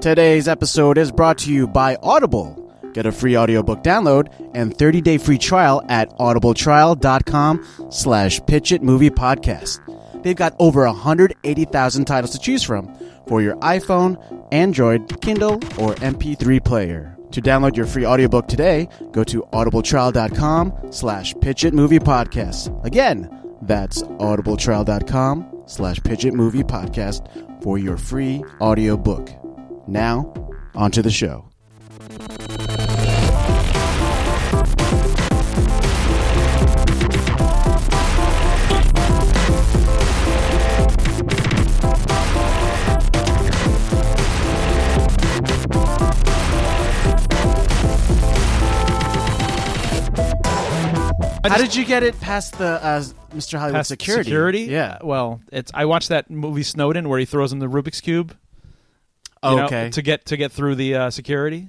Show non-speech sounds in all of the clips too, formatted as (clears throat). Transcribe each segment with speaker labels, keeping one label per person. Speaker 1: Today's episode is brought to you by Audible. Get a free audiobook download and 30-day free trial at audibletrial.com slash pitchitmoviepodcast. They've got over 180,000 titles to choose from for your iPhone, Android, Kindle, or MP3 player. To download your free audiobook today, go to audibletrial.com slash pitchitmoviepodcast. Again, that's audibletrial.com slash pitchitmoviepodcast for your free audiobook. Now, onto the show. How did you get it past the uh, Mr. Hollywood
Speaker 2: past
Speaker 1: security? Yeah.
Speaker 2: Uh, Well, it's I watched that movie Snowden where he throws him the Rubik's cube. you know,
Speaker 1: okay.
Speaker 2: to get to get through the uh, security,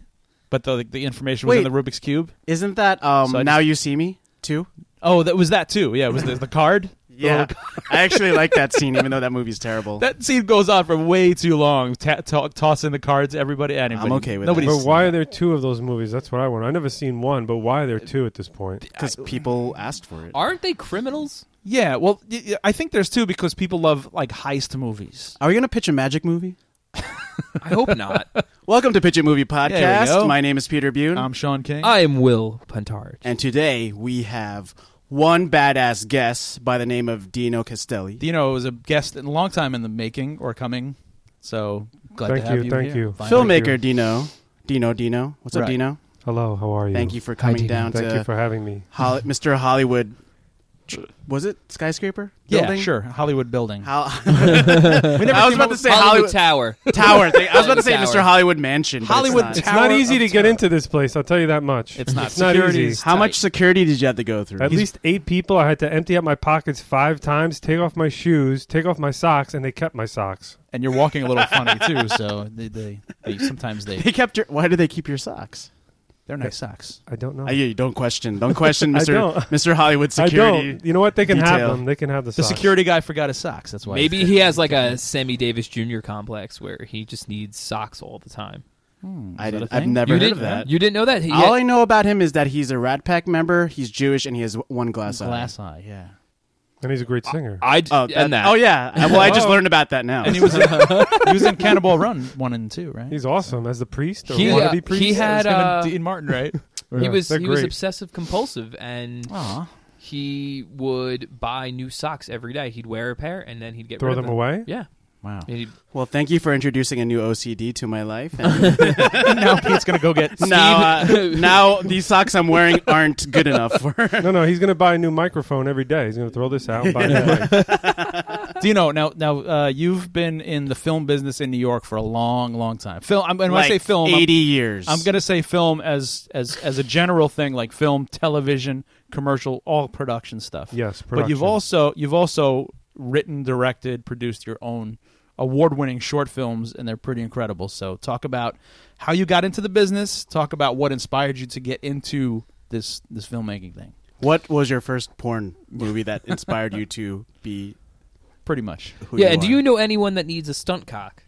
Speaker 2: but the the information was in the
Speaker 1: Wait.
Speaker 2: Rubik's cube.
Speaker 1: Isn't that um,
Speaker 2: So I
Speaker 1: now
Speaker 2: just-
Speaker 1: you see me too?
Speaker 2: Oh, that was that too. Yeah, it was the,
Speaker 1: (laughs)
Speaker 2: the card. The little card.
Speaker 1: I actually like that scene, even though that movie's terrible.
Speaker 2: That scene goes on for way too long. Ta- to- tossing the cards, everybody, anybody.
Speaker 1: I'm okay with that.
Speaker 2: nobody's.
Speaker 3: But why are there two of those movies? That's what I want. I've never seen one, but why are there two at this point?
Speaker 1: Because people asked for it.
Speaker 4: Aren't they criminals?
Speaker 2: Yeah, well, y- y- I think there's two because people love like heist movies.
Speaker 1: Are we gonna pitch a magic movie?
Speaker 4: I hope not. (laughs)
Speaker 1: Welcome to Pitch It Movie
Speaker 2: There we
Speaker 1: Podcast.
Speaker 2: go. Um,
Speaker 1: My name is Peter Bune,
Speaker 2: I'm Sean King.
Speaker 4: I am Will Pentard.
Speaker 1: and today we have one badass guest by the name of Dino Castelli.
Speaker 2: Dino was a guest in a long time in the making or coming, so glad uh,
Speaker 3: Thank
Speaker 2: to have
Speaker 3: you,
Speaker 2: you.
Speaker 3: thank
Speaker 2: here.
Speaker 3: you.
Speaker 2: Finally.
Speaker 1: Filmmaker
Speaker 3: you.
Speaker 1: Dino, Dino, Dino. What's up,
Speaker 2: Right.
Speaker 1: Dino?
Speaker 3: Hello, how are you?
Speaker 1: Thank you for
Speaker 4: Hi,
Speaker 1: coming
Speaker 4: Dino.
Speaker 1: down
Speaker 3: Thank
Speaker 1: to
Speaker 3: you for having me. (laughs)
Speaker 1: Holly, Mr. Hollywood. Was it skyscraper?
Speaker 2: Yeah,
Speaker 1: Building?
Speaker 2: sure. Hollywood building.
Speaker 1: Hol- (laughs) I was about to say Hollywood,
Speaker 4: (laughs) Tower.
Speaker 1: Tower. Thing. I was about to say
Speaker 4: Hollywood
Speaker 1: Mr.
Speaker 4: Tower.
Speaker 1: Hollywood Mansion. but it's
Speaker 2: Hollywood
Speaker 1: not.
Speaker 2: Tower.
Speaker 3: It's not easy
Speaker 2: of
Speaker 3: to get
Speaker 2: terror.
Speaker 3: into this place. I'll tell you that much.
Speaker 2: It's not.
Speaker 3: It's not
Speaker 2: Security
Speaker 3: easy.
Speaker 2: is-
Speaker 1: How
Speaker 4: tight.
Speaker 1: much security did you have to go through?
Speaker 3: At least eight people. I had to empty out my pockets five times, take off my shoes, take off my socks, and they kept my socks.
Speaker 2: and you're walking a little funny too. So they, they, they sometimes they
Speaker 1: (laughs) they kept your. Why do they keep your socks?
Speaker 2: they're nice socks.
Speaker 3: I don't know.
Speaker 1: Uh, yeah, don't question. Don't question
Speaker 3: Oh. (laughs) I
Speaker 1: Mr.
Speaker 3: don't.
Speaker 1: Mr. Hollywood
Speaker 3: I
Speaker 1: security.
Speaker 3: don't. You know what? They can have
Speaker 1: Detail.
Speaker 3: them. They can have the
Speaker 2: The
Speaker 3: socks.
Speaker 2: security guy forgot his socks. That's why.
Speaker 4: Maybe he has like a Sammy Davis Jr. complex where he just needs socks all the time.
Speaker 1: I
Speaker 2: Is that
Speaker 1: didn't,
Speaker 2: a
Speaker 1: I've
Speaker 2: thing?
Speaker 1: never
Speaker 4: you
Speaker 1: heard
Speaker 4: didn't.
Speaker 1: of that.
Speaker 4: You didn't know that. He
Speaker 1: All
Speaker 4: had
Speaker 1: I know about him is that he's a Rat Pack member. He's Jewish and he has one glass,
Speaker 2: glass eye. Yeah.
Speaker 3: And he's a great singer.
Speaker 4: I
Speaker 1: eye. Oh, that-
Speaker 4: and that.
Speaker 1: oh yeah.
Speaker 3: (laughs)
Speaker 1: I- Well, I just
Speaker 3: Oh.
Speaker 1: learned about that now.
Speaker 2: And he was in, he was in Cannonball Run one and two, right?
Speaker 3: He's awesome as the priest or
Speaker 4: He,
Speaker 3: wannabe
Speaker 4: uh,
Speaker 3: priest.
Speaker 4: he had
Speaker 2: Him
Speaker 4: uh,
Speaker 2: and Dean Martin,
Speaker 4: (laughs)
Speaker 2: right?
Speaker 4: he was
Speaker 3: They're
Speaker 4: he was
Speaker 3: great.
Speaker 4: obsessive compulsive and
Speaker 2: Aw.
Speaker 4: he would buy new socks every day. He'd wear a pair and then he'd get
Speaker 3: Throw
Speaker 4: rid of
Speaker 3: them away.
Speaker 4: Yeah.
Speaker 2: Wow.
Speaker 4: And he'd-
Speaker 1: well, thank you for introducing a new OCD to my
Speaker 4: (laughs)
Speaker 1: life. And
Speaker 2: (laughs) now Pete's gonna go get.
Speaker 1: now, uh, now these socks I'm
Speaker 4: (laughs)
Speaker 1: wearing aren't good enough for.
Speaker 3: No, no, he's going to buy a new microphone every day. He's going to throw this out and buy a new mic.
Speaker 2: Dino, now now uh, you've been in the film business in New York for a long, long time. Film. I'm,
Speaker 1: (laughs)
Speaker 2: and when
Speaker 1: like
Speaker 2: I say film, I'm-
Speaker 1: 80 years.
Speaker 2: I'm gonna say film as as as a general thing, like film, television, commercial, all production stuff.
Speaker 3: Yes,
Speaker 2: but you've
Speaker 3: production.
Speaker 2: also you've also written, directed, produced your own award-winning short films, and they're pretty incredible. So, talk about how you got into the business. Talk about what inspired you to get into this this filmmaking thing.
Speaker 1: What was your first porn movie that inspired you to be
Speaker 2: Pretty much.
Speaker 1: who
Speaker 4: yeah.
Speaker 1: you
Speaker 4: and
Speaker 1: are?
Speaker 4: do you know anyone that needs a stunt cock?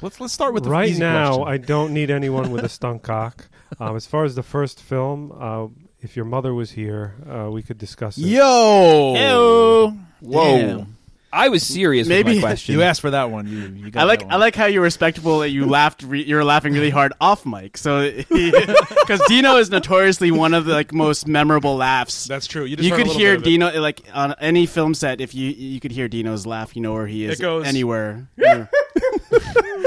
Speaker 2: Let's let's start with the
Speaker 3: right
Speaker 2: easy
Speaker 3: now
Speaker 2: question.
Speaker 3: i don't need anyone with a stunk cock um, as far as the first film uh, if your mother was here uh, we could discuss it
Speaker 2: Yo.
Speaker 1: Whoa.
Speaker 2: Damn.
Speaker 4: I was serious
Speaker 1: Maybe- (laughs)
Speaker 4: with my question.
Speaker 2: You asked for that one. You, you got
Speaker 1: I like
Speaker 2: that one.
Speaker 1: I like how you're respectful that you laughed re- you were laughing really hard off mic. So (laughs) cuz Dino is notoriously one of the like most memorable laughs.
Speaker 2: That's true. You, (laughs) just
Speaker 1: you
Speaker 2: heard a
Speaker 1: could
Speaker 2: little
Speaker 1: hear
Speaker 2: bit of it.
Speaker 1: Dino like on any film set if you you could hear Dino's laugh, you know where he is
Speaker 2: (laughs) It goes-
Speaker 1: anywhere. Yeah.
Speaker 2: That's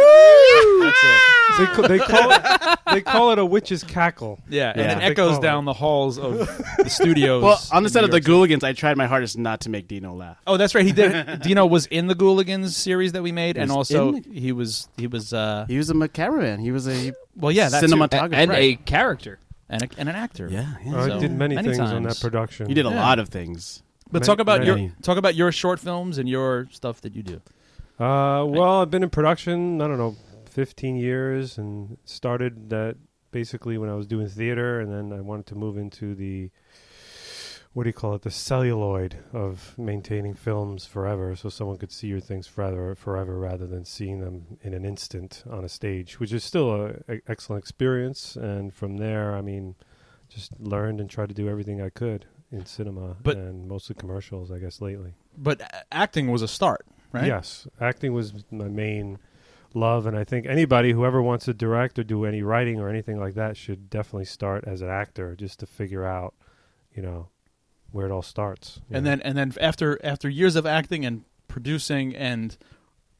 Speaker 2: it.
Speaker 3: they, ca- they call it, they call it a witch's cackle
Speaker 2: Yeah,
Speaker 1: Yeah.
Speaker 2: and
Speaker 3: They
Speaker 2: it echoes
Speaker 3: call
Speaker 2: down the halls
Speaker 1: (laughs)
Speaker 2: of the studios.
Speaker 1: Well, on the
Speaker 2: in
Speaker 1: set
Speaker 2: New
Speaker 1: of the
Speaker 2: York City.
Speaker 1: Gooligans, I tried my hardest not to make Dino laugh.
Speaker 2: Oh, that's right.
Speaker 1: (laughs)
Speaker 2: He did. Dino was in the Gooligans series that we made, and
Speaker 1: was
Speaker 2: also
Speaker 1: in
Speaker 2: he was he was uh
Speaker 1: He was a cameraman. He was (laughs) a
Speaker 2: well yeah that too.
Speaker 1: Cinematographer.
Speaker 2: A-
Speaker 4: and
Speaker 2: right.
Speaker 4: a character.
Speaker 2: and, a, and an actor.
Speaker 1: yeah.
Speaker 2: (laughs)
Speaker 3: i
Speaker 2: So, (laughs)
Speaker 3: did many,
Speaker 2: many
Speaker 3: things on
Speaker 2: times.
Speaker 3: that production
Speaker 1: You did a
Speaker 2: Yeah.
Speaker 1: lot of things.
Speaker 2: But
Speaker 3: Many-
Speaker 2: talk about your
Speaker 1: many.
Speaker 2: talk about your short films and your stuff that you do.
Speaker 3: uh, well i've been in production i don't know 15 years and started that basically when i was doing theater and then i wanted to move into the what do you call it? The celluloid of maintaining films forever, so someone could see your things forever, forever rather than seeing them in an instant on a stage, which is still an excellent experience. And from there, I mean, just learned and tried to do everything I could in cinema
Speaker 2: But-
Speaker 3: and mostly commercials, I guess, lately.
Speaker 2: But a- acting was a start, right?
Speaker 3: Yes, acting was my main love, and I think anybody who ever wants to direct or do any writing or anything like that should definitely start as an actor, just to figure out, you know, where it all starts. you
Speaker 2: And
Speaker 3: know.
Speaker 2: then and then after after years of acting and producing and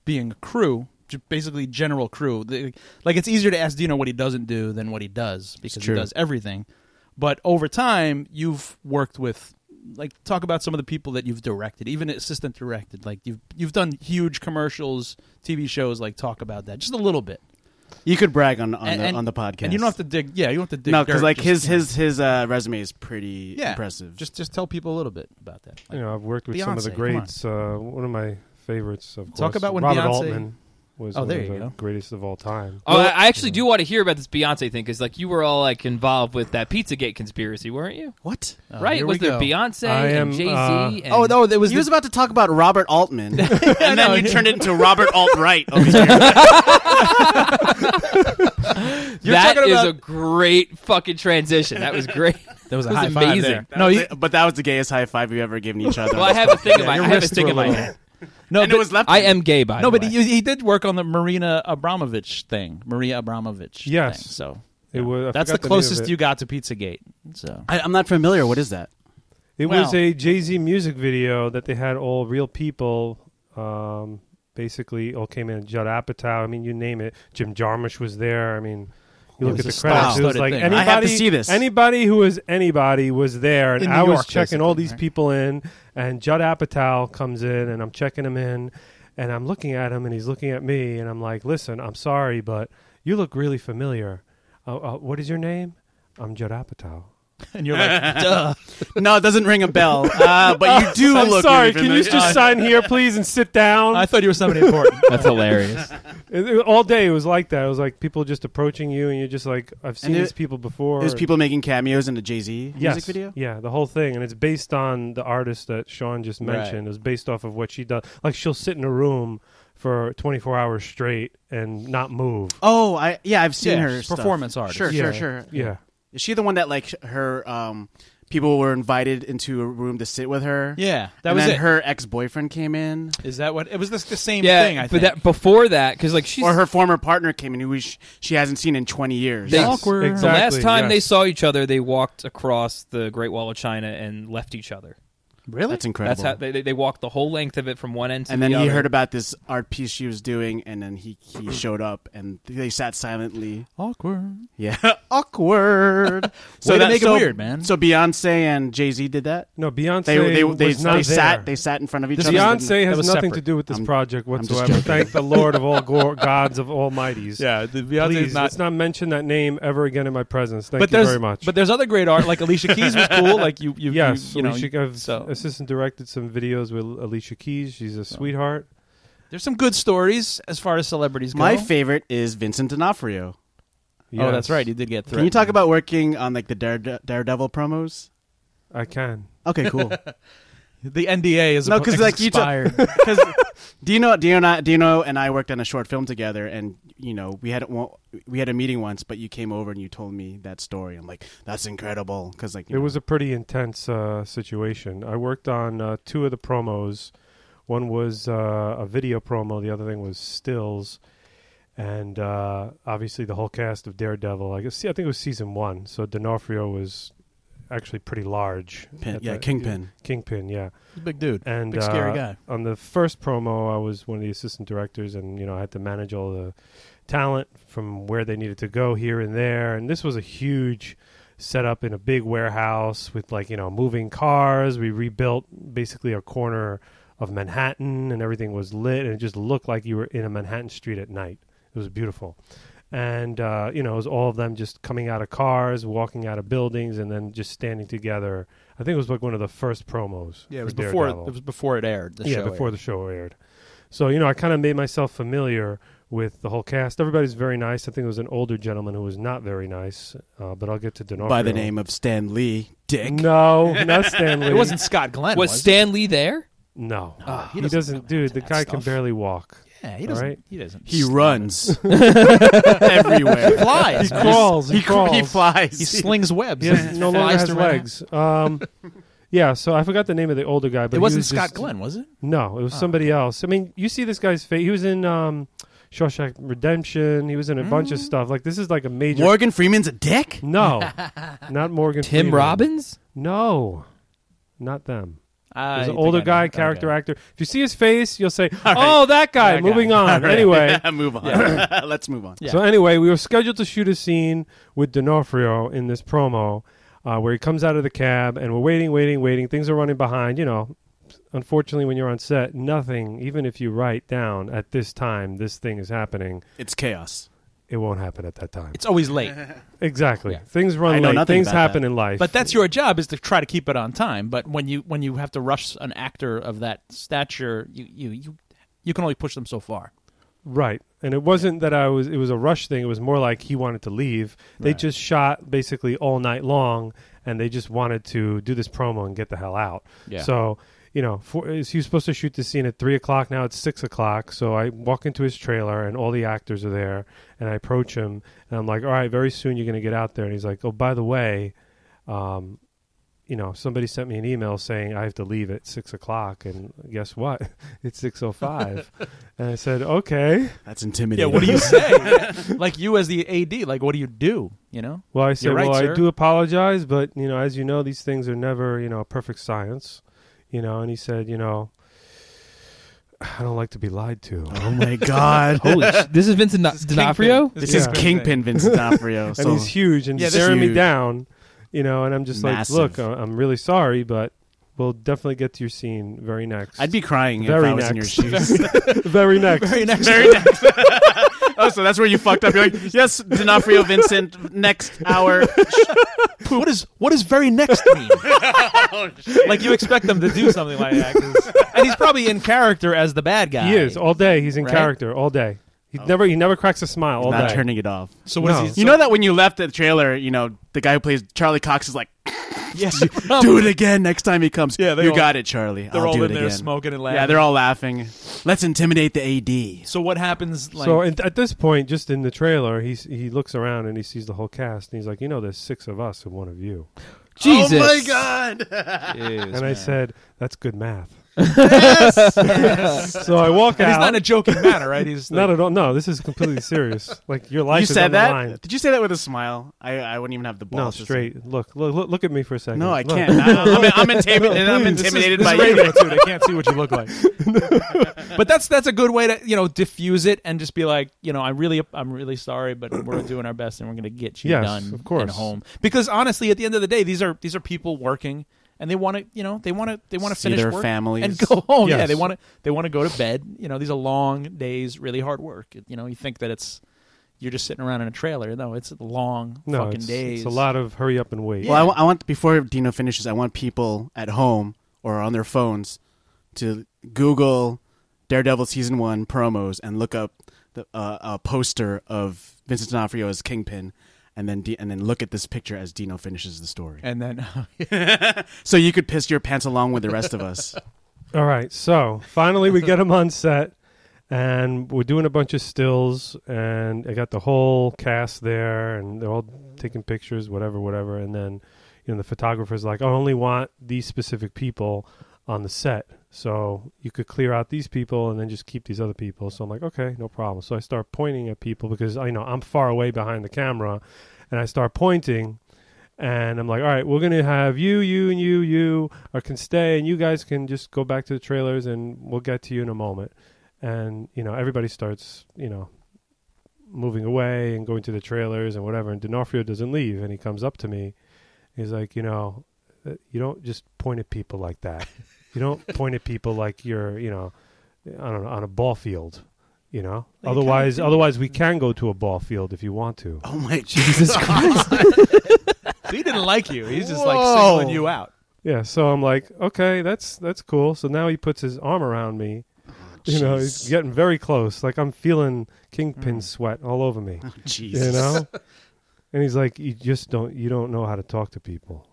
Speaker 2: being a crew, j- basically general crew. the- Like it's easier to ask Dino what he doesn't do than what he does because he
Speaker 1: true.
Speaker 2: does everything. But over time, you've worked with like talk about some of the people that you've directed, even assistant directed. Like you've you've done huge commercials, TV shows. Like talk about that just a little bit.
Speaker 1: You could brag on on,
Speaker 2: And-
Speaker 1: the,
Speaker 2: and-
Speaker 1: on the podcast.
Speaker 2: And you don't have to dig. Yeah, you don't have to dig.
Speaker 1: no, because
Speaker 2: dirt,
Speaker 1: like
Speaker 2: just,
Speaker 1: his
Speaker 2: you know,
Speaker 1: his his uh, resume is pretty
Speaker 2: Yeah,
Speaker 1: impressive.
Speaker 2: Just just tell people a little bit about that. Like,
Speaker 3: you know, I've worked with some of the
Speaker 2: Beyonce, come on.
Speaker 3: greats. Uh, one of my favorites, of course.
Speaker 2: Talk about when
Speaker 3: Robert
Speaker 2: Beyonce-
Speaker 3: Altman was
Speaker 2: Oh,
Speaker 3: one
Speaker 2: there
Speaker 3: of
Speaker 2: you
Speaker 3: the
Speaker 2: go.
Speaker 3: greatest of all time.
Speaker 4: Oh, I I actually do want to hear about this Beyonce thing because, like, you were all like involved with that PizzaGate conspiracy, weren't you?
Speaker 1: what?
Speaker 2: Oh,
Speaker 4: right?
Speaker 2: here
Speaker 4: Was
Speaker 2: we
Speaker 4: there
Speaker 2: go.
Speaker 4: Beyonce
Speaker 3: I am,
Speaker 4: and Jay Z?
Speaker 3: uh,
Speaker 4: and
Speaker 2: Oh no, there was
Speaker 1: he was about to talk about Robert Altman, and then
Speaker 2: know.
Speaker 1: you turned it into Robert Alt Right over here.
Speaker 2: You're
Speaker 4: that
Speaker 2: talking
Speaker 4: is
Speaker 2: about-
Speaker 4: a great fucking transition. That was great.
Speaker 2: (laughs) That was a
Speaker 4: That
Speaker 2: high
Speaker 4: was
Speaker 2: five
Speaker 4: amazing.
Speaker 2: there. No, you,
Speaker 1: but that was the gayest high five we've ever given each other.
Speaker 4: Well, I have a thing in (laughs) my,
Speaker 2: your
Speaker 4: I have a
Speaker 2: wrists
Speaker 4: stick
Speaker 2: were
Speaker 4: in my
Speaker 2: little.
Speaker 4: hand.
Speaker 2: no,
Speaker 1: and
Speaker 2: but-
Speaker 1: it was left.
Speaker 4: I am gay, by
Speaker 2: no,
Speaker 4: the
Speaker 2: but
Speaker 4: way.
Speaker 2: he, he did work on the Marina Abramovich thing, Maria Abramovich.
Speaker 3: Yes.
Speaker 2: thing, so
Speaker 3: It was, I
Speaker 2: that's the
Speaker 3: forgot name of
Speaker 2: closest
Speaker 3: it.
Speaker 2: you got to PizzaGate. So
Speaker 1: I, I'm not familiar. What is that?
Speaker 3: It was
Speaker 2: Wow.
Speaker 3: a Jay Z music video that they had all real people. Um, basically, all came in. Judd Apatow. I mean, you name it. Jim Jarmusch was there. I mean, you
Speaker 2: It
Speaker 3: look
Speaker 2: was
Speaker 3: at
Speaker 2: a
Speaker 3: the credits. It was
Speaker 2: star-studded
Speaker 3: like
Speaker 2: thing.
Speaker 3: anybody.
Speaker 1: I have to see this.
Speaker 3: Anybody who was anybody was there, and
Speaker 2: In New
Speaker 3: I was
Speaker 2: York,
Speaker 3: checking all
Speaker 2: basically,
Speaker 3: these
Speaker 2: right?
Speaker 3: people in. And Judd Apatow comes in, and I'm checking him in, and I'm looking at him, and he's looking at me, and I'm like, "Listen, I'm sorry, but you look really familiar. Uh, uh, what is your name? I'm Judd Apatow."
Speaker 2: (laughs) and you're (laughs) like, duh.
Speaker 1: No, it doesn't ring a bell. Uh, but you do
Speaker 3: I'm
Speaker 1: look.
Speaker 3: sorry.
Speaker 1: really
Speaker 3: Can you
Speaker 1: familiar.
Speaker 3: just sign here, please, and sit down?
Speaker 2: I thought you were somebody important.
Speaker 4: That's hilarious.
Speaker 3: It- it- all day it was like that. It was like people just approaching you, and you're just like, I've seen
Speaker 1: it-
Speaker 3: these people before.
Speaker 1: There's Uh, people making cameos in the Jay Z
Speaker 3: Yes.
Speaker 1: music video.
Speaker 3: Yeah, the whole thing, and it's based on the artist that Sean just
Speaker 2: Right.
Speaker 3: mentioned. It was based off of what she does. Like she'll sit in a room for 24 hours straight and not move.
Speaker 1: Oh, I yeah, I've seen
Speaker 2: Yeah,
Speaker 1: her
Speaker 2: she's
Speaker 1: stuff.
Speaker 2: performance artist.
Speaker 1: Sure,
Speaker 3: Yeah.
Speaker 1: sure, sure.
Speaker 3: Yeah,
Speaker 1: Is she the one that like her um, people were invited into a room to sit with her?
Speaker 2: (laughs) Yeah, that
Speaker 1: and
Speaker 2: was
Speaker 1: then
Speaker 2: it. Is
Speaker 1: her ex boyfriend came in,
Speaker 2: that what it was? The, the same
Speaker 4: yeah,
Speaker 2: thing. I
Speaker 4: but
Speaker 2: think.
Speaker 4: that before that, because like she's
Speaker 1: or her former partner came in, who she, she hasn't seen in 20 years.
Speaker 4: They-
Speaker 2: awkward.
Speaker 4: the
Speaker 3: Exactly,
Speaker 4: last time
Speaker 3: yes.
Speaker 4: they saw each other, they walked across the Great Wall of China and left each other.
Speaker 2: really?
Speaker 1: That's incredible.
Speaker 4: That's how they, they- they walked the whole length of it from one end to
Speaker 1: and then
Speaker 4: the
Speaker 1: he
Speaker 4: other.
Speaker 1: heard about this art piece she was doing, and then he he showed up, and they sat silently.
Speaker 2: awkward.
Speaker 1: Yeah, (laughs) awkward.
Speaker 2: Way to
Speaker 1: that-
Speaker 2: make it weird, man.
Speaker 1: So Beyonce and Jay Z did that.
Speaker 3: no, Beyonce
Speaker 1: They they they,
Speaker 3: was
Speaker 1: they,
Speaker 3: not there.
Speaker 1: sat they sat in front of each
Speaker 2: This
Speaker 1: other. and didn't-
Speaker 3: Beyonce
Speaker 2: That
Speaker 3: has
Speaker 2: was
Speaker 3: nothing
Speaker 2: separate.
Speaker 3: to do with this
Speaker 1: I'm-
Speaker 3: project
Speaker 1: just
Speaker 3: whatsoever.
Speaker 1: joking.
Speaker 3: Thank the Lord of all go- gods of almighties.
Speaker 2: Yeah, the
Speaker 3: Please,
Speaker 2: Beyonce's not
Speaker 3: let's not mention that name ever again in my presence. Thank
Speaker 2: but
Speaker 3: you
Speaker 2: there's
Speaker 3: very much.
Speaker 2: but there's other great art like Alicia Keys was (laughs) cool. Like you, you,
Speaker 3: yes,
Speaker 2: you, you know,
Speaker 3: Alicia,
Speaker 2: you-
Speaker 3: I've
Speaker 2: so-
Speaker 3: assistant directed some videos with Alicia Keys. She's a sweetheart.
Speaker 2: there's some good stories as far as celebrities go.
Speaker 1: My favorite is Vincent D'Onofrio.
Speaker 2: Oh,
Speaker 3: Yes.
Speaker 2: that's right. You did get through.
Speaker 1: Can you talk about working on like the Dare, Daredevil promos?
Speaker 3: I can.
Speaker 1: Okay, cool.
Speaker 2: the NDA is
Speaker 1: No,
Speaker 2: abo-
Speaker 1: 'cause, like, you ta-
Speaker 2: expired. (laughs)
Speaker 1: Because Dino, Dino, Dino, and I worked on a short film together, and you know we had one- we had a meeting once, but you came over and you told me that story. I'm like, that's incredible because like you
Speaker 3: It
Speaker 1: know,
Speaker 3: was a pretty intense uh, situation. I worked on uh, two of the promos. One was uh, a video promo. The other thing was stills, and uh, obviously the whole cast of Daredevil. I guess I think it was season one. So D'Onofrio was actually pretty large.
Speaker 1: Pin-
Speaker 3: at
Speaker 1: yeah,
Speaker 3: that-
Speaker 1: Kingpin.
Speaker 3: Kingpin. Yeah.
Speaker 2: big dude.
Speaker 3: And
Speaker 2: Big scary
Speaker 3: uh,
Speaker 2: guy.
Speaker 3: On the first promo, I was one of the assistant directors, and you know I had to manage all the talent from where they needed to go here and there. And this was a huge setup in a big warehouse with like you know moving cars. We rebuilt basically a corner of Manhattan, and everything was lit, and it just looked like you were in a Manhattan street at night. It was beautiful. And uh, you know, it was all of them just coming out of cars, walking out of buildings, and then just standing together. I think it was like one of the first promos.
Speaker 2: Yeah, it
Speaker 3: for
Speaker 2: was before
Speaker 3: Daredevil
Speaker 2: it was before it aired. The
Speaker 3: yeah,
Speaker 2: show
Speaker 3: before
Speaker 2: aired.
Speaker 3: the show aired. So you know, I kind of made myself familiar with the whole cast. Everybody's very nice. I think it was an older gentleman who was not very nice, uh, but I'll get to D'Onofrio.
Speaker 1: by the name of Stan Lee. dick.
Speaker 3: No, not Stanley.
Speaker 2: (laughs) It wasn't Scott Glenn.
Speaker 4: Was Stan Lee there?
Speaker 3: No,
Speaker 2: Ah,
Speaker 3: he,
Speaker 2: he
Speaker 3: doesn't.
Speaker 2: doesn't
Speaker 3: dude, the
Speaker 2: that
Speaker 3: guy can
Speaker 2: stuff. (laughs)
Speaker 3: barely walk.
Speaker 2: Yeah, he
Speaker 3: All
Speaker 2: doesn't.
Speaker 3: right.
Speaker 2: He doesn't.
Speaker 1: He
Speaker 3: (laughs)
Speaker 1: runs everywhere.
Speaker 2: (laughs) flies.
Speaker 3: He crawls. He,
Speaker 1: He,
Speaker 3: crawls.
Speaker 1: he flies. (laughs)
Speaker 2: He (laughs) slings webs.
Speaker 3: He has, no longer
Speaker 2: Flies
Speaker 3: has
Speaker 2: through my-
Speaker 3: legs. Um, (laughs) yeah. So I forgot the name of the older guy, but
Speaker 2: It
Speaker 3: he
Speaker 2: wasn't
Speaker 3: was
Speaker 2: Scott
Speaker 3: just-
Speaker 2: Glenn, was it?
Speaker 3: No, it was
Speaker 2: Oh,
Speaker 3: somebody else. I mean, you see this guy's face. He was in um, Shawshank Redemption. He was in a bunch
Speaker 2: Mm.
Speaker 3: of stuff. Like this is like a major.
Speaker 1: Morgan Freeman's a dick?
Speaker 3: (laughs) no,
Speaker 2: (laughs)
Speaker 3: not Morgan.
Speaker 4: Tim
Speaker 3: Freeman.
Speaker 4: Robbins?
Speaker 3: No, not them.
Speaker 2: Uh,
Speaker 3: There's an older guy, character actor. If you see his face, you'll say, "Oh, that guy."
Speaker 2: That guy.
Speaker 3: Moving on.
Speaker 1: All right. (laughs)
Speaker 3: (laughs) Anyway,
Speaker 1: move on. (laughs) Let's move on.
Speaker 2: Yeah.
Speaker 3: So anyway, we were scheduled to shoot a scene with D'Onofrio in this promo uh, where he comes out of the cab, and we're waiting, waiting, waiting. Things are running behind. You know, unfortunately, when you're on set, nothing, even if you write down at this time, this thing is happening,
Speaker 1: It's chaos.
Speaker 3: it won't happen at that time.
Speaker 2: It's always late,
Speaker 3: (laughs) exactly.
Speaker 2: Yeah.
Speaker 3: Things
Speaker 1: I
Speaker 3: run
Speaker 1: know
Speaker 3: late.
Speaker 1: nothing
Speaker 3: Things
Speaker 1: about
Speaker 3: happen
Speaker 1: that.
Speaker 3: in life.
Speaker 2: but that's your job is to try to keep it on time. But when you when you have to rush an actor of that stature, you you you, you can only push them so far.
Speaker 3: Right. And it wasn't that I was it was a rush thing, it was more like he wanted to leave. They
Speaker 1: Right.
Speaker 3: just shot basically all night long and they just wanted to do this promo and get the hell out.
Speaker 2: Yeah.
Speaker 3: So you know, for, is he was supposed to shoot the scene at three o'clock? Now it's six o'clock. So I walk into his trailer, and all the actors are there. And I approach him, and I'm like, "All right, very soon you're going to get out there." And he's like, "Oh, by the way, um, you know, somebody sent me an email saying I have to leave at six o'clock, and guess what? (laughs) It's six o five. And I said, "Okay."
Speaker 1: That's intimidating.
Speaker 2: Yeah, what do
Speaker 3: (laughs)
Speaker 2: you say? like you as the AD, like what do you do? You know,
Speaker 3: Well, I said,
Speaker 2: You're right,
Speaker 3: "Well, I
Speaker 2: sir."
Speaker 3: do apologize, but you know, as you know, these things are never you know a perfect science, you know." And he said, "You know." I don't like to be lied to.
Speaker 1: (laughs) Oh my god.
Speaker 4: Holy sh- This is Vincent D'Onofrio?
Speaker 1: This is
Speaker 3: Yeah.
Speaker 1: Kingpin Vincent D'Onofrio.
Speaker 3: (laughs) and
Speaker 1: So
Speaker 3: he's huge and
Speaker 2: Yeah, this-
Speaker 3: staring me
Speaker 1: Huge.
Speaker 3: down, you know, and I'm just
Speaker 1: Massive.
Speaker 3: like, look, I- I'm really sorry, but we'll definitely get to your scene very next.
Speaker 1: I'd be crying if
Speaker 3: Very
Speaker 1: I was in your
Speaker 3: next.
Speaker 1: shoes.
Speaker 3: (laughs) very
Speaker 2: (laughs)
Speaker 3: next.
Speaker 2: Very next.
Speaker 1: Very next. (laughs) oh, so that's where you fucked up. You're like, yes, D'Onofrio Vincent, next hour.
Speaker 2: What is what is very next mean? like you expect them to
Speaker 4: (laughs)
Speaker 2: do something like that, 'cause- and he's probably in character as the bad guy.
Speaker 3: he is all day. He's in
Speaker 2: Right? Oh.
Speaker 3: character all day. He never he never cracks a smile all
Speaker 1: Not
Speaker 3: day.
Speaker 1: turning it off.
Speaker 2: So what is
Speaker 3: No.
Speaker 2: he?
Speaker 1: You know that when you left the trailer, you know, the guy who plays Charlie Cox is
Speaker 3: (laughs)
Speaker 1: like,
Speaker 2: Yes.
Speaker 3: Um,
Speaker 1: do it again next time he comes.
Speaker 2: Yeah, they
Speaker 1: you
Speaker 2: all-
Speaker 1: got it, Charlie.
Speaker 2: They're
Speaker 1: I'll
Speaker 2: all
Speaker 1: do
Speaker 2: in
Speaker 1: it
Speaker 2: there
Speaker 1: again.
Speaker 2: smoking and laughing.
Speaker 1: Yeah, they're all laughing. Let's intimidate the AD.
Speaker 2: So what happens? Like,
Speaker 3: so and at this point, just in the trailer, he he looks around and he sees the whole cast, and he's like, you know, there's six of us and one of you.
Speaker 4: Jesus.
Speaker 1: Oh my god.
Speaker 4: Jeez,
Speaker 3: and I
Speaker 4: man.
Speaker 3: said, that's good math.
Speaker 1: (laughs)
Speaker 3: (laughs)
Speaker 1: yes. yes.
Speaker 3: So I walk
Speaker 2: and
Speaker 3: out.
Speaker 2: he's not in a joking manner, right?
Speaker 3: (laughs)
Speaker 2: He's
Speaker 3: not
Speaker 2: like,
Speaker 3: at all. No, this is
Speaker 1: (laughs)
Speaker 3: completely serious. Like your life
Speaker 1: You
Speaker 3: is on
Speaker 1: said
Speaker 3: the
Speaker 1: that?
Speaker 3: line.
Speaker 1: Did you say that with a smile? I, I wouldn't even have the
Speaker 3: No,
Speaker 1: balls. to say-
Speaker 3: straight. Look, look, look, look at me for a second.
Speaker 1: No, I
Speaker 3: Look. (laughs)
Speaker 1: can't. I'm, I'm, I'm intimidated. I'm
Speaker 3: Please, this is-
Speaker 1: intimidated
Speaker 3: this
Speaker 1: by
Speaker 3: is
Speaker 1: you.
Speaker 3: radio, too. They can't see what you look like.
Speaker 2: but that's that's a good way to you know diffuse it and just be like, you know, I really I'm really sorry, but we're doing our best and we're going to get you
Speaker 3: Yes,
Speaker 2: done
Speaker 3: of course.
Speaker 2: and home. Because honestly, at the end of the day, these are these are people working and they want to you know they want to they want to
Speaker 1: See
Speaker 2: finish
Speaker 1: their
Speaker 2: work
Speaker 1: families.
Speaker 2: and (laughs) go home. Yeah,
Speaker 3: Yes.
Speaker 2: they want to they want to go to bed. You know, these are long days, really hard work. You know, you think that it's you're just sitting around in a trailer. No, it's long
Speaker 3: No,
Speaker 2: fucking
Speaker 3: it's,
Speaker 2: days.
Speaker 3: it's a lot of hurry up and wait.
Speaker 1: Well, I wa- I want before Dino finishes, I want people at home or on their phones to Google Daredevil season one promos and look up the, uh, a poster of Vincent D'Onofrio as Kingpin, and then D- and then look at this picture as Dino finishes the story.
Speaker 2: And then (laughs) oh,
Speaker 1: So you could piss your pants along with the rest of us.
Speaker 3: All right, so finally we get him on set, and we're doing a bunch of stills, and I got the whole cast there, and they're all taking pictures, whatever, whatever, and then you know the photographer's like, I only want these specific people on the set, so you could clear out these people and then just keep these other people. So I'm like, okay, no problem. So I start pointing at people because I know I'm far away behind the camera, and I start pointing. And I'm like, all right, we're gonna have you, you, and you, you, or can stay, and you guys can just go back to the trailers, and we'll get to you in a moment. And you know, everybody starts, you know, moving away and going to the trailers and whatever. And D'Onofrio doesn't leave, and he comes up to me. He's like, you know, uh, you don't just point at people like that. You don't point at people like you're, you know, I don't know, on a ball field. You know,
Speaker 2: Well, you kinda
Speaker 3: otherwise,
Speaker 2: do.
Speaker 3: otherwise we can go to a ball field if you want to.
Speaker 1: Oh my Jesus Christ!
Speaker 2: he didn't like you. He's just like
Speaker 1: Whoa.
Speaker 2: singling you out.
Speaker 3: Yeah, so I'm like, okay, that's that's cool. So now he puts his arm around me. You know, he's getting very close. Like I'm feeling kingpin sweat all over me.
Speaker 1: Jesus.
Speaker 3: You know, and he's like, you just don't you don't know how to talk to people.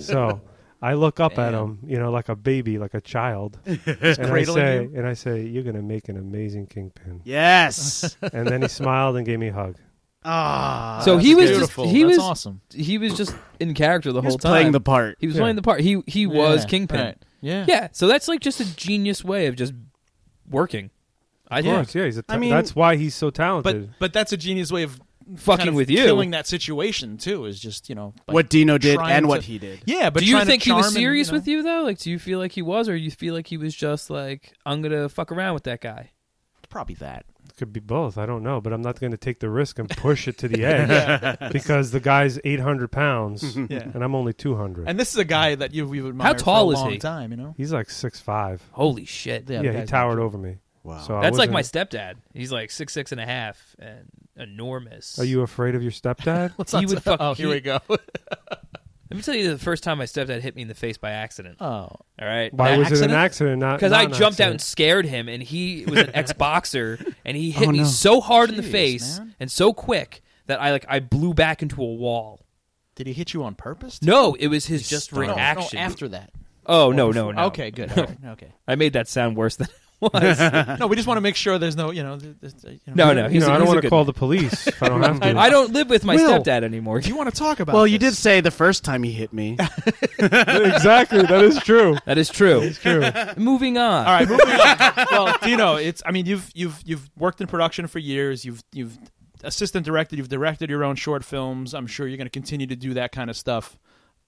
Speaker 3: So I look up at him, you know, like a baby, like a child, and I
Speaker 2: cradling
Speaker 3: say,
Speaker 2: you?
Speaker 3: and I say, "You're gonna make an amazing
Speaker 1: (laughs)
Speaker 3: kingpin."
Speaker 1: Yes.
Speaker 3: And then he smiled and gave me a hug.
Speaker 1: Ah.
Speaker 4: So he was just-
Speaker 2: beautiful.
Speaker 4: he
Speaker 2: That's
Speaker 4: was-
Speaker 2: awesome.
Speaker 4: He was just in character the
Speaker 1: he
Speaker 4: whole
Speaker 1: was
Speaker 4: time.
Speaker 1: playing the part.
Speaker 4: He was
Speaker 3: Yeah.
Speaker 4: playing the part. He he was
Speaker 2: Yeah,
Speaker 4: Kingpin.
Speaker 2: right. Yeah.
Speaker 4: Yeah. So that's like just a genius way of just working. I
Speaker 3: Of
Speaker 4: think.
Speaker 3: course, yeah, he's a.
Speaker 1: I
Speaker 3: ta-
Speaker 1: mean-
Speaker 3: that's why he's so talented.
Speaker 2: But but that's a genius way of
Speaker 4: Fucking
Speaker 2: kind of
Speaker 4: with you.
Speaker 2: killing that situation too. Is just you know like-
Speaker 1: what Dino did
Speaker 2: trying
Speaker 1: and what
Speaker 2: to-
Speaker 1: he did.
Speaker 2: Yeah, but
Speaker 4: do you
Speaker 2: trying to
Speaker 4: think he was
Speaker 2: charm and,
Speaker 4: serious
Speaker 2: you know-
Speaker 4: with you though? Like, do you feel like he was, or you feel like he was just like, I'm gonna fuck around with that guy?
Speaker 2: Probably that.
Speaker 3: Could be both. I don't know, but I'm not going to take the risk and push it to
Speaker 4: (laughs)
Speaker 3: the edge because the guy's 800 pounds
Speaker 2: Yeah.
Speaker 3: and I'm only 200.
Speaker 2: And this is a guy that you we've admired
Speaker 4: tall
Speaker 2: for a
Speaker 4: is
Speaker 2: long
Speaker 4: he?
Speaker 2: time. You know.
Speaker 3: he's like six five.
Speaker 4: Holy shit!
Speaker 2: Yeah,
Speaker 3: Yeah,
Speaker 2: the
Speaker 3: he
Speaker 2: guy's
Speaker 3: towered over me.
Speaker 1: Wow.
Speaker 3: So I
Speaker 4: That's like my
Speaker 3: wasn't-
Speaker 4: stepdad. He's like six six and a half and enormous.
Speaker 3: Are you afraid of your
Speaker 4: (laughs)
Speaker 3: stepdad?
Speaker 2: Let's (laughs)
Speaker 4: He
Speaker 2: not-
Speaker 4: would fuck-
Speaker 2: Oh, here
Speaker 4: he-
Speaker 2: we go.
Speaker 4: Let me tell you the first time my stepdad hit me in the face by accident.
Speaker 2: oh,
Speaker 4: All right.
Speaker 3: Why
Speaker 2: An
Speaker 3: was it an
Speaker 2: accident?
Speaker 3: accident? Not
Speaker 4: because
Speaker 3: not
Speaker 4: I
Speaker 3: an
Speaker 4: jumped out
Speaker 3: accident?
Speaker 4: and scared him, and he was an ex boxer, and he hit
Speaker 1: Oh,
Speaker 4: me
Speaker 1: no.
Speaker 4: so hard in the
Speaker 2: Jeez,
Speaker 4: face
Speaker 2: man.
Speaker 4: and so quick that I like I blew back into a wall.
Speaker 2: did he hit you on purpose?
Speaker 4: No, it was his
Speaker 1: He
Speaker 4: just
Speaker 1: stunned.
Speaker 4: reaction.
Speaker 2: Oh, No, after that.
Speaker 4: oh no, no, no.
Speaker 2: Okay, good. All right, Okay.
Speaker 4: (laughs) I made that sound worse than it was.
Speaker 2: No, we just want to make sure there's no, you know, th- th- th- you know
Speaker 4: Oh, no, no.
Speaker 3: You
Speaker 4: He's
Speaker 3: know,
Speaker 4: a,
Speaker 3: I don't
Speaker 4: want
Speaker 3: want to call the police if I don't have to.
Speaker 4: (laughs) I don't live with my
Speaker 1: Will.
Speaker 4: stepdad anymore.
Speaker 2: Do you want to talk about?
Speaker 1: Well, you did
Speaker 2: this?
Speaker 1: say the first time he hit
Speaker 2: (laughs)
Speaker 1: me.
Speaker 3: (laughs) exactly. That is
Speaker 4: (laughs)
Speaker 3: true.
Speaker 4: (laughs) That is true.
Speaker 3: True.
Speaker 4: Moving on.
Speaker 2: All right, moving on. (laughs) well, Dino, it's. I mean, you've you've you've worked in production for years. You've you've assistant directed. You've directed your own short films. I'm sure you're going to continue to do that kind of stuff.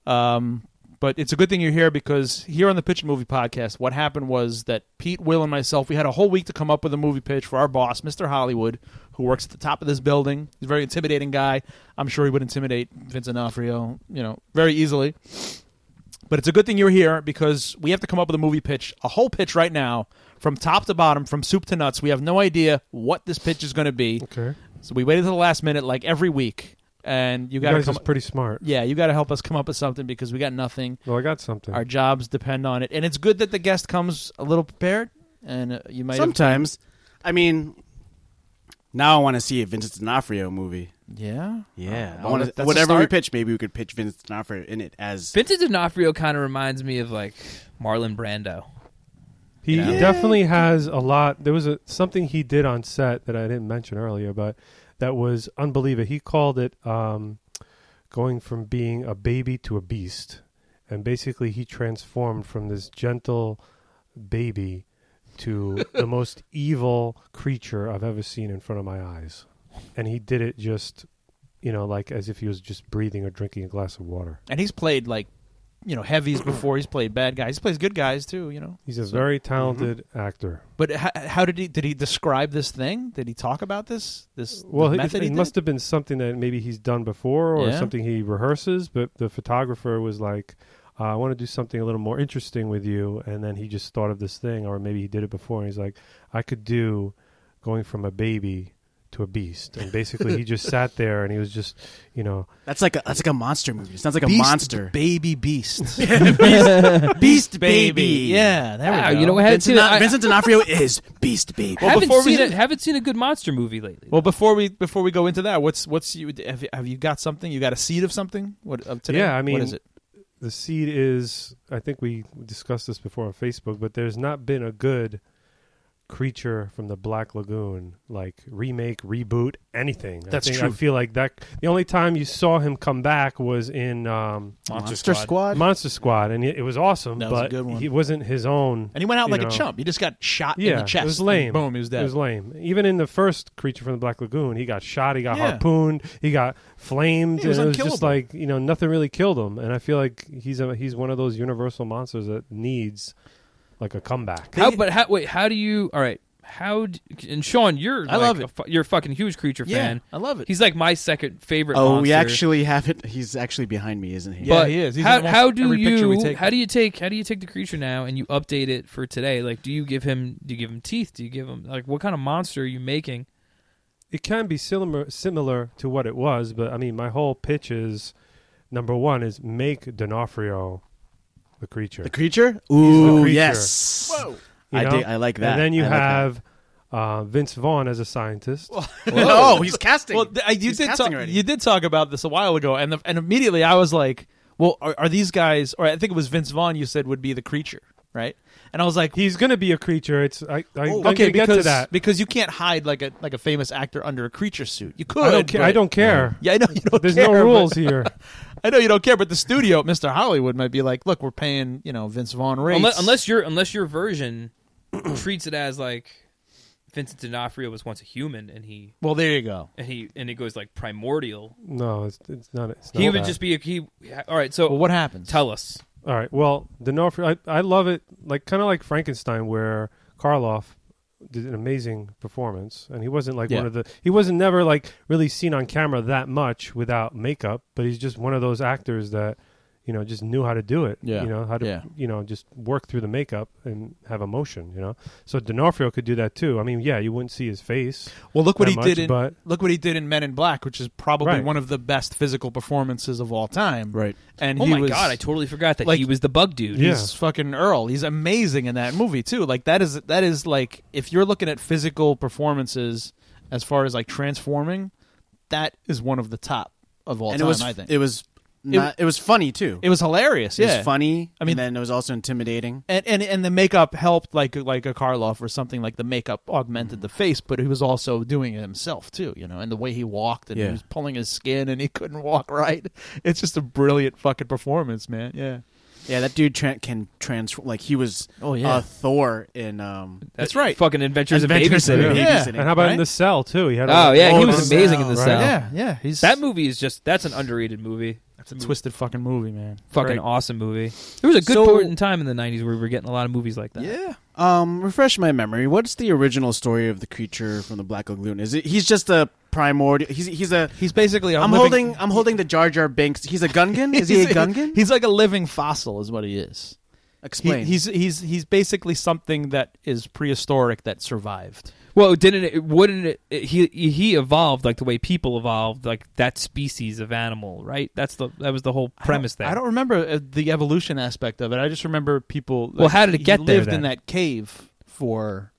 Speaker 2: Um, but it's a good thing you're here because here on the Pitch and Movie Podcast, what happened was that Pete, Will, and myself, we had a whole week to come up with a movie pitch for our boss, Mr. Hollywood, who works at the top of this building. He's a very intimidating guy. I'm sure he would intimidate Vince D'Onofrio, you know, very easily. But it's a good thing you're here because we have to come up with a movie pitch, a whole pitch right now, from top to bottom, from soup to nuts. We have no idea what this pitch is going to be.
Speaker 3: Okay.
Speaker 2: So we waited to the last minute, like every week. And you
Speaker 3: You
Speaker 2: got to
Speaker 3: guys
Speaker 2: come.
Speaker 3: is pretty smart.
Speaker 2: yeah, you got to help us come up with something because we got nothing.
Speaker 3: Well, I got something.
Speaker 2: Our jobs depend on it, and it's good that the guest comes a little prepared. And uh, you might have-
Speaker 1: Sometimes, I mean, now I want to see a Vincent D'Onofrio movie.
Speaker 2: yeah.
Speaker 1: Yeah,
Speaker 2: Uh,
Speaker 1: I want
Speaker 2: that's a
Speaker 1: to. Whatever we
Speaker 2: start.
Speaker 1: pitch, maybe we could pitch Vincent D'Onofrio in it as.
Speaker 4: Vincent D'Onofrio kind of reminds me of like Marlon Brando.
Speaker 3: he
Speaker 4: Yeah.
Speaker 3: definitely has a lot. There was a something he did on set that I didn't mention earlier, but that was unbelievable. He called it um, going from being a baby to a beast, and basically he transformed from this gentle baby to the most evil creature I've ever seen in front of my eyes, and he did it just. You know, like as if he was just breathing or drinking a glass of water.
Speaker 2: And he's played like, you know, heavies
Speaker 3: (clears throat)
Speaker 2: before. He's played bad guys. He plays good guys too. You know.
Speaker 3: He's a
Speaker 2: So-
Speaker 3: very talented actor.
Speaker 2: But how, how did he did he describe this thing? Did he talk about this this
Speaker 3: Well,
Speaker 2: the
Speaker 3: it,
Speaker 2: method he
Speaker 3: it
Speaker 2: did?
Speaker 3: must have been something that maybe he's done before or
Speaker 2: Yeah.
Speaker 3: something he rehearses, but the photographer was like, uh, I want to do something a little more interesting with you. And then he just thought of this thing, or maybe he did it before. And he's like, I could do going from a baby to a beast. And basically, he
Speaker 2: (laughs)
Speaker 3: just sat there and he was just, you know,
Speaker 1: That's like a that's like a monster movie. It sounds like a
Speaker 2: Beast
Speaker 1: monster. (laughs)
Speaker 2: baby (laughs) beast
Speaker 1: beast
Speaker 2: baby. Yeah, there we
Speaker 4: Wow,
Speaker 2: go.
Speaker 4: you know what? I haven't
Speaker 1: Vincent,
Speaker 4: seen,
Speaker 1: D'Ono-
Speaker 4: I-
Speaker 1: Vincent D'Onofrio is Beast Baby.
Speaker 2: Well,
Speaker 4: haven't,
Speaker 2: before we
Speaker 4: seen a,
Speaker 2: did-
Speaker 4: haven't seen a good monster movie lately.
Speaker 2: Well, before we before we go into that, what's what's you have, you- have you got something? You got a seed of something? What of today?
Speaker 3: Yeah, I mean-
Speaker 2: what is it?
Speaker 3: the seed is, I think we discussed this before on Facebook, but there's not been a good creature from the Black Lagoon, like remake, reboot, anything.
Speaker 2: That's
Speaker 3: I think,
Speaker 2: true.
Speaker 3: I feel like that the only time you saw him come back was in um,
Speaker 1: Monster Squad.
Speaker 3: Monster Squad, and it, it was awesome,
Speaker 2: That was a
Speaker 3: but
Speaker 2: good one.
Speaker 3: he wasn't his own.
Speaker 2: And he went out
Speaker 3: you
Speaker 2: like
Speaker 3: know.
Speaker 2: a chump. He just got shot in
Speaker 3: Yeah,
Speaker 2: the chest.
Speaker 3: it was lame.
Speaker 2: And boom, he was dead.
Speaker 3: It was lame. Even in the first creature from the Black Lagoon, he got shot, he got
Speaker 2: Yeah.
Speaker 3: harpooned, he got flamed.
Speaker 2: He was
Speaker 3: and it was just
Speaker 2: unkillable.
Speaker 3: like you know nothing really killed him. And I feel like he's a, he's one of those universal monsters that needs like a comeback.
Speaker 4: How, but how, wait, how do you? All right, how? d and Sean, you're
Speaker 2: I
Speaker 4: like
Speaker 2: love
Speaker 4: a
Speaker 2: it.
Speaker 4: fu- you're a fucking huge creature
Speaker 2: yeah,
Speaker 4: fan.
Speaker 2: I love it.
Speaker 4: He's like my second favorite.
Speaker 1: Oh, we
Speaker 4: monster.
Speaker 1: actually have it. He's actually behind me, isn't he?
Speaker 2: Yeah,
Speaker 4: But
Speaker 2: he is. He's in
Speaker 4: how,
Speaker 2: almost
Speaker 4: how do
Speaker 2: every picture we
Speaker 4: you?
Speaker 2: take.
Speaker 4: How do you take? How do you take the creature now and you update it for today? Like, do you give him? Do you give him teeth? Do you give him like what kind of monster are you making?
Speaker 3: It can be similar similar to what it was, but I mean my whole pitch is number one is make D'Onofrio the creature.
Speaker 1: The creature? Ooh,
Speaker 3: creature.
Speaker 1: yes.
Speaker 2: Whoa.
Speaker 3: you
Speaker 1: I
Speaker 3: know?
Speaker 1: dig- I like that.
Speaker 3: And then you
Speaker 1: I like that.
Speaker 3: have uh, Vince Vaughn as a scientist.
Speaker 1: Oh, he's casting.
Speaker 2: Well, th- I- you
Speaker 1: He's
Speaker 2: did
Speaker 1: casting
Speaker 2: talk.
Speaker 1: already.
Speaker 2: You did talk about this a while ago, and the, and immediately I was like, well, are, are these guys? Or I think it was Vince Vaughn. You said would be the creature, right? And I was like,
Speaker 3: He's going to be a creature. It's I. I
Speaker 2: Oh,
Speaker 3: okay, get
Speaker 2: because
Speaker 3: to that.
Speaker 2: because you can't hide like a like a famous actor under a creature suit. You could.
Speaker 3: I don't, ca- I
Speaker 2: but-
Speaker 3: don't care.
Speaker 2: Yeah, I know you don't
Speaker 3: (laughs) There's
Speaker 2: care.
Speaker 3: no
Speaker 2: but-
Speaker 3: rules here.
Speaker 2: I know you don't care, but the studio, Mr. Hollywood, might be like, look, we're paying you know Vince Vaughn rates.
Speaker 4: unless, unless your unless your version (clears throat) treats it as like Vincent D'Onofrio was once a human and he
Speaker 2: well, there you go.
Speaker 4: and he and it goes like primordial.
Speaker 3: (laughs) No, it's, it's not. It's not
Speaker 4: he would
Speaker 3: that.
Speaker 4: just be a, he. All right, so
Speaker 2: Well, what happens?
Speaker 4: tell us.
Speaker 3: All right. Well, the North. I, I love it. Like kind of like Frankenstein, where Karloff did an amazing performance, and he wasn't like
Speaker 2: Yeah.
Speaker 3: one of the. He wasn't never like really seen on camera that much without makeup, but he's just one of those actors that you know just knew how to do it.
Speaker 2: Yeah.
Speaker 3: You know how to
Speaker 2: Yeah.
Speaker 3: you know just work through the makeup and have emotion. You know. So D'Onofrio could do that too. I mean, yeah, you wouldn't see his face.
Speaker 2: well, look what
Speaker 3: that
Speaker 2: he
Speaker 3: much,
Speaker 2: did in
Speaker 3: but-
Speaker 2: look what he did in Men in Black, which is probably
Speaker 3: Right.
Speaker 2: one of the best physical performances of all time.
Speaker 1: Right.
Speaker 2: And
Speaker 4: oh
Speaker 2: he
Speaker 4: my
Speaker 2: was,
Speaker 4: god, I totally forgot that
Speaker 2: like-
Speaker 4: he was the bug dude.
Speaker 3: Yeah.
Speaker 2: He's fucking Earl. He's amazing in that movie too. Like that is that is like if you're looking at physical performances as far as like transforming, that is one of the top of all
Speaker 1: and
Speaker 2: time.
Speaker 1: it was
Speaker 2: I think
Speaker 1: it was not, it, was funny too.
Speaker 2: It was hilarious.
Speaker 1: It
Speaker 2: yeah,
Speaker 1: was funny.
Speaker 2: I mean-
Speaker 1: and then it was also intimidating.
Speaker 2: and, and and the makeup helped, like like a Karloff or something. Like the makeup augmented the face, but he was also doing it himself too. You know, and the way he walked and he
Speaker 1: Yeah.
Speaker 2: was pulling his skin and he (laughs) couldn't walk right. It's just a brilliant fucking performance, man. Yeah,
Speaker 1: Yeah, that dude tra- can transform. Like he was
Speaker 2: Oh, yeah.
Speaker 1: uh, Thor in um,
Speaker 2: that's right.
Speaker 4: Fucking adventures of
Speaker 1: Adventures of
Speaker 4: babysitting.
Speaker 1: Babysitting.
Speaker 2: Yeah.
Speaker 3: And how about in
Speaker 1: right?
Speaker 3: the cell too? He had a-
Speaker 4: Oh yeah,
Speaker 1: Oh,
Speaker 4: he
Speaker 1: the
Speaker 4: was amazing in the
Speaker 3: Cell,
Speaker 4: cell.
Speaker 3: right?
Speaker 2: Yeah, yeah. He's
Speaker 4: That movie is just that's an underrated movie.
Speaker 2: That's a twisted fucking movie, man.
Speaker 4: Fucking awesome movie. There was a good
Speaker 1: So-
Speaker 4: point in time in the '90s where we were getting a lot of movies like that.
Speaker 2: Yeah.
Speaker 1: um. Refresh my memory. What's the original story of the creature from the Black Lagoon? Is it he's just a primordial? He's he's a.
Speaker 2: He's basically. i
Speaker 1: I'm holding I'm holding the Jar Jar Binks. He's a (laughs) Gungan. (laughs) Is he a Gungan?
Speaker 2: (laughs) He's like a living fossil, is what he is. He-
Speaker 1: Explain.
Speaker 2: he's he's he's basically something that is prehistoric that survived.
Speaker 4: Well, didn't it? Wouldn't it, it- He he evolved like the way people evolved, like that species of animal, right? That's the that was the whole
Speaker 2: I
Speaker 4: premise there.
Speaker 2: don't, I don't remember uh, the evolution aspect of it. I just remember people.
Speaker 4: Well, how did it
Speaker 2: he
Speaker 4: get there,
Speaker 2: Lived in
Speaker 4: then?
Speaker 2: that cave for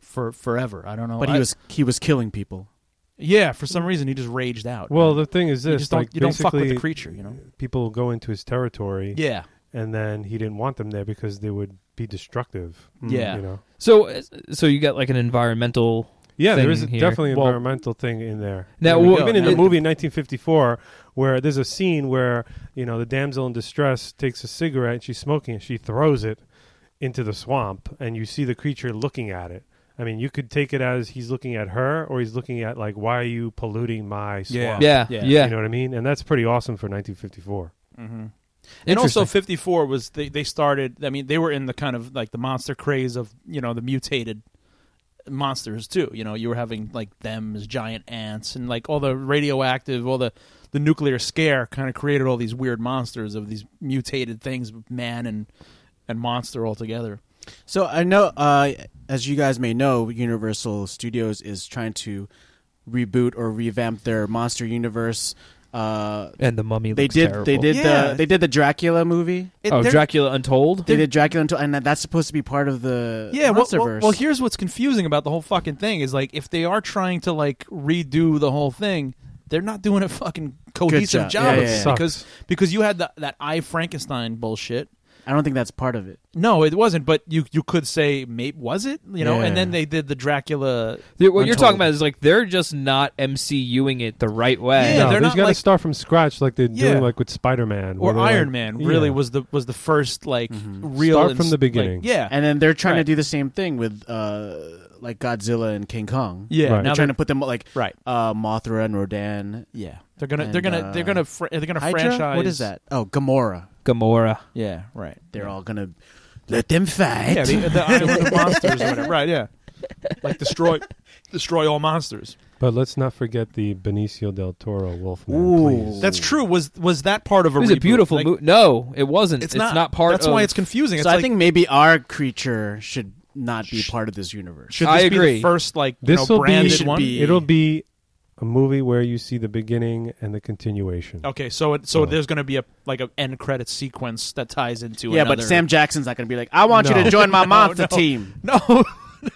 Speaker 2: for forever. I don't know.
Speaker 1: but
Speaker 2: I-
Speaker 1: he was he was killing people.
Speaker 2: yeah. For some reason, he just raged out.
Speaker 3: Well, the thing is
Speaker 2: you
Speaker 3: this:
Speaker 2: just don't
Speaker 3: like
Speaker 2: you don't fuck with the
Speaker 3: basically,
Speaker 2: creature, you know.
Speaker 3: people go into his territory.
Speaker 2: Yeah.
Speaker 3: and then he didn't want them there because they would be destructive.
Speaker 2: Mm. Yeah.
Speaker 3: you know.
Speaker 4: So so you got like an environmental.
Speaker 3: Yeah,
Speaker 4: Thing
Speaker 3: there is a-
Speaker 4: here.
Speaker 3: definitely an
Speaker 2: Well-
Speaker 3: environmental thing in there.
Speaker 4: Now,
Speaker 3: You know,
Speaker 4: wh-
Speaker 3: even in
Speaker 4: now-
Speaker 3: the movie in 1954, where there's a scene where you know the damsel in distress takes a cigarette and she's smoking and she throws it into the swamp, and you see the creature looking at it. I mean, you could take it as he's looking at her, or he's looking at like, why are you polluting my swamp?
Speaker 4: Yeah,
Speaker 2: Yeah.
Speaker 4: yeah.
Speaker 3: you know what I mean. And that's pretty awesome for 1954.
Speaker 2: And also,
Speaker 4: Interesting.
Speaker 2: fifty four was they they started. I mean, they were in the kind of like the monster craze of you know the mutated monsters too. You know, you were having like them as giant ants and like all the radioactive, all the the nuclear scare kind of created all these weird monsters of these mutated things, man and and monster altogether.
Speaker 1: So I know, uh, as you guys may know, Universal Studios is trying to reboot or revamp their monster universe. Uh,
Speaker 4: and the mummy.
Speaker 1: they
Speaker 4: looks
Speaker 1: did.
Speaker 4: terrible.
Speaker 1: They did
Speaker 2: Yeah.
Speaker 1: the. They did the Dracula movie.
Speaker 2: It-
Speaker 4: oh,
Speaker 2: they're-
Speaker 4: Dracula Untold.
Speaker 1: They did Dracula, until, and that- that's supposed to be part of the
Speaker 2: yeah, well,
Speaker 1: monsterverse.
Speaker 2: well, well, here's what's confusing about the whole fucking thing is like if they are trying to like redo the whole thing, they're not doing a fucking cohesive
Speaker 1: job.
Speaker 2: job,
Speaker 1: Yeah,
Speaker 2: of
Speaker 1: yeah,
Speaker 2: it
Speaker 1: yeah.
Speaker 2: because because you had the, that I Frankenstein bullshit.
Speaker 1: I don't think that's part of it.
Speaker 2: No, it wasn't. But you you could say, maybe was it? You know.
Speaker 1: Yeah.
Speaker 2: And then they did the Dracula.
Speaker 4: They're- what you're
Speaker 2: Untold.
Speaker 4: talking about is like they're just not MCUing it the right way.
Speaker 2: Yeah,
Speaker 3: no,
Speaker 2: they're
Speaker 3: they've
Speaker 2: not
Speaker 3: got to
Speaker 2: like-
Speaker 3: start from scratch, like they're
Speaker 2: Yeah.
Speaker 3: doing like with Spider-Man
Speaker 2: or
Speaker 3: where they're
Speaker 2: Iron
Speaker 3: like-
Speaker 2: Man.
Speaker 3: Yeah.
Speaker 2: Really was the was the first like real
Speaker 3: Start
Speaker 2: ins-
Speaker 3: from the
Speaker 2: like,
Speaker 3: beginning.
Speaker 2: yeah.
Speaker 1: Mm-hmm. And then they're trying
Speaker 2: Right.
Speaker 1: to do the same thing with uh, like Godzilla and King Kong.
Speaker 2: yeah.
Speaker 3: Right.
Speaker 1: they're
Speaker 2: Now
Speaker 1: trying
Speaker 2: they're
Speaker 1: to put them like
Speaker 2: right.
Speaker 1: uh, Mothra and Rodan.
Speaker 2: Yeah. They're gonna they're
Speaker 1: And,
Speaker 2: gonna
Speaker 1: uh,
Speaker 2: they're gonna fr- they're gonna
Speaker 1: Hydra?
Speaker 2: franchise.
Speaker 1: What is that? Oh, Gamora.
Speaker 4: Gamora.
Speaker 2: Yeah. Right.
Speaker 1: They're all gonna let them fight.
Speaker 2: Yeah. The, the Island of Monsters. Or whatever. Right. Yeah. Like destroy destroy all monsters.
Speaker 3: But let's not forget the Benicio del Toro Wolfman,
Speaker 1: Ooh.
Speaker 3: please.
Speaker 2: That's true. Was was that part of a?
Speaker 4: It was a
Speaker 2: reboot?
Speaker 4: beautiful
Speaker 2: Like,
Speaker 4: movie. No, it wasn't. It's, not, part.
Speaker 2: That's
Speaker 4: of,
Speaker 2: why it's confusing. It's
Speaker 1: so I
Speaker 2: like,
Speaker 1: think maybe our creature should not be part of this universe.
Speaker 2: should this
Speaker 4: I
Speaker 2: be the
Speaker 4: agree.
Speaker 2: first like you
Speaker 3: This
Speaker 2: know,
Speaker 3: will be-
Speaker 2: branded
Speaker 1: Should
Speaker 2: one?
Speaker 1: be-
Speaker 3: It'll be a movie where you see the beginning and the continuation.
Speaker 2: Okay, so it, so
Speaker 3: Oh.
Speaker 2: there's going to be a like an end credit sequence that ties into
Speaker 1: yeah, but
Speaker 2: another-
Speaker 1: Sam Jackson's not going to be like, "I want you
Speaker 3: No.
Speaker 1: to join
Speaker 5: (laughs)
Speaker 1: my
Speaker 2: No,
Speaker 1: monster
Speaker 2: no.
Speaker 1: team."
Speaker 2: (laughs) No, (laughs)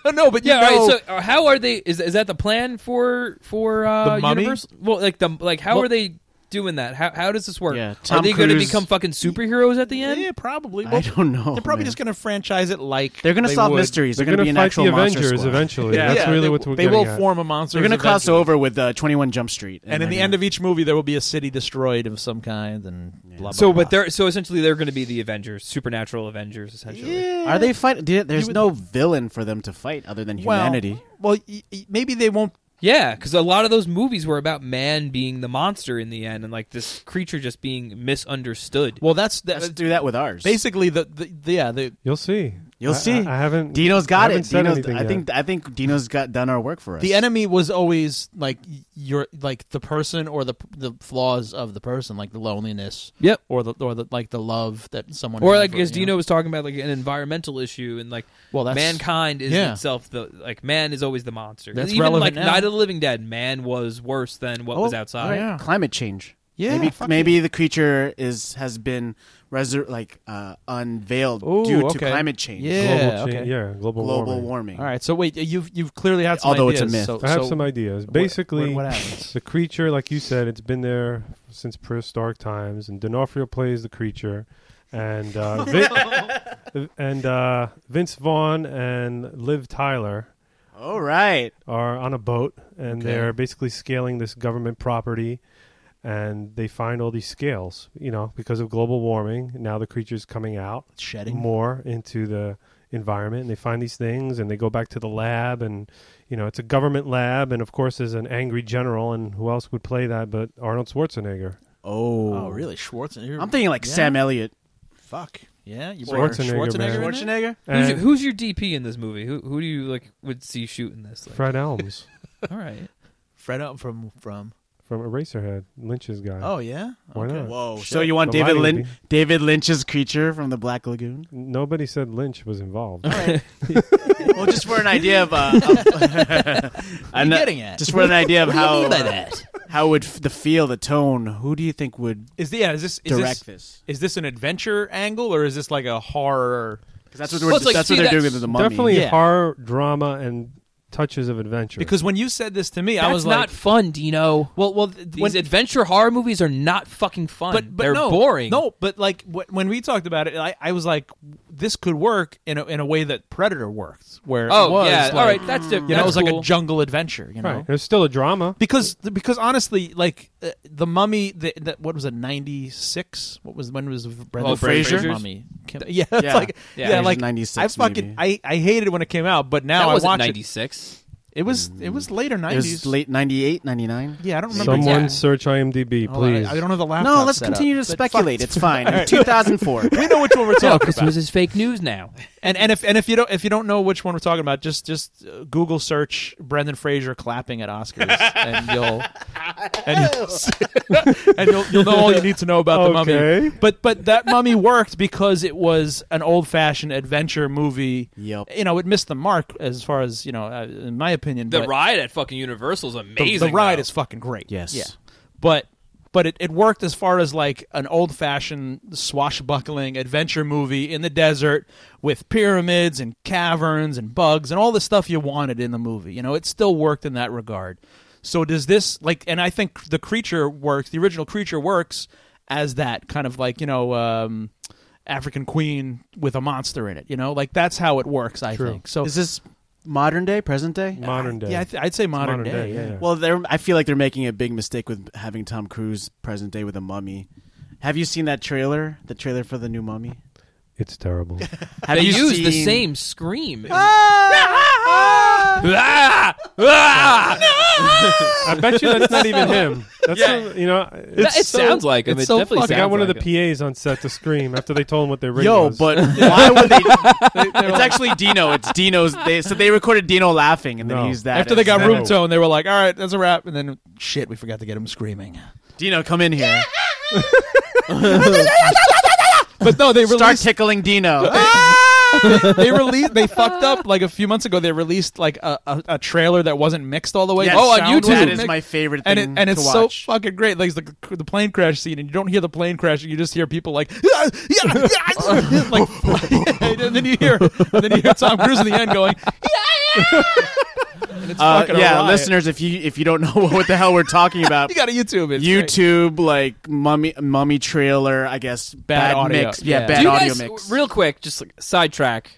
Speaker 2: no, no, but
Speaker 4: Yeah,
Speaker 2: you
Speaker 4: all
Speaker 2: know,
Speaker 4: right. So, uh, how are they? Is is that the plan for for uh,
Speaker 2: The Mummy?
Speaker 4: Universal? Well, like the like, how
Speaker 2: Well-
Speaker 4: are they
Speaker 2: doing that? How, how does this work?
Speaker 1: Yeah,
Speaker 2: Are
Speaker 1: Tom
Speaker 2: they going to
Speaker 1: Cruise-
Speaker 2: become fucking superheroes at the end?
Speaker 5: Yeah, probably.
Speaker 1: I don't know.
Speaker 5: They're
Speaker 1: man.
Speaker 5: probably just going to franchise it like
Speaker 1: They're going to
Speaker 5: they
Speaker 1: solve
Speaker 5: would.
Speaker 1: mysteries. They're,
Speaker 3: They're
Speaker 1: going to be an
Speaker 3: going to fight
Speaker 1: actual
Speaker 3: the Avengers
Speaker 1: monster squad.
Speaker 2: (laughs)
Speaker 3: eventually.
Speaker 5: Yeah,
Speaker 3: That's
Speaker 5: yeah,
Speaker 3: really
Speaker 5: they,
Speaker 3: what we're
Speaker 5: they
Speaker 3: getting
Speaker 5: will
Speaker 3: at.
Speaker 5: form a monster.
Speaker 1: They're going to cross over with uh, 21 Jump Street.
Speaker 5: and in the
Speaker 1: then, uh,
Speaker 5: end of each movie, there will be a city destroyed of some kind, and blah blah.
Speaker 2: So,
Speaker 5: blah.
Speaker 2: but they're so essentially they're going to be the Avengers, supernatural Avengers, essentially.
Speaker 1: Are they fight? did- There's
Speaker 5: You would-
Speaker 1: no villain for them to fight other than
Speaker 5: well,
Speaker 1: humanity.
Speaker 5: Well, y- y- maybe they won't.
Speaker 2: Yeah, because a lot of those movies were about man being the monster in the end, and like this creature just being misunderstood.
Speaker 5: Well, that's that's
Speaker 1: Let's do that with ours.
Speaker 5: basically the, the, the yeah the
Speaker 3: You'll see.
Speaker 1: You'll
Speaker 3: I-
Speaker 1: see.
Speaker 3: I, I haven't.
Speaker 1: Dino's
Speaker 3: I
Speaker 1: got
Speaker 3: haven't
Speaker 1: it.
Speaker 3: said
Speaker 1: Dino's,
Speaker 3: anything
Speaker 1: I
Speaker 3: yet.
Speaker 1: think I think Dino's got done our work for us.
Speaker 5: the enemy was always like y- your like the person or the the flaws of the person, like the loneliness.
Speaker 2: Yep.
Speaker 5: Or the or the like the love that someone
Speaker 2: or
Speaker 5: had
Speaker 2: like
Speaker 5: for,
Speaker 2: as
Speaker 5: you know?
Speaker 2: Dino was talking about, like an environmental issue, and like
Speaker 5: Well, that's
Speaker 2: mankind is
Speaker 5: yeah.
Speaker 2: itself the like man is always the monster.
Speaker 5: That's
Speaker 2: Even like
Speaker 5: relevant now.
Speaker 2: Night of the Living Dead, man was worse than what
Speaker 1: Oh,
Speaker 2: was outside.
Speaker 1: right.
Speaker 5: yeah.
Speaker 1: Climate change.
Speaker 5: Yeah,
Speaker 1: maybe
Speaker 5: fuck
Speaker 1: maybe the creature is has been resur- like uh, unveiled
Speaker 5: Ooh,
Speaker 1: due to
Speaker 5: okay.
Speaker 1: climate change,
Speaker 5: Yeah.
Speaker 3: Global
Speaker 5: okay.
Speaker 3: change- yeah, global,
Speaker 1: global
Speaker 3: warming.
Speaker 1: warming.
Speaker 5: All right, so wait, you've you've clearly had some
Speaker 1: Although it's a
Speaker 5: ideas,
Speaker 1: myth.
Speaker 5: so-
Speaker 3: I have
Speaker 5: so
Speaker 3: some ideas.
Speaker 5: what-
Speaker 3: Basically,
Speaker 5: what, what happens?
Speaker 3: the creature, like you said, it's been there since prehistoric times, and D'Onofrio plays the creature, and uh, Vin- and uh, Vince Vaughn and Liv Tyler
Speaker 1: All right.
Speaker 3: are on a boat, and
Speaker 5: Okay.
Speaker 3: they're basically scaling this government property, and they find all these scales, you know, because of global warming. Now the creature's coming out
Speaker 5: Shedding.
Speaker 3: more into the environment and they find these things and they go back to the lab and you know it's a government lab and of course there's an angry general and who else would play that but arnold schwarzenegger
Speaker 1: Oh,
Speaker 5: Oh, really? Schwarzenegger?
Speaker 1: I'm thinking like
Speaker 5: Yeah.
Speaker 1: Sam Elliott,
Speaker 5: Fuck. Yeah, you
Speaker 3: Schwarzenegger,
Speaker 5: bring
Speaker 3: man.
Speaker 5: Schwarzenegger in it?
Speaker 1: Schwarzenegger.
Speaker 2: Who's, your,
Speaker 3: and
Speaker 2: who's your DP in this movie? Who who do you like would see shooting this? Like,
Speaker 3: fred elms
Speaker 2: all right,
Speaker 5: Fred up from from.
Speaker 3: from eraserhead lynch's guy
Speaker 5: Oh yeah.
Speaker 3: why not
Speaker 1: Whoa!
Speaker 3: Shit.
Speaker 1: So you want
Speaker 3: The
Speaker 1: David
Speaker 3: lighting
Speaker 1: Lynch?
Speaker 3: would
Speaker 1: David Lynch's creature from the Black Lagoon?
Speaker 3: be- nobody said lynch was
Speaker 1: (laughs)
Speaker 3: involved
Speaker 1: well, just for an idea of, (laughs) uh, of
Speaker 5: I'm
Speaker 1: (laughs) I'm not-
Speaker 5: getting at.
Speaker 1: just for an idea of
Speaker 5: What do you
Speaker 1: how
Speaker 5: mean by
Speaker 1: uh,
Speaker 5: that?
Speaker 1: how would f- the feel, the tone? Who do you think would
Speaker 5: Is the, yeah, is this is
Speaker 1: direct
Speaker 5: this
Speaker 1: this?
Speaker 5: is this an adventure angle or is this like a horror?
Speaker 1: Because that's what
Speaker 2: Well,
Speaker 1: we're,
Speaker 2: it's like,
Speaker 1: that's
Speaker 2: see,
Speaker 1: what they're
Speaker 2: that's
Speaker 1: doing with the mummy.
Speaker 3: definitely
Speaker 5: Yeah.
Speaker 3: horror drama and touches of adventure
Speaker 5: Because when you said this to me, I
Speaker 2: That's
Speaker 5: was
Speaker 2: not
Speaker 5: like,
Speaker 2: fun, Dino.
Speaker 5: well, well, th-
Speaker 2: These
Speaker 5: when,
Speaker 2: adventure horror movies are not fucking fun.
Speaker 5: but, but
Speaker 2: They're
Speaker 5: no,
Speaker 2: boring.
Speaker 5: No, but like wh- when we talked about it, I, I was like, this could work in a, in a way that Predator worked, where
Speaker 2: Oh
Speaker 5: it was
Speaker 2: yeah.
Speaker 5: like,
Speaker 2: all right. That's different.
Speaker 5: you know, it was
Speaker 2: That's
Speaker 5: like a
Speaker 2: cool.
Speaker 5: jungle adventure, you know.
Speaker 3: right there's still a drama
Speaker 5: because because honestly, like uh, the mummy, the, the, what was it, ninety six? What was when was Brendan
Speaker 2: Oh,
Speaker 5: Fraser
Speaker 2: Frasier's?
Speaker 5: mummy? Kim- Yeah, (laughs) it's
Speaker 1: Yeah.
Speaker 5: like
Speaker 2: Yeah.
Speaker 5: yeah,
Speaker 2: Fraser's
Speaker 5: like
Speaker 1: 96
Speaker 5: I fucking
Speaker 1: maybe.
Speaker 5: I, I hated it when it came out, but now
Speaker 2: that
Speaker 5: I
Speaker 2: wasn't
Speaker 5: watch
Speaker 2: ninety
Speaker 5: it.
Speaker 2: six.
Speaker 5: It was it was later
Speaker 1: It
Speaker 5: nineties.
Speaker 1: was late 98, 99.
Speaker 5: Yeah, I don't remember.
Speaker 3: someone
Speaker 5: exactly.
Speaker 3: search imdb
Speaker 5: Hold on,
Speaker 3: please
Speaker 5: I, I don't have the laptop.
Speaker 1: No, let's
Speaker 5: set up,
Speaker 1: continue to
Speaker 5: but
Speaker 1: speculate.
Speaker 5: fuck- (laughs)
Speaker 1: It's fine. 2004.
Speaker 5: we know which one we're
Speaker 2: No,
Speaker 5: talking
Speaker 2: because
Speaker 5: about.
Speaker 2: this is fake news now.
Speaker 5: And and if and if you don't if you don't know which one we're talking about, just just uh, Google search Brendan Fraser clapping at (laughs) Oscars, and you'll and you'll see- (laughs) and you'll, you'll know all you need to know about the
Speaker 3: Okay.
Speaker 5: mummy. But but that mummy worked because it was an old fashioned adventure movie.
Speaker 1: Yep.
Speaker 5: You know, it missed the mark as far as you know, uh, in my opinion.
Speaker 2: The
Speaker 5: but
Speaker 2: ride at fucking Universal's
Speaker 5: the-
Speaker 2: amazing.
Speaker 5: the ride
Speaker 2: though.
Speaker 5: is fucking great.
Speaker 1: Yes.
Speaker 5: Yeah. But but it, it worked as far as like an old fashioned swashbuckling adventure movie in the desert with pyramids and caverns and bugs and all the stuff you wanted in the movie. You know, it still worked in that regard. So does this like and I think the creature works the original creature works as that kind of like, you know, um African queen with a monster in it, you know, like that's how it works. I
Speaker 3: True.
Speaker 5: think so.
Speaker 1: Is this modern day, present day?
Speaker 3: modern day
Speaker 5: yeah, I th- I'd say modern,
Speaker 3: modern day, yeah, yeah.
Speaker 1: Well, they're, I feel like they're making a big mistake with having Tom Cruise present day with a mummy. Have you seen that trailer? The trailer for the new mummy?
Speaker 3: it's terrible
Speaker 1: Have
Speaker 2: They
Speaker 1: you
Speaker 2: use the
Speaker 1: seen- Ah!
Speaker 2: same scream.
Speaker 1: Ah!
Speaker 3: I bet you that's not even him. That's not- you know, it's
Speaker 2: it
Speaker 3: so-
Speaker 2: sounds like him.
Speaker 3: it's
Speaker 2: It definitely
Speaker 3: fucked. I got
Speaker 2: sounds
Speaker 3: one of
Speaker 4: (laughs)
Speaker 2: like
Speaker 3: the PAs on set to scream after they told him what their ring
Speaker 1: Yo,
Speaker 3: was.
Speaker 5: (laughs)
Speaker 1: but why would they? it's actually Dino. It's Dino's. They, so they recorded Dino laughing and
Speaker 3: No.
Speaker 1: then used that.
Speaker 5: After
Speaker 1: as-
Speaker 5: they got
Speaker 3: No.
Speaker 5: room tone, they were like, "All right, that's a wrap." And then shit, we forgot to get him screaming.
Speaker 1: Dino, come in here.
Speaker 5: But no, they
Speaker 1: Start
Speaker 5: released.
Speaker 1: tickling Dino.
Speaker 5: (laughs) they (laughs) released. They fucked up like a few months ago. They released like a, a, a trailer that wasn't mixed all the way.
Speaker 1: Yes,
Speaker 5: oh, on
Speaker 1: sound
Speaker 5: YouTube.
Speaker 1: That is my favorite thing
Speaker 5: and it, and it's
Speaker 1: to
Speaker 5: so
Speaker 1: watch.
Speaker 5: fucking great. Like the, the plane crash scene, and you don't hear the plane crashing. You just hear people like, (laughs) "Ah, yeah, (laughs) yeah," like, and then you hear, and then you hear Tom Cruise in the end going, "Yeah, yeah." and it's
Speaker 1: Uh,
Speaker 5: fucking a
Speaker 1: yeah,
Speaker 5: riot.
Speaker 1: listeners, if you if you don't know (laughs) what the hell we're talking about,
Speaker 5: (laughs) You got to YouTube it. It's great.
Speaker 1: YouTube like mummy mummy trailer, I guess
Speaker 5: Bad audio,
Speaker 1: mix, yeah,
Speaker 5: yeah.
Speaker 1: bad
Speaker 5: Do
Speaker 2: you
Speaker 1: audio
Speaker 2: guys,
Speaker 1: mix.
Speaker 4: Real quick, just like sidetrack,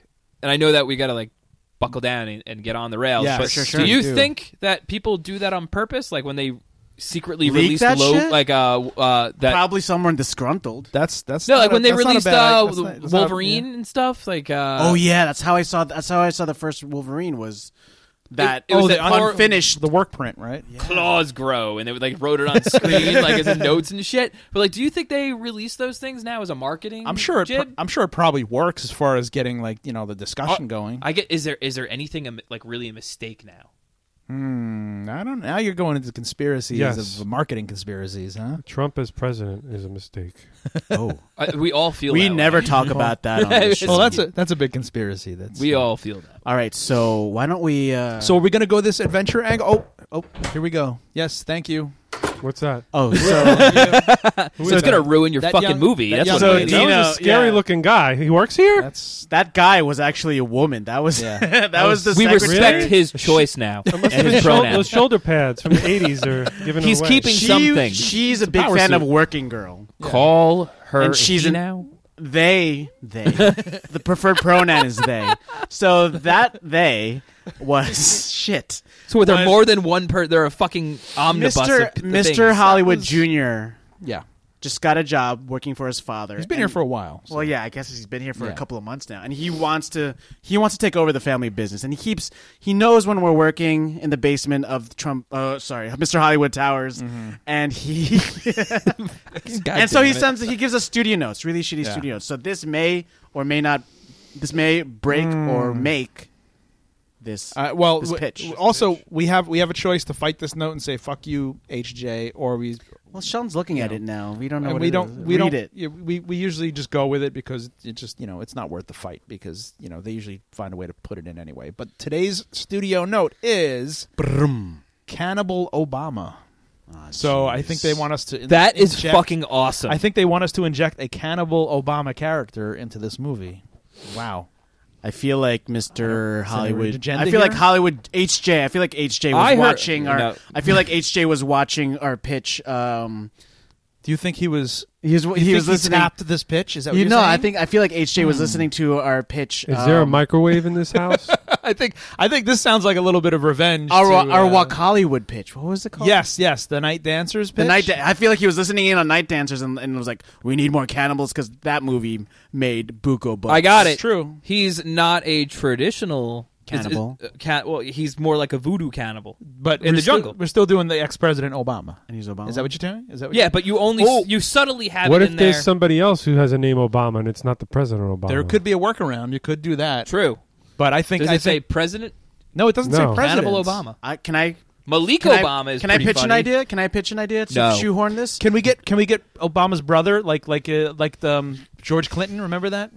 Speaker 4: and I know that we got to like buckle down and, and get on the rails.
Speaker 5: Yeah,
Speaker 4: but
Speaker 5: sure,
Speaker 1: sure,
Speaker 4: do you
Speaker 5: do.
Speaker 4: think that people do that on purpose, like when they secretly
Speaker 1: Leak
Speaker 4: release
Speaker 1: that
Speaker 4: low,
Speaker 1: shit?
Speaker 4: like uh, uh that
Speaker 1: Probably someone disgruntled.
Speaker 5: That's that's
Speaker 4: no,
Speaker 5: not
Speaker 4: like
Speaker 5: a-
Speaker 4: when they
Speaker 5: that's not a
Speaker 4: released
Speaker 5: bad-
Speaker 4: uh,
Speaker 5: that's not- that's not-
Speaker 4: Wolverine and stuff, like uh,
Speaker 1: oh yeah, that's how I saw. That's how I saw the first Wolverine was that
Speaker 4: It- it was
Speaker 1: oh,
Speaker 4: that
Speaker 1: the
Speaker 4: hor-
Speaker 1: unfinished.
Speaker 5: yeah. the work print, right?
Speaker 4: claws grow and they would like wrote it on screen like (laughs) as in notes and shit but like do you think they release those things now as a marketing
Speaker 5: I'm sure. It pr-
Speaker 4: jib?
Speaker 5: I'm sure it probably works as far as getting like you know the discussion going.
Speaker 4: i get is there is there anything um, like really a mistake now
Speaker 5: Hmm, I don't. Now you're going into conspiracies
Speaker 3: Yes.
Speaker 5: of marketing conspiracies, huh?
Speaker 3: Trump as president is a mistake.
Speaker 1: oh,
Speaker 4: (laughs) Uh, we all feel
Speaker 1: we
Speaker 4: that way.
Speaker 1: never talk about that. On this show.
Speaker 5: Well, that's a that's a big conspiracy. That's uh,
Speaker 4: we all feel that
Speaker 1: all right. So why don't we? Uh,
Speaker 5: So are we gonna go this adventure angle? Oh, oh, here we go. Yes, thank you.
Speaker 3: What's that?
Speaker 5: (laughs)
Speaker 1: oh, so
Speaker 4: so it's gonna ruin your
Speaker 5: that
Speaker 4: fucking
Speaker 5: young-
Speaker 4: movie that's
Speaker 5: that young
Speaker 4: what
Speaker 1: So
Speaker 4: it is.
Speaker 1: Dino-
Speaker 3: that was a scary
Speaker 1: yeah.
Speaker 3: looking guy. He works here.
Speaker 5: That's
Speaker 1: that guy was actually a woman. That was
Speaker 5: Yeah.
Speaker 1: (laughs) that, was the
Speaker 4: we
Speaker 1: secretary.
Speaker 4: respect his choice now and
Speaker 3: Must have been
Speaker 4: his
Speaker 3: shou-
Speaker 4: pronouns
Speaker 3: those shoulder pads from the eighties are giving
Speaker 4: He's
Speaker 3: away.
Speaker 4: keeping-
Speaker 1: She,
Speaker 4: something.
Speaker 1: She's a big
Speaker 5: power
Speaker 1: fan
Speaker 5: suit.
Speaker 1: of Working Girl.
Speaker 4: call her
Speaker 1: And she's
Speaker 4: he
Speaker 1: an-
Speaker 4: now
Speaker 1: They, they, the preferred pronoun is they. So that they was (laughs) shit.
Speaker 4: so there are more than one per there are a fucking omnibus
Speaker 1: Mr.
Speaker 4: of p-
Speaker 1: Mr.
Speaker 4: things.
Speaker 1: Hollywood
Speaker 5: was-
Speaker 1: Jr.
Speaker 5: yeah.
Speaker 1: just got a job working for his father.
Speaker 5: He's been
Speaker 1: And-
Speaker 5: here for a while. so-
Speaker 1: Well, yeah, I guess he's been here for a
Speaker 5: Yeah.
Speaker 1: couple of months now, and he wants to he wants to take over the family business, and he keeps he knows when we're working in the basement of Trump. Uh, sorry, Mr. Hollywood Towers, and he (laughs)
Speaker 5: God
Speaker 1: and so
Speaker 5: damn
Speaker 1: he
Speaker 5: it.
Speaker 1: sends he gives us studio notes, really shitty
Speaker 5: Yeah.
Speaker 1: studio notes. So this may or may not this may break or make this.
Speaker 5: Hmm. Uh, well,
Speaker 1: This
Speaker 5: w-
Speaker 1: pitch.
Speaker 5: w- also we have we have a choice to fight this note and say "fuck you, HJ," or we
Speaker 1: well, Sheldon's looking at it now. We don't know.
Speaker 5: and
Speaker 1: What
Speaker 5: Uh, we
Speaker 1: it
Speaker 5: don't
Speaker 1: is.
Speaker 5: we
Speaker 1: Read
Speaker 5: don't
Speaker 1: it.
Speaker 5: yeah, we we usually just go with it because it just you know it's not worth the fight because you know they usually find a way to put it in anyway. But today's studio note is cannibal Obama.
Speaker 1: Ah,
Speaker 5: So I
Speaker 1: jeez.
Speaker 5: think they want us to in-
Speaker 2: That
Speaker 4: is
Speaker 5: inject-
Speaker 4: fucking awesome
Speaker 5: I think they want us to inject a cannibal Obama character into this movie. Wow.
Speaker 1: I feel like Mr.
Speaker 5: there an
Speaker 1: Hollywood.
Speaker 5: agenda
Speaker 1: I feel like
Speaker 5: here?
Speaker 1: Hollywood HJ. I feel like HJ was
Speaker 4: I heard-
Speaker 1: watching our.
Speaker 4: no.
Speaker 1: I feel like HJ was watching our pitch. Um,
Speaker 5: Do you think he was?
Speaker 1: he was
Speaker 5: do you
Speaker 1: he was
Speaker 5: think
Speaker 1: listening.
Speaker 5: tapped this pitch. Is that what
Speaker 1: you
Speaker 5: you're
Speaker 1: know, I
Speaker 5: saying?
Speaker 1: think I feel like HJ
Speaker 5: Hmm.
Speaker 1: was listening to our pitch.
Speaker 3: Is there a
Speaker 1: um,
Speaker 3: microwave in this house?
Speaker 5: (laughs) I think I think this sounds like a little bit of revenge.
Speaker 1: our
Speaker 5: to,
Speaker 1: our
Speaker 5: uh,
Speaker 1: Walk Hollywood pitch? What was it called?
Speaker 5: Yes, yes, the night dancers. Pitch.
Speaker 1: The night. Da- I feel like he was listening in on Night Dancers and, and was like, "We need more cannibals because that movie made buco bucks."
Speaker 4: I got
Speaker 5: It's
Speaker 4: it.
Speaker 5: true.
Speaker 4: He's not a traditional it's-
Speaker 1: Cannibal.
Speaker 4: it's- uh, can- well, he's more like a voodoo cannibal.
Speaker 5: but
Speaker 4: in
Speaker 5: we're
Speaker 4: the
Speaker 5: still-
Speaker 4: jungle.
Speaker 5: we're still doing the ex president Obama.
Speaker 1: And he's Obama.
Speaker 5: Is that what you're doing? Is that what
Speaker 4: Yeah, but you only
Speaker 1: Oh.
Speaker 4: you subtly have
Speaker 3: what
Speaker 4: it
Speaker 3: if
Speaker 4: in
Speaker 3: there's
Speaker 4: there.
Speaker 3: somebody else who has a name Obama and it's not the president Obama?
Speaker 5: There could be a workaround. You could do that.
Speaker 4: True.
Speaker 5: But I think
Speaker 4: Does
Speaker 5: I
Speaker 4: it say
Speaker 5: think
Speaker 4: president?
Speaker 5: no. It doesn't say
Speaker 3: No.
Speaker 5: president.
Speaker 4: Cannibal Obama.
Speaker 1: I, can I?
Speaker 4: Malik
Speaker 1: Can
Speaker 4: Obama
Speaker 1: I,
Speaker 4: is
Speaker 1: Can I
Speaker 4: pretty
Speaker 1: pitch an
Speaker 4: funny.
Speaker 1: idea? Can I pitch an idea to
Speaker 4: No.
Speaker 1: shoehorn this?
Speaker 5: Can we get can we get Obama's brother like like uh, like the um, George Clinton? Remember that?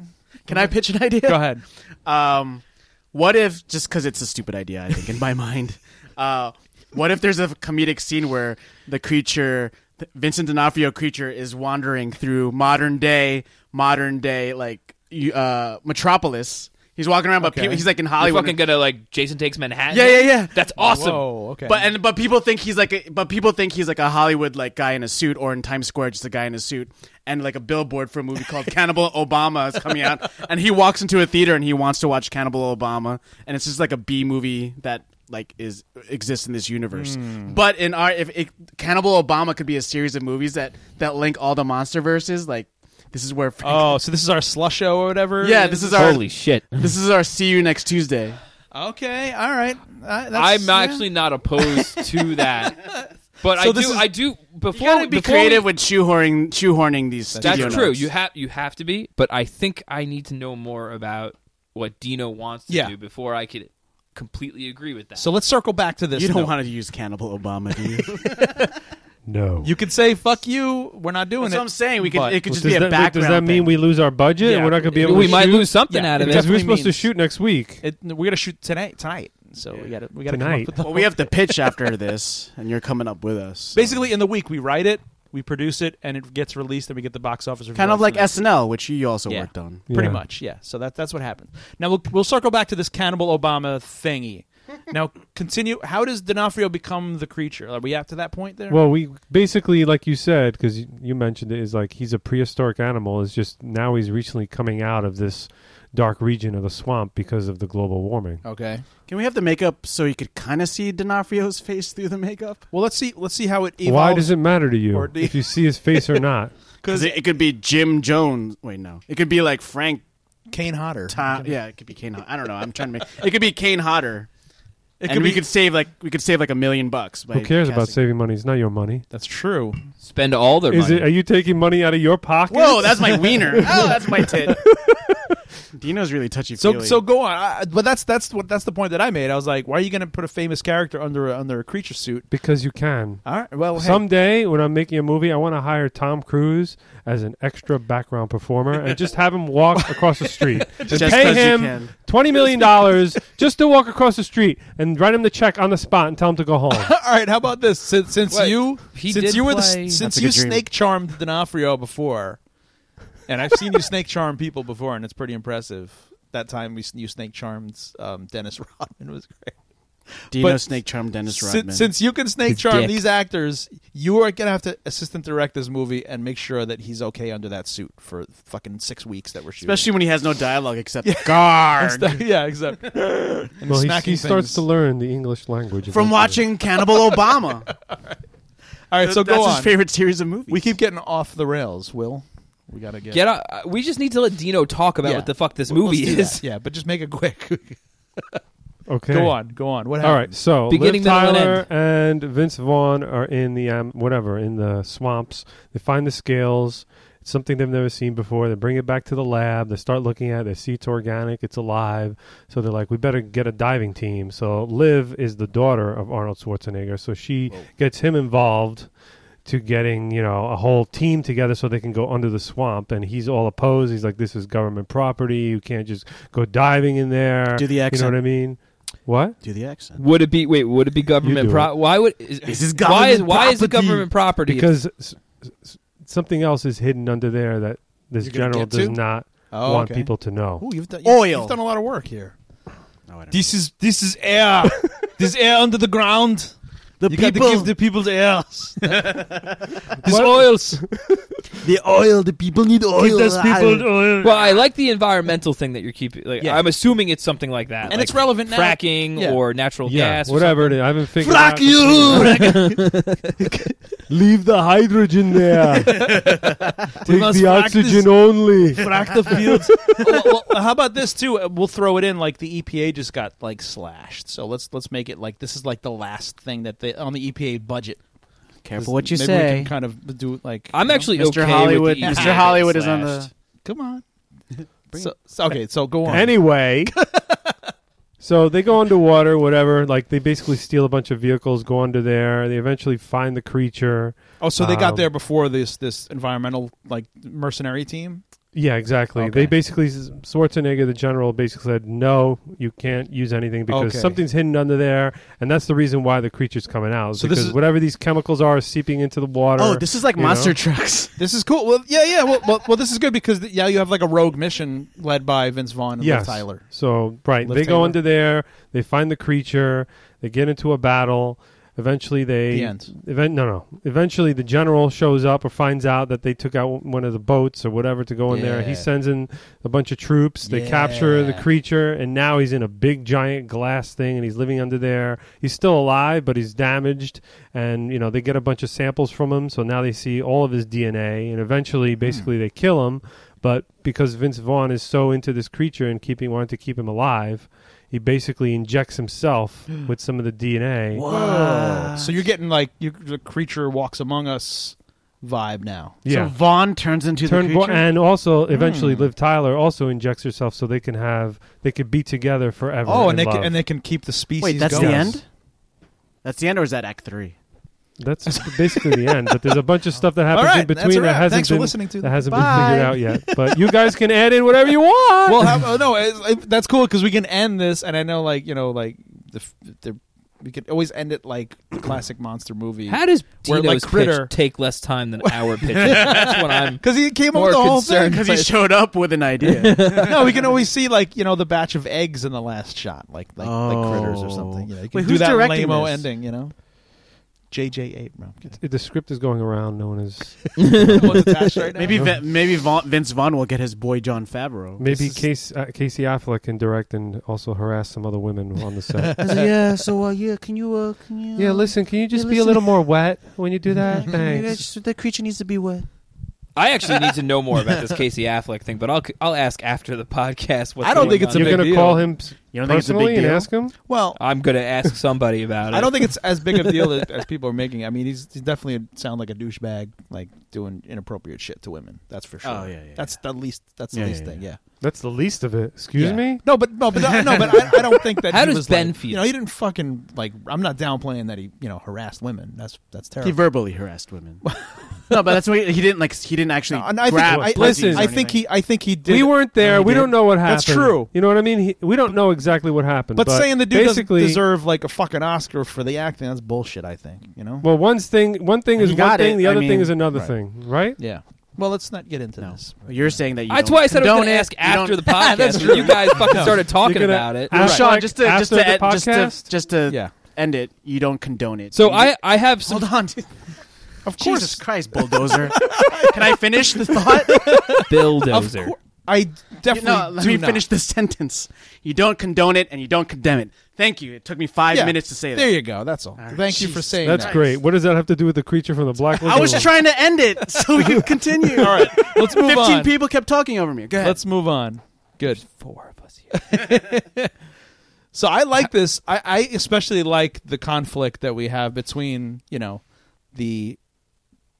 Speaker 1: Can I pitch an idea?
Speaker 4: (laughs)
Speaker 5: Go ahead.
Speaker 1: Um, what if just because it's a stupid idea, I think in my (laughs) mind. Uh, what if there's a comedic scene where the creature, the Vincent D'Onofrio creature, is wandering through modern day, modern day like you- uh, metropolis. He's walking around, but
Speaker 5: Okay.
Speaker 1: people, he's like in
Speaker 4: You're
Speaker 1: Hollywood.
Speaker 4: fucking gonna like Jason takes Manhattan.
Speaker 1: yeah, yeah, yeah.
Speaker 4: That's awesome.
Speaker 5: Whoa. Oh, Okay.
Speaker 1: But and but people think he's like a, but people think he's like a Hollywood like guy in a suit or in Times Square just a guy in a suit and like a billboard for a movie called Cannibal Obama is coming out and he walks into a theater and he wants to watch Cannibal Obama and it's just like a B movie that like is exists in this universe. But in our if it, Cannibal Obama could be a series of movies that that link all the monster verses like this is where Frank-
Speaker 5: oh, so this is our slusho or
Speaker 1: (laughs)
Speaker 5: whatever.
Speaker 1: yeah this is our
Speaker 4: Holy shit! (laughs)
Speaker 1: this is our see you next Tuesday.
Speaker 5: Okay. All right. Uh, that's,
Speaker 4: I'm
Speaker 5: yeah.
Speaker 4: actually not opposed to that,
Speaker 1: (laughs)
Speaker 4: but
Speaker 5: So
Speaker 4: I do.
Speaker 5: this is-
Speaker 4: I do.
Speaker 1: You
Speaker 4: Before
Speaker 1: got to be
Speaker 4: before
Speaker 1: creative
Speaker 4: we-
Speaker 1: with shoehorning shoehorning these
Speaker 4: that's
Speaker 1: studio
Speaker 4: true.
Speaker 1: notes.
Speaker 4: You have you have to be. But I think I need to know more about what Dino wants to
Speaker 5: Yeah.
Speaker 4: do before I could completely agree with that.
Speaker 5: So let's circle back to this.
Speaker 1: You don't
Speaker 5: note.
Speaker 1: want to use Cannibal Obama, do you? (laughs) That's
Speaker 3: no.
Speaker 5: You could say "fuck you." We're not doing
Speaker 1: what
Speaker 5: it.
Speaker 1: I'm saying. We could
Speaker 5: But-
Speaker 1: it could
Speaker 3: Well,
Speaker 1: just be a
Speaker 3: does, that, wait,
Speaker 1: background.
Speaker 3: does that mean
Speaker 1: thing.
Speaker 3: we lose our budget?
Speaker 5: Yeah.
Speaker 3: and We're not going to be able
Speaker 4: we
Speaker 3: to
Speaker 4: might
Speaker 3: shoot?
Speaker 4: lose something
Speaker 5: Yeah,
Speaker 4: out of
Speaker 5: it
Speaker 4: it.
Speaker 3: Because we're
Speaker 5: definitely
Speaker 3: supposed to
Speaker 5: means-
Speaker 3: shoot next week.
Speaker 5: It, we're gonna shoot tonight. Tonight. So we got to we got to come up
Speaker 3: Tonight.
Speaker 5: with
Speaker 1: (laughs)
Speaker 5: the
Speaker 1: Well, we have to pitch
Speaker 3: (laughs)
Speaker 1: after this, and you're coming up with us.
Speaker 5: Basically, in the week, we write it, we produce it, and it gets released, and we get the box office.
Speaker 1: kind
Speaker 5: results
Speaker 1: of like
Speaker 5: and
Speaker 1: SNL, which you also
Speaker 4: Yeah.
Speaker 1: worked on.
Speaker 5: pretty
Speaker 1: (laughs)
Speaker 3: Yeah.
Speaker 5: much, yeah. So that that's what happened. Now we'll we'll circle back to this cannibal Obama thingy. now continue. How does D'Onofrio become the creature? Are we up to that point there?
Speaker 3: Well, we basically, like you said, because you mentioned it, is like he's a prehistoric animal. It's just now he's recently coming out of this dark region of the swamp because of the global warming.
Speaker 5: okay.
Speaker 1: Can we have the makeup so you could kind of see D'Onofrio's face through the makeup?
Speaker 5: Well, let's see. Let's see how it evolves.
Speaker 3: Why does it matter to you
Speaker 5: Or do you-
Speaker 3: if you see his face or
Speaker 5: (laughs)
Speaker 3: not?
Speaker 1: Because it, it could be Jim Jones. Wait, no, it could be like Frank.
Speaker 5: Kane Hodder?
Speaker 1: Tom, yeah, it could be Kane. Hodder. I don't know. I'm trying to (laughs) make. It could be Kane Hodder.
Speaker 5: It
Speaker 1: and
Speaker 5: could
Speaker 1: we
Speaker 5: be-
Speaker 1: could save like we could save like a million bucks. By
Speaker 3: Who cares about
Speaker 1: casting-
Speaker 3: saving money? It's not your money.
Speaker 5: That's true.
Speaker 4: Spend all their
Speaker 3: Is
Speaker 4: money.
Speaker 3: it? Are you taking money out of your pocket?
Speaker 1: Whoa, that's my
Speaker 3: (laughs)
Speaker 1: wiener. Oh, that's my tit. Dino's really touchy.
Speaker 5: So so go on. I, I- but that's that's what that's the point that I made. I was like, why are you going to put a famous character under a, under a creature suit?
Speaker 3: Because you can.
Speaker 5: All right. Well, hey,
Speaker 3: Someday, when I'm making a movie, I want to hire Tom Cruise as an extra background performer and just have him walk across the street. just
Speaker 1: Just
Speaker 3: pay
Speaker 1: as you
Speaker 3: him
Speaker 1: can.
Speaker 3: twenty million dollars just to walk across the street and write him the check on the spot and tell him to go home.
Speaker 5: all right. How about this? Since since
Speaker 2: Wait,
Speaker 5: you
Speaker 2: he
Speaker 5: since
Speaker 2: did
Speaker 5: you were the
Speaker 2: play-
Speaker 5: s- since
Speaker 1: That's a
Speaker 5: you
Speaker 1: good dream.
Speaker 5: snake charmed D'Onofrio before, and I've seen you snake charm people before, and it's pretty impressive. That time we s- you snake charmed um, Dennis (laughs) Rodman was great.
Speaker 1: Dino
Speaker 5: but
Speaker 1: snake charm Dennis
Speaker 5: Sin-
Speaker 1: Rodman.
Speaker 5: Since, you can snake
Speaker 2: His
Speaker 5: charm
Speaker 2: dick.
Speaker 5: these actors, you are gonna have to assistant direct this movie and make sure that he's okay under that suit for fucking six weeks that we're shooting.
Speaker 1: especially when he has no dialogue except guard
Speaker 5: (laughs) yeah, except and
Speaker 3: well, he,
Speaker 5: smacking
Speaker 3: he starts
Speaker 5: things.
Speaker 3: to learn the English language
Speaker 1: (laughs) from
Speaker 3: eventually.
Speaker 1: watching Cannibal (laughs) Obama.
Speaker 5: All right, so
Speaker 1: that's
Speaker 5: go
Speaker 1: his
Speaker 5: on.
Speaker 1: favorite series of movies.
Speaker 5: We keep getting off the rails. Will we gotta get
Speaker 2: Get out. uh, We just need to let Dino talk about
Speaker 5: Yeah.
Speaker 2: what the fuck this
Speaker 5: Let's
Speaker 2: movie
Speaker 5: do that.
Speaker 2: is.
Speaker 5: Yeah, but just make it quick.
Speaker 3: Okay.
Speaker 5: go on, go on. What
Speaker 3: All right,
Speaker 5: happened?
Speaker 3: so
Speaker 2: Beginning,
Speaker 3: Liv
Speaker 2: middle, and
Speaker 3: Tyler and Vince Vaughn are in the um, whatever in the swamps. They find the scales. It's something they've never seen before. They bring it back to the lab. They start looking at. it. They see it's organic. It's alive. So they're like, we better get a diving team. So Liv is the daughter of Arnold Schwarzenegger. So she gets him involved to getting you know a whole team together so they can go under the swamp and he's all opposed he's like this is government property you can't just go diving in there
Speaker 1: Do the
Speaker 3: you know
Speaker 1: accent.
Speaker 3: what i mean what
Speaker 1: do the accent.
Speaker 2: (laughs) Would it be? Wait, would it be
Speaker 3: do
Speaker 2: government?
Speaker 3: it.
Speaker 2: Pro- why would? Is,
Speaker 1: This is
Speaker 2: why is
Speaker 1: government
Speaker 2: why is it
Speaker 1: property.
Speaker 2: government property?
Speaker 3: because s- s- something else is hidden under there that this
Speaker 5: You're gonna
Speaker 3: general
Speaker 5: get to?
Speaker 3: does not
Speaker 5: Oh,
Speaker 3: want
Speaker 5: okay.
Speaker 3: people to know.
Speaker 5: Ooh, you've done
Speaker 1: Oil.
Speaker 5: You've done a lot of work here.
Speaker 1: No, I don't
Speaker 5: This is this is (laughs) air. this air under the ground.
Speaker 1: know. The
Speaker 5: you
Speaker 1: people,
Speaker 5: got to give the (laughs) people the airs. (laughs) These
Speaker 3: What?
Speaker 5: oils.
Speaker 1: the oil. The people need oil.
Speaker 2: (laughs)
Speaker 5: (laughs)
Speaker 2: well, I like the environmental thing that you're keeping. Like,
Speaker 5: Yeah.
Speaker 2: I'm assuming it's something like that,
Speaker 5: And
Speaker 2: like
Speaker 5: it's relevant now.
Speaker 2: fracking
Speaker 5: Yeah.
Speaker 2: or natural
Speaker 3: yeah,
Speaker 2: gas, or
Speaker 3: whatever it is. I haven't figured
Speaker 1: Frack
Speaker 3: out.
Speaker 1: you!
Speaker 3: Leave the hydrogen
Speaker 5: (laughs)
Speaker 3: there. Take
Speaker 5: must
Speaker 3: the
Speaker 5: frack this-
Speaker 3: oxygen
Speaker 5: (laughs)
Speaker 3: only.
Speaker 5: Frack the fields. well, well, how about this too? Uh, We'll throw it in like the EPA just got like slashed. So let's let's make it like this is like the last thing that they on the EPA budget.
Speaker 1: Careful what you
Speaker 5: Maybe we
Speaker 1: say.
Speaker 5: can kind of do like
Speaker 2: I'm
Speaker 5: you know?
Speaker 2: actually
Speaker 1: Mr.
Speaker 2: okay
Speaker 1: Hollywood.
Speaker 2: With the
Speaker 1: Mr. Hollywood is on
Speaker 2: slashed.
Speaker 1: the.
Speaker 5: Come (laughs) on.
Speaker 1: Bring
Speaker 5: So, so- okay, so go on. (laughs)
Speaker 3: Anyway, so they go underwater, whatever. Like they basically steal a bunch of vehicles, go under there. They eventually find the creature.
Speaker 5: oh, so they got
Speaker 3: um,
Speaker 5: there before this this environmental like mercenary team.
Speaker 3: Yeah, exactly.
Speaker 5: Okay.
Speaker 3: They basically Schwarzenegger, the general, basically said, "No, you can't use anything because
Speaker 5: Okay.
Speaker 3: something's hidden under there, and that's the reason why the creature's coming out.
Speaker 5: So this
Speaker 3: because
Speaker 5: is-
Speaker 3: whatever these chemicals are seeping into the water.
Speaker 1: Oh, this is like
Speaker 3: you
Speaker 1: monster
Speaker 3: know?
Speaker 1: (laughs) trucks.
Speaker 5: This is cool. Well, yeah, yeah. Well, well, well this is good because th- yeah, you have like a rogue mission led by Vince Vaughn and Liv
Speaker 3: yes.
Speaker 5: Tyler.
Speaker 3: So right,
Speaker 5: Liv
Speaker 3: they go
Speaker 5: Tyler.
Speaker 3: under there, they find the creature, they get into a battle. Eventually, they
Speaker 5: The end.
Speaker 3: Event, no, no. Eventually, the general shows up or finds out that they took out one of the boats or whatever to go in there.
Speaker 5: Yeah.
Speaker 3: He sends in a bunch of troops. They capture the
Speaker 5: Yeah.
Speaker 3: creature, and now he's in a big giant glass thing, and he's living under there. He's still alive, but he's damaged, and you know they get a bunch of samples from him. So now they see all of his DNA, and eventually,
Speaker 5: Hmm.
Speaker 3: basically, they kill him. But because Vince Vaughn is so into this creature and keeping wanting to keep him alive, he basically injects
Speaker 5: (gasps)
Speaker 3: himself with some of the DNA.
Speaker 5: So you're getting like you, the creature walks among us vibe now.
Speaker 1: So Vaughn turns into
Speaker 3: Turn
Speaker 1: the
Speaker 3: bo-
Speaker 1: creature.
Speaker 3: and also
Speaker 5: Hmm.
Speaker 3: eventually Liv Tyler also injects herself so they can have they could be together forever.
Speaker 5: Oh,
Speaker 3: in
Speaker 5: and they
Speaker 3: love.
Speaker 5: can, and they can keep the species.
Speaker 1: Wait, that's
Speaker 5: going.
Speaker 1: the
Speaker 3: Yes.
Speaker 1: end. That's the end, or is that Act Three?
Speaker 3: that's basically the end. But there's a bunch of stuff that
Speaker 5: All
Speaker 3: happens
Speaker 5: right,
Speaker 3: in
Speaker 5: that's a
Speaker 3: between that
Speaker 5: wrap.
Speaker 3: hasn't
Speaker 5: Thanks
Speaker 3: been
Speaker 5: for listening to
Speaker 3: that hasn't
Speaker 1: Bye.
Speaker 3: been figured out yet. But you guys can add in whatever you want.
Speaker 5: Well, how, oh, no, it's, it, that's cool because we can end this, and I know like you know like the, f- the we could always end it like the classic monster movie.
Speaker 2: How does
Speaker 5: Where,
Speaker 2: Tino's
Speaker 5: like, Critter-
Speaker 2: pitch take less time (laughs) than our pitch? That's what I'm.
Speaker 5: Because he came up
Speaker 2: More
Speaker 5: with the whole
Speaker 2: concerned
Speaker 5: thing. Because
Speaker 1: Because he showed up with an (laughs) idea.
Speaker 5: no, we can always see like you know the batch of eggs in the last shot, like like, like critters or
Speaker 1: Oh.
Speaker 5: something. You know, you can
Speaker 1: Wait,
Speaker 5: do
Speaker 1: who's
Speaker 5: that
Speaker 1: directing
Speaker 5: lame-o
Speaker 1: this?
Speaker 5: ending, you know. J.J. Abrams.
Speaker 3: The script is going around known as
Speaker 5: What's attached right now?
Speaker 1: maybe Vin, maybe Vaughn, Vince Vaughn will get his boy John Favreau.
Speaker 3: maybe
Speaker 5: is-
Speaker 3: Case, uh, Casey Affleck can direct and also harass some other women on the set.
Speaker 1: yeah. (laughs) So uh, yeah, can you? Uh, can you?
Speaker 3: yeah, listen, can you just be a
Speaker 1: listen.
Speaker 3: little more wet when you do that? Thanks.
Speaker 1: that creature needs to be wet.
Speaker 2: I actually need to know more about this Casey Affleck thing, but I'll I'll ask after the podcast. What's
Speaker 5: I don't
Speaker 2: going
Speaker 5: think it's a
Speaker 2: on.
Speaker 3: You're
Speaker 5: big
Speaker 3: gonna
Speaker 5: deal.
Speaker 3: call him s-
Speaker 1: You don't think it's a
Speaker 3: personally
Speaker 1: big
Speaker 3: and
Speaker 1: deal?
Speaker 3: ask him?
Speaker 5: (laughs) Well,
Speaker 2: I'm gonna ask somebody about it.
Speaker 5: I don't think it's as big a deal as, as people are making. it. I mean, he's he definitely sound like a douchebag, like doing inappropriate shit to women. That's for sure.
Speaker 1: Oh, yeah, yeah,
Speaker 5: That's the least. That's the
Speaker 1: Yeah,
Speaker 5: least
Speaker 1: yeah,
Speaker 5: thing. Yeah.
Speaker 3: That's the least of it. Excuse
Speaker 5: Yeah.
Speaker 3: me.
Speaker 5: No, but no, but no, but I, I don't think that.
Speaker 2: How
Speaker 5: he
Speaker 2: does
Speaker 5: was
Speaker 2: Ben
Speaker 5: like-
Speaker 2: feel?
Speaker 5: You know, he didn't fucking like. I'm not downplaying that he you know harassed women. That's that's
Speaker 1: He
Speaker 5: terrible.
Speaker 1: verbally harassed women. (laughs) no, but that's why he, he didn't like. He didn't actually
Speaker 5: No, and I think,
Speaker 1: grab.
Speaker 5: I,
Speaker 1: pussies
Speaker 3: listen,
Speaker 1: or
Speaker 5: I think
Speaker 1: anything.
Speaker 5: he. I think he did.
Speaker 3: we weren't there.
Speaker 1: No, he
Speaker 3: we don't
Speaker 1: didn't.
Speaker 3: know what happened.
Speaker 5: That's true.
Speaker 3: You know what I mean? He, we don't know exactly what happened.
Speaker 5: but, saying the dude doesn't
Speaker 3: basically,
Speaker 5: deserve like a fucking Oscar for the acting, that's bullshit. I think you know.
Speaker 3: Well, one's thing. One thing
Speaker 1: He
Speaker 3: is one
Speaker 1: got
Speaker 3: thing.
Speaker 1: it.
Speaker 3: The
Speaker 1: I
Speaker 3: other
Speaker 1: mean,
Speaker 3: thing is another
Speaker 1: right.
Speaker 3: thing. Right?
Speaker 5: yeah. Well, let's not get into
Speaker 1: No.
Speaker 5: this.
Speaker 1: You're saying that you.
Speaker 2: That's
Speaker 1: don't
Speaker 2: why I said I was
Speaker 1: condone
Speaker 2: gonna
Speaker 1: it.
Speaker 2: ask
Speaker 1: You
Speaker 2: after
Speaker 1: don't- (laughs)
Speaker 2: the podcast. but you guys fucking started talking
Speaker 3: You're gonna
Speaker 2: about it.
Speaker 3: ask-
Speaker 1: Well, (laughs) Sean,
Speaker 3: Affleck
Speaker 1: just to just to,
Speaker 3: after the
Speaker 1: ed- just to
Speaker 3: podcast?
Speaker 1: just to
Speaker 5: Yeah.
Speaker 1: end it, you don't condone it.
Speaker 2: So
Speaker 1: You-
Speaker 2: I I have some.
Speaker 1: hold on.
Speaker 5: Of course,
Speaker 1: Jesus Christ,
Speaker 5: (laughs)
Speaker 1: bulldozer! Can I finish the thought?
Speaker 2: bulldozer.
Speaker 5: cour- I definitely
Speaker 1: no, let
Speaker 5: do
Speaker 1: me
Speaker 5: not.
Speaker 1: finish this sentence. You don't condone it, and you don't condemn it. Thank you. It took me five
Speaker 5: Yeah.
Speaker 1: minutes to say that.
Speaker 5: There you go. That's all.
Speaker 1: right.
Speaker 5: Thank you for
Speaker 1: Jesus.
Speaker 5: saying
Speaker 3: That's
Speaker 5: that.
Speaker 3: great. What does that have to do with the creature from the black?
Speaker 1: I was
Speaker 3: Lagoon?
Speaker 1: trying to end it so we
Speaker 5: (laughs)
Speaker 1: could continue. All right,
Speaker 5: Let's move
Speaker 1: fifteen
Speaker 5: on.
Speaker 1: people kept talking over me. Go ahead.
Speaker 5: Let's move on. Good.
Speaker 2: Four of us here.
Speaker 5: (laughs) So I like this. I, I especially like the conflict that we have between you know the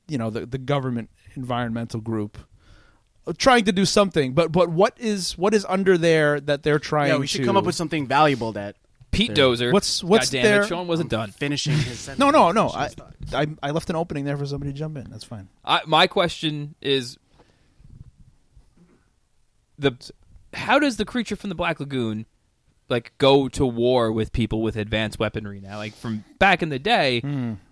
Speaker 5: you know the the government environmental group uh, trying to do something, but but what is what is under there that they're trying?
Speaker 1: yeah, we should
Speaker 5: to-
Speaker 1: come up with something valuable that
Speaker 4: Pete
Speaker 1: There.
Speaker 4: Dozer.
Speaker 5: What's- what's
Speaker 4: God damn
Speaker 5: there-
Speaker 4: It, Sean wasn't done.
Speaker 1: finishing
Speaker 4: (laughs)
Speaker 1: his sentence.
Speaker 5: No, no, no.
Speaker 1: Finish
Speaker 5: I,
Speaker 1: his thought.
Speaker 5: I I left an opening there for somebody to jump in. That's fine.
Speaker 4: I, my question is the how does the creature from the black lagoon like go to war with people with advanced weaponry now like from back in the day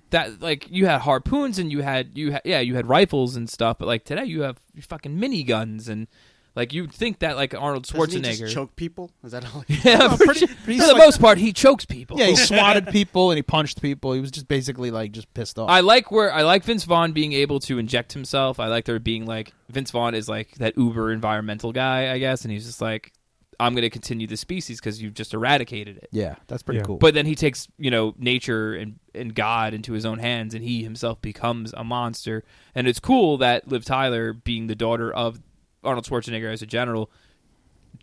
Speaker 4: that like you had harpoons and you had you had yeah you had rifles and stuff but like today you have fucking miniguns and like you'd think that like Arnold
Speaker 1: Doesn't he
Speaker 4: Schwarzenegger
Speaker 1: just choke people? Is that all?
Speaker 4: (laughs) yeah,
Speaker 5: No,
Speaker 4: for
Speaker 5: pretty-
Speaker 4: sure. for
Speaker 5: he's
Speaker 4: the
Speaker 5: like-
Speaker 4: most part he chokes people
Speaker 5: (laughs) Yeah, he swatted people and he punched people. He was just basically like just pissed off.
Speaker 4: I like where I like Vince Vaughn being able to inject himself. I like there being like Vince Vaughn is like that uber environmental guy, I guess, and he's just like, I'm going to continue the species because you've just eradicated it.
Speaker 5: yeah, that's pretty
Speaker 3: Yeah.
Speaker 5: cool.
Speaker 4: But then he takes you know nature and and God into his own hands, and he himself becomes a monster. And it's cool that Liv Tyler, being the daughter of Arnold Schwarzenegger as a general,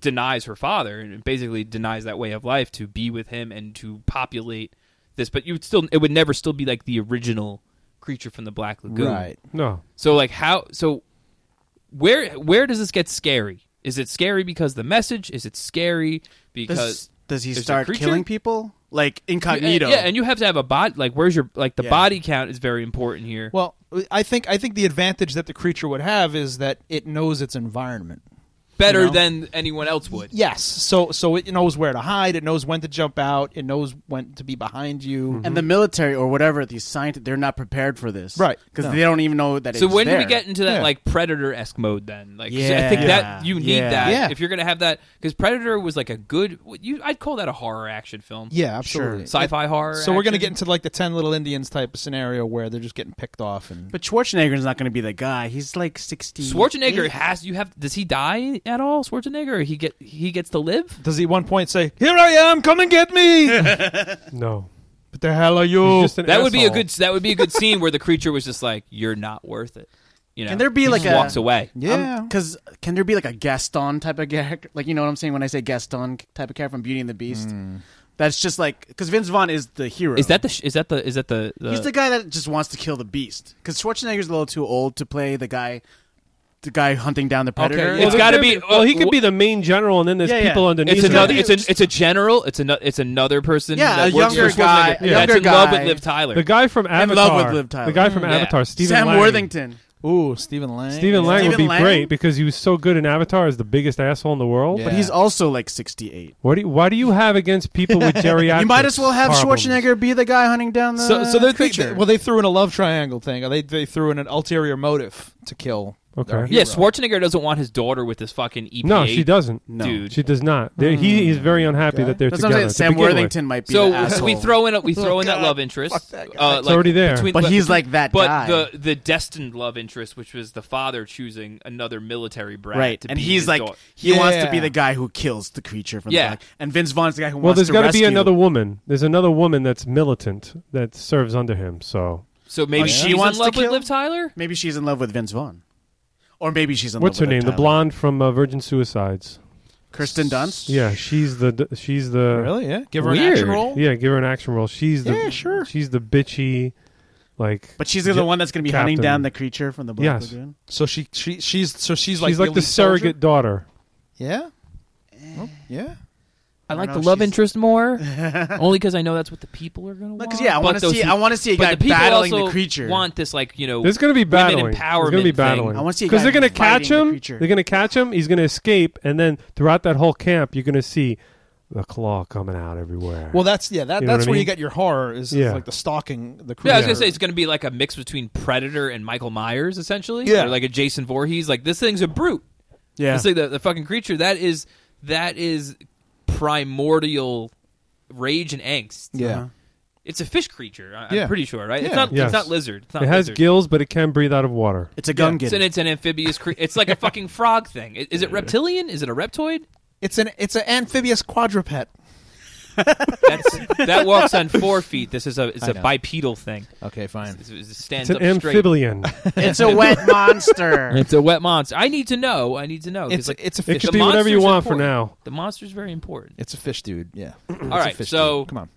Speaker 4: denies her father and basically denies that way of life to be with him and to populate this. But you would still, it would never still be like the original creature from the Black Lagoon.
Speaker 5: right.
Speaker 3: No.
Speaker 4: So like how so where where does this get scary? Is it scary because the message? Is it scary because
Speaker 1: Does, does he
Speaker 4: there's a
Speaker 1: start
Speaker 4: creature?
Speaker 1: killing people like
Speaker 4: you- eh,
Speaker 1: incognito?
Speaker 4: yeah, and you have to have a body. Like, where's your like the
Speaker 1: Yeah.
Speaker 4: body count is very important here.
Speaker 5: Well, I think I think the advantage that the creature would have is that it knows its environment.
Speaker 4: Better
Speaker 5: you know?
Speaker 4: than anyone else would.
Speaker 5: Yes, so so it knows where to hide. It knows when to jump out. It knows when to be behind you.
Speaker 3: Mm-hmm.
Speaker 1: and the military or whatever these scientists they're not prepared for this
Speaker 5: Right.
Speaker 1: because
Speaker 5: No.
Speaker 1: they don't even know that
Speaker 4: So
Speaker 1: it's
Speaker 4: when do we
Speaker 1: there.
Speaker 4: get into that
Speaker 5: Yeah.
Speaker 4: like predator esque mode then? Like 'cause I
Speaker 1: Yeah.
Speaker 4: think that you need
Speaker 1: Yeah.
Speaker 4: that
Speaker 5: Yeah.
Speaker 4: if you're gonna have that because predator was like a good. You I'd call that a horror action film.
Speaker 5: yeah,
Speaker 1: Sure.
Speaker 5: absolutely.
Speaker 4: sci-fi horror.
Speaker 5: So we're gonna
Speaker 4: action.
Speaker 5: get into like the ten little Indians type of scenario where they're just getting picked off and.
Speaker 1: But Schwarzenegger's not going to be the guy. He's like sixty.
Speaker 4: Schwarzenegger has you have does he die at all? Schwarzenegger or he get he gets to live?
Speaker 5: does he at one point say, "Here I am, come and get
Speaker 3: (laughs)
Speaker 5: me"? but
Speaker 3: No.
Speaker 5: the hell are
Speaker 3: He's
Speaker 5: you?
Speaker 3: just an
Speaker 4: That would be a
Speaker 3: asshole.
Speaker 4: good that would be a good scene where the creature was just like you're not worth it. You know,
Speaker 1: Can there be
Speaker 4: He
Speaker 1: like
Speaker 4: just
Speaker 1: a-
Speaker 4: walks away?
Speaker 5: yeah,
Speaker 1: Because can there be like a Gaston type of character? Like you know what I'm saying when I say Gaston type of character from Beauty and the Beast? That's just like because Vince Vaughn is the hero.
Speaker 4: Hmm. Is that the sh- is that the is that the, the
Speaker 1: He's the guy that just wants to kill the beast. Because Schwarzenegger's a little too old to play the guy, the guy hunting down the predator.
Speaker 4: yeah. It's
Speaker 3: there-
Speaker 4: gotta
Speaker 3: there-
Speaker 4: be-
Speaker 3: Well, he
Speaker 4: wh-
Speaker 3: could be the main general, and then there's
Speaker 1: Yeah, yeah.
Speaker 3: people underneath.
Speaker 4: it's
Speaker 3: him.
Speaker 4: another it's a it's a general it's another it's another person
Speaker 1: Yeah,
Speaker 4: that
Speaker 1: a
Speaker 4: works
Speaker 1: younger
Speaker 4: for Schwarzenegger
Speaker 1: guy- a
Speaker 4: that's
Speaker 1: younger
Speaker 4: in love with
Speaker 1: guy.
Speaker 4: Liv Tyler
Speaker 3: The guy from Avatar.
Speaker 1: love with Liv Tyler.
Speaker 3: The guy from
Speaker 4: Mm, yeah.
Speaker 3: Avatar, Stephen
Speaker 1: Sam
Speaker 3: Lang.
Speaker 1: Worthington.
Speaker 5: Ooh, Stephen Lang.
Speaker 3: Stephen Lang would
Speaker 1: Stephen
Speaker 3: be
Speaker 1: Lang?
Speaker 3: great because he was so good in Avatar as the biggest asshole in the world.
Speaker 5: Yeah.
Speaker 1: But he's also like 68.
Speaker 3: What do you, why do you have against
Speaker 1: (laughs)
Speaker 3: people with geriatric?
Speaker 1: You might as well have Schwarzenegger be the guy hunting down the
Speaker 5: So, so they're
Speaker 1: Uh, creature.
Speaker 5: thinking. Well, they threw in a love triangle thing. Or They they threw in an ulterior motive to kill.
Speaker 3: Okay.
Speaker 5: their
Speaker 4: Yeah,
Speaker 5: hero.
Speaker 4: Schwarzenegger doesn't want his daughter with this fucking EPA.
Speaker 3: No, she doesn't.
Speaker 1: no. Hmm.
Speaker 4: dude.
Speaker 3: She does not. They're- He is very unhappy
Speaker 5: Okay.
Speaker 3: that they're
Speaker 1: That's what I'm
Speaker 3: together.
Speaker 1: saying.
Speaker 3: to
Speaker 1: Sam
Speaker 3: begin with.
Speaker 1: Worthington might
Speaker 3: (laughs)
Speaker 1: be the
Speaker 4: so (laughs)
Speaker 1: asshole.
Speaker 4: we throw in a,
Speaker 1: Oh,
Speaker 4: we throw in that love interest. uh,
Speaker 3: It's already there.
Speaker 1: But he's like that
Speaker 4: But
Speaker 1: guy.
Speaker 4: the the destined love interest, which was the father choosing another military brat,
Speaker 1: right.
Speaker 4: to
Speaker 1: And
Speaker 4: be
Speaker 1: he's
Speaker 4: his
Speaker 1: like,
Speaker 4: daughter.
Speaker 1: he wants to be
Speaker 5: Yeah.
Speaker 1: the guy who kills the creature from the
Speaker 4: Yeah.
Speaker 1: back. And Vince Vaughn's the guy who
Speaker 3: Well,
Speaker 1: wants
Speaker 3: there's
Speaker 1: to
Speaker 3: got to be
Speaker 1: rescue-
Speaker 3: another woman. There's another woman that's militant that serves under him. So
Speaker 4: so maybe
Speaker 1: Oh, yeah?
Speaker 4: she's
Speaker 1: She wants
Speaker 4: in
Speaker 1: to
Speaker 4: love with
Speaker 1: kill?
Speaker 4: Liv Tyler.
Speaker 1: Maybe she's in love with Vince Vaughn. Or maybe she's in
Speaker 3: what's her
Speaker 1: love with
Speaker 3: name?
Speaker 1: Tyler.
Speaker 3: The blonde from uh, Virgin Suicides.
Speaker 1: Kirsten Dunst?
Speaker 3: Yeah, she's the she's the
Speaker 5: Really? Yeah. Give her an
Speaker 4: Weird.
Speaker 5: action role.
Speaker 3: yeah. Give her an action role. She's the
Speaker 5: Yeah, sure.
Speaker 3: She's the bitchy, like
Speaker 1: But she's the
Speaker 3: Yeah,
Speaker 1: one that's going to be hunting
Speaker 3: Captain.
Speaker 1: down the creature from the Black
Speaker 3: Yes.
Speaker 1: Lagoon.
Speaker 5: So she she she's so she's,
Speaker 3: she's like the
Speaker 5: elite soldier?
Speaker 3: surrogate daughter.
Speaker 5: Yeah. Well, yeah.
Speaker 4: I
Speaker 1: don't
Speaker 4: like
Speaker 1: know
Speaker 4: the
Speaker 1: if
Speaker 4: love
Speaker 1: she's- (laughs)
Speaker 4: interest more, only because I know that's what the people are going to want.
Speaker 1: Because yeah, I
Speaker 4: But
Speaker 1: want to
Speaker 4: those
Speaker 1: see.
Speaker 4: who-
Speaker 1: I want to see a
Speaker 4: but
Speaker 1: guy
Speaker 4: the people
Speaker 1: battling the
Speaker 4: also
Speaker 1: creature.
Speaker 4: Want this like you know
Speaker 3: There's going to be battling.
Speaker 4: women
Speaker 3: There's going to be
Speaker 4: empowerment
Speaker 3: battling.
Speaker 4: thing.
Speaker 1: I wanna see a
Speaker 3: because
Speaker 1: guy
Speaker 3: they're going to
Speaker 1: fighting
Speaker 3: catch
Speaker 1: the
Speaker 3: him.
Speaker 1: creature.
Speaker 3: They're going to catch him. He's going to escape, and then throughout that whole camp, you're going to see the claw coming out everywhere.
Speaker 5: Well, that's yeah. That
Speaker 3: You know
Speaker 5: that's
Speaker 3: what I
Speaker 5: where you
Speaker 3: mean?
Speaker 5: get your horror is, is
Speaker 3: Yeah.
Speaker 5: like the stalking the creature.
Speaker 4: Yeah, I was gonna say it's gonna be like a mix between Predator and Michael Myers, essentially.
Speaker 5: Yeah.
Speaker 4: or like a Jason Voorhees. Like this thing's a brute.
Speaker 1: Yeah.
Speaker 4: It's like the, the fucking creature that is that is primordial rage and angst.
Speaker 5: yeah.
Speaker 1: Uh-huh.
Speaker 4: It's a fish creature. I- I'm
Speaker 5: Yeah.
Speaker 4: pretty sure, right? It's
Speaker 5: Yeah.
Speaker 4: not.
Speaker 3: Yes.
Speaker 4: It's not lizard. It's not
Speaker 3: it has
Speaker 4: lizard.
Speaker 3: gills, but it can breathe out of water.
Speaker 1: It's a gun
Speaker 4: It's an,
Speaker 1: getting.
Speaker 4: it's an amphibious creature. It's like a fucking frog thing. I- Is it reptilian? Is it a reptoid?
Speaker 5: It's an it's an amphibious quadruped.
Speaker 4: That's, that walks on four feet. This is a it's
Speaker 5: I
Speaker 4: a
Speaker 5: know.
Speaker 4: bipedal thing.
Speaker 5: Okay, fine.
Speaker 4: It's, it's, it stands
Speaker 3: It's an
Speaker 4: up straight.
Speaker 3: amphibian.
Speaker 1: (laughs) It's a wet
Speaker 4: (laughs)
Speaker 1: monster.
Speaker 4: It's a wet monster. I need to know. I need to know. 'cause,
Speaker 5: It's
Speaker 4: like,
Speaker 5: it's a
Speaker 3: it
Speaker 5: fish.
Speaker 4: the
Speaker 3: could be whatever you
Speaker 4: monster's
Speaker 3: want for
Speaker 4: important.
Speaker 3: now.
Speaker 4: The monster's very important.
Speaker 5: It's a fish, dude. Yeah. All
Speaker 4: right, so-
Speaker 5: come on.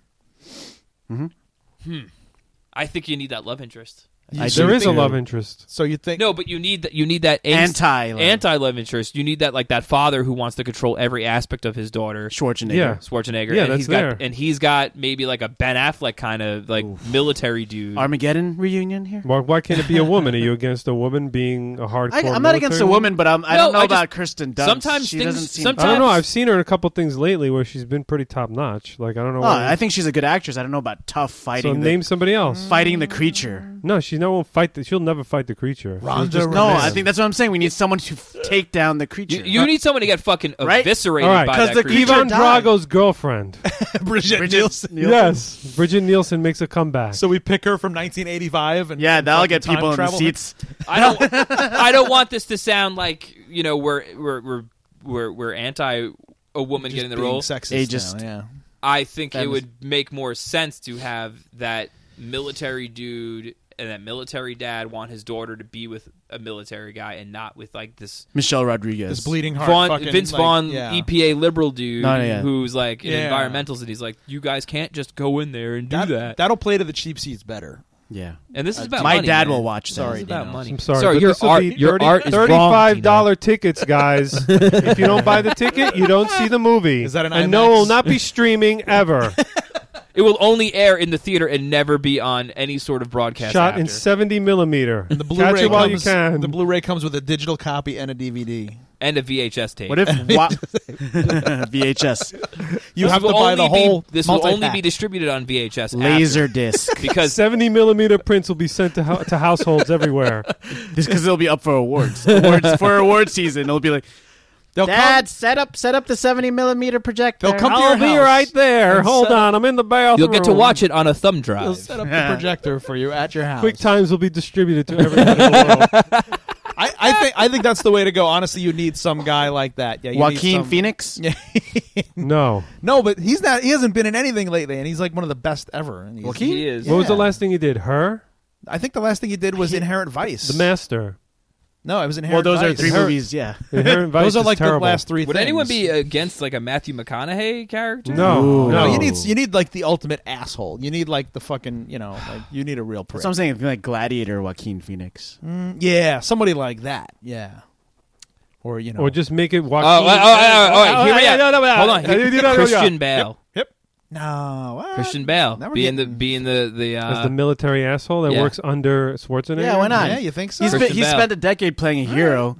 Speaker 4: I think you need that love interest.
Speaker 1: I
Speaker 3: there
Speaker 1: do
Speaker 3: is a
Speaker 1: think-
Speaker 3: love interest.
Speaker 5: So you think
Speaker 4: No, but you need that. You need that angst,
Speaker 1: Anti
Speaker 4: anti love interest. You need that like that father who wants to control every aspect of his daughter.
Speaker 1: Schwarzenegger.
Speaker 3: Yeah.
Speaker 4: Schwarzenegger.
Speaker 3: Yeah,
Speaker 4: and
Speaker 3: that's
Speaker 4: he's got,
Speaker 3: there.
Speaker 4: And he's got maybe like a Ben Affleck kind of like military dude.
Speaker 1: Armageddon reunion here.
Speaker 3: Mark, why can't it be a woman? Are you against a woman being a hardcore?
Speaker 1: I, I'm not against a
Speaker 3: military
Speaker 1: woman, but I'm, I
Speaker 4: No,
Speaker 1: don't know
Speaker 4: I just-
Speaker 1: about Kirsten Dunst.
Speaker 4: sometimes
Speaker 1: she
Speaker 4: things-
Speaker 1: doesn't seem.
Speaker 4: sometimes-
Speaker 3: I don't know.
Speaker 4: Times.
Speaker 3: I've seen her in a couple things lately where she's been pretty top notch. Like I don't know.
Speaker 1: Oh,
Speaker 3: why-
Speaker 1: I think she's a good actress. I don't know about tough
Speaker 3: so.
Speaker 1: fighting. the, Mm.
Speaker 3: Name somebody else.
Speaker 1: fighting the creature.
Speaker 3: No, she no won't fight. The, she'll never fight the creature. She'll
Speaker 5: Ronda
Speaker 3: just-
Speaker 1: No,
Speaker 5: Rousey.
Speaker 1: I think that's what I'm saying. We need someone to f- take down the creature.
Speaker 4: you, you need someone to get fucking
Speaker 1: Uh, Right?
Speaker 4: eviscerated
Speaker 3: All right.
Speaker 4: by
Speaker 1: 'Cause
Speaker 4: that
Speaker 1: the
Speaker 4: creature.
Speaker 1: creature-
Speaker 3: Ivan
Speaker 1: died.
Speaker 3: Drago's girlfriend.
Speaker 5: Bridget,
Speaker 1: Bridget (laughs)
Speaker 5: Nielsen.
Speaker 1: Nielsen.
Speaker 3: yes, Bridget Nielsen makes a comeback.
Speaker 5: So we pick her from 1985, and
Speaker 1: Yeah,
Speaker 5: and
Speaker 1: that'll
Speaker 5: fucking
Speaker 1: get people
Speaker 5: time
Speaker 1: in the
Speaker 5: travel.
Speaker 1: seats.
Speaker 4: I don't. I don't want this to sound like you know we're we're we're we're, we're anti a woman
Speaker 5: Just
Speaker 4: getting the
Speaker 5: being
Speaker 4: role.
Speaker 5: sexist
Speaker 1: Ageist.
Speaker 5: now, yeah.
Speaker 4: I think it
Speaker 1: Feminism.
Speaker 4: would make more sense to have that military dude and that military dad want his daughter to be with a military guy and not with like this
Speaker 1: Michelle Rodriguez.
Speaker 5: This bleeding heart.
Speaker 4: Vaughn,
Speaker 5: fucking,
Speaker 4: Vince
Speaker 5: like,
Speaker 4: Vaughn
Speaker 5: yeah.
Speaker 4: EPA liberal dude
Speaker 1: No, no, yeah.
Speaker 4: who's like an
Speaker 5: Yeah.
Speaker 4: environmentalist and he's like, you guys can't just go in there and do
Speaker 5: That,
Speaker 4: that.
Speaker 5: will play to the cheap seats better.
Speaker 1: Yeah.
Speaker 4: and this is about
Speaker 1: My
Speaker 4: money,
Speaker 1: dad
Speaker 4: man.
Speaker 1: will watch. that.
Speaker 4: This is about money.
Speaker 3: I'm sorry.
Speaker 4: Sorry,
Speaker 3: but
Speaker 4: your
Speaker 3: this will
Speaker 4: art-
Speaker 3: be
Speaker 4: your
Speaker 3: 30
Speaker 4: art is wrong,
Speaker 3: Thirty-five dollar tickets, guys. if you don't buy the ticket, you don't see the movie.
Speaker 5: Is that an
Speaker 3: and no,
Speaker 5: IMAX?
Speaker 3: it will not be streaming ever.
Speaker 4: It will only air in the theater and never be on any sort of broadcast.
Speaker 3: Shot in
Speaker 4: after.
Speaker 3: seventy millimeter.
Speaker 5: The
Speaker 3: Catch
Speaker 5: Blu-ray
Speaker 3: it while
Speaker 5: comes,
Speaker 3: you can.
Speaker 5: The Blu-ray comes with a digital copy and a DVD.
Speaker 4: and a VHS tape.
Speaker 1: What if
Speaker 4: (laughs)
Speaker 1: wa- (laughs) VHS
Speaker 5: You
Speaker 4: This
Speaker 5: have to
Speaker 4: will
Speaker 5: buy the
Speaker 4: only be-
Speaker 5: whole.
Speaker 4: This will only be
Speaker 5: multi-pack.
Speaker 4: distributed on VHS. after.
Speaker 1: laser disc?
Speaker 4: because
Speaker 3: 70 millimeter prints will be sent to, ho- to households everywhere.
Speaker 1: Just because it'll be up for awards. awards for award season, it'll be like,
Speaker 5: They'll
Speaker 1: Dad, set up, set up the seventy millimeter projector.
Speaker 5: They'll come to
Speaker 3: I'll
Speaker 5: your
Speaker 3: be
Speaker 5: house.
Speaker 3: right there.
Speaker 5: And
Speaker 3: Hold
Speaker 5: set
Speaker 3: on, I'm in the bathroom.
Speaker 4: you'll get to
Speaker 5: (laughs)
Speaker 4: watch it on a thumb
Speaker 5: They'll
Speaker 4: drive.
Speaker 5: set up
Speaker 1: Yeah.
Speaker 5: the projector for you at your house.
Speaker 3: Quick times will be distributed
Speaker 5: (laughs)
Speaker 3: to everyone in the world.
Speaker 5: I, I think I think that's the way to go. Honestly, you need some guy like that. Yeah, you need
Speaker 1: Joaquin
Speaker 5: some-
Speaker 1: Phoenix.
Speaker 5: Yeah.
Speaker 3: No.
Speaker 5: no, but he's not. He hasn't been in anything lately, and he's like one of the best ever. And he's-
Speaker 1: Joaquin?
Speaker 4: He is.
Speaker 3: What was the
Speaker 5: Yeah.
Speaker 3: last thing you did? Her?
Speaker 5: I think the last thing he did was Inherent Vice.
Speaker 3: The Master.
Speaker 5: No, it was Inherent.
Speaker 1: Well, those are
Speaker 5: Vice.
Speaker 1: three
Speaker 3: Her-
Speaker 1: movies. Yeah.
Speaker 3: Inherent Vice
Speaker 5: (laughs) Those are
Speaker 3: is
Speaker 5: like
Speaker 3: terrible.
Speaker 5: the last three.
Speaker 4: Would
Speaker 5: things.
Speaker 4: anyone be against like a Matthew McConaughey character?
Speaker 3: No.
Speaker 1: Ooh.
Speaker 5: No,
Speaker 3: No.
Speaker 5: you need you need like the ultimate asshole. You need like the fucking you know like you need a real prick.
Speaker 1: That's what I'm saying. Like Gladiator, Joaquin Phoenix.
Speaker 5: Mm, yeah, somebody like that. Yeah, or you know,
Speaker 3: Or just make it
Speaker 4: Oh,
Speaker 3: Joaquin.
Speaker 4: oh, oh, oh, oh, oh, here we
Speaker 3: yeah,
Speaker 4: are.
Speaker 3: no, no, no.
Speaker 5: (laughs)
Speaker 4: Hold on.
Speaker 3: Yeah, yeah, yeah, yeah,
Speaker 4: Christian
Speaker 3: yeah.
Speaker 4: Bale.
Speaker 5: yep. No. what?
Speaker 4: Christian Bale
Speaker 5: Now we're
Speaker 4: being the
Speaker 5: getting-
Speaker 4: being the the uh,
Speaker 3: As the military asshole that
Speaker 4: yeah.
Speaker 3: works under Schwarzenegger.
Speaker 1: Yeah, why not?
Speaker 5: Yeah, you think so?
Speaker 1: He's been,
Speaker 4: Christian
Speaker 1: he
Speaker 4: Bale.
Speaker 1: spent a decade playing a hero.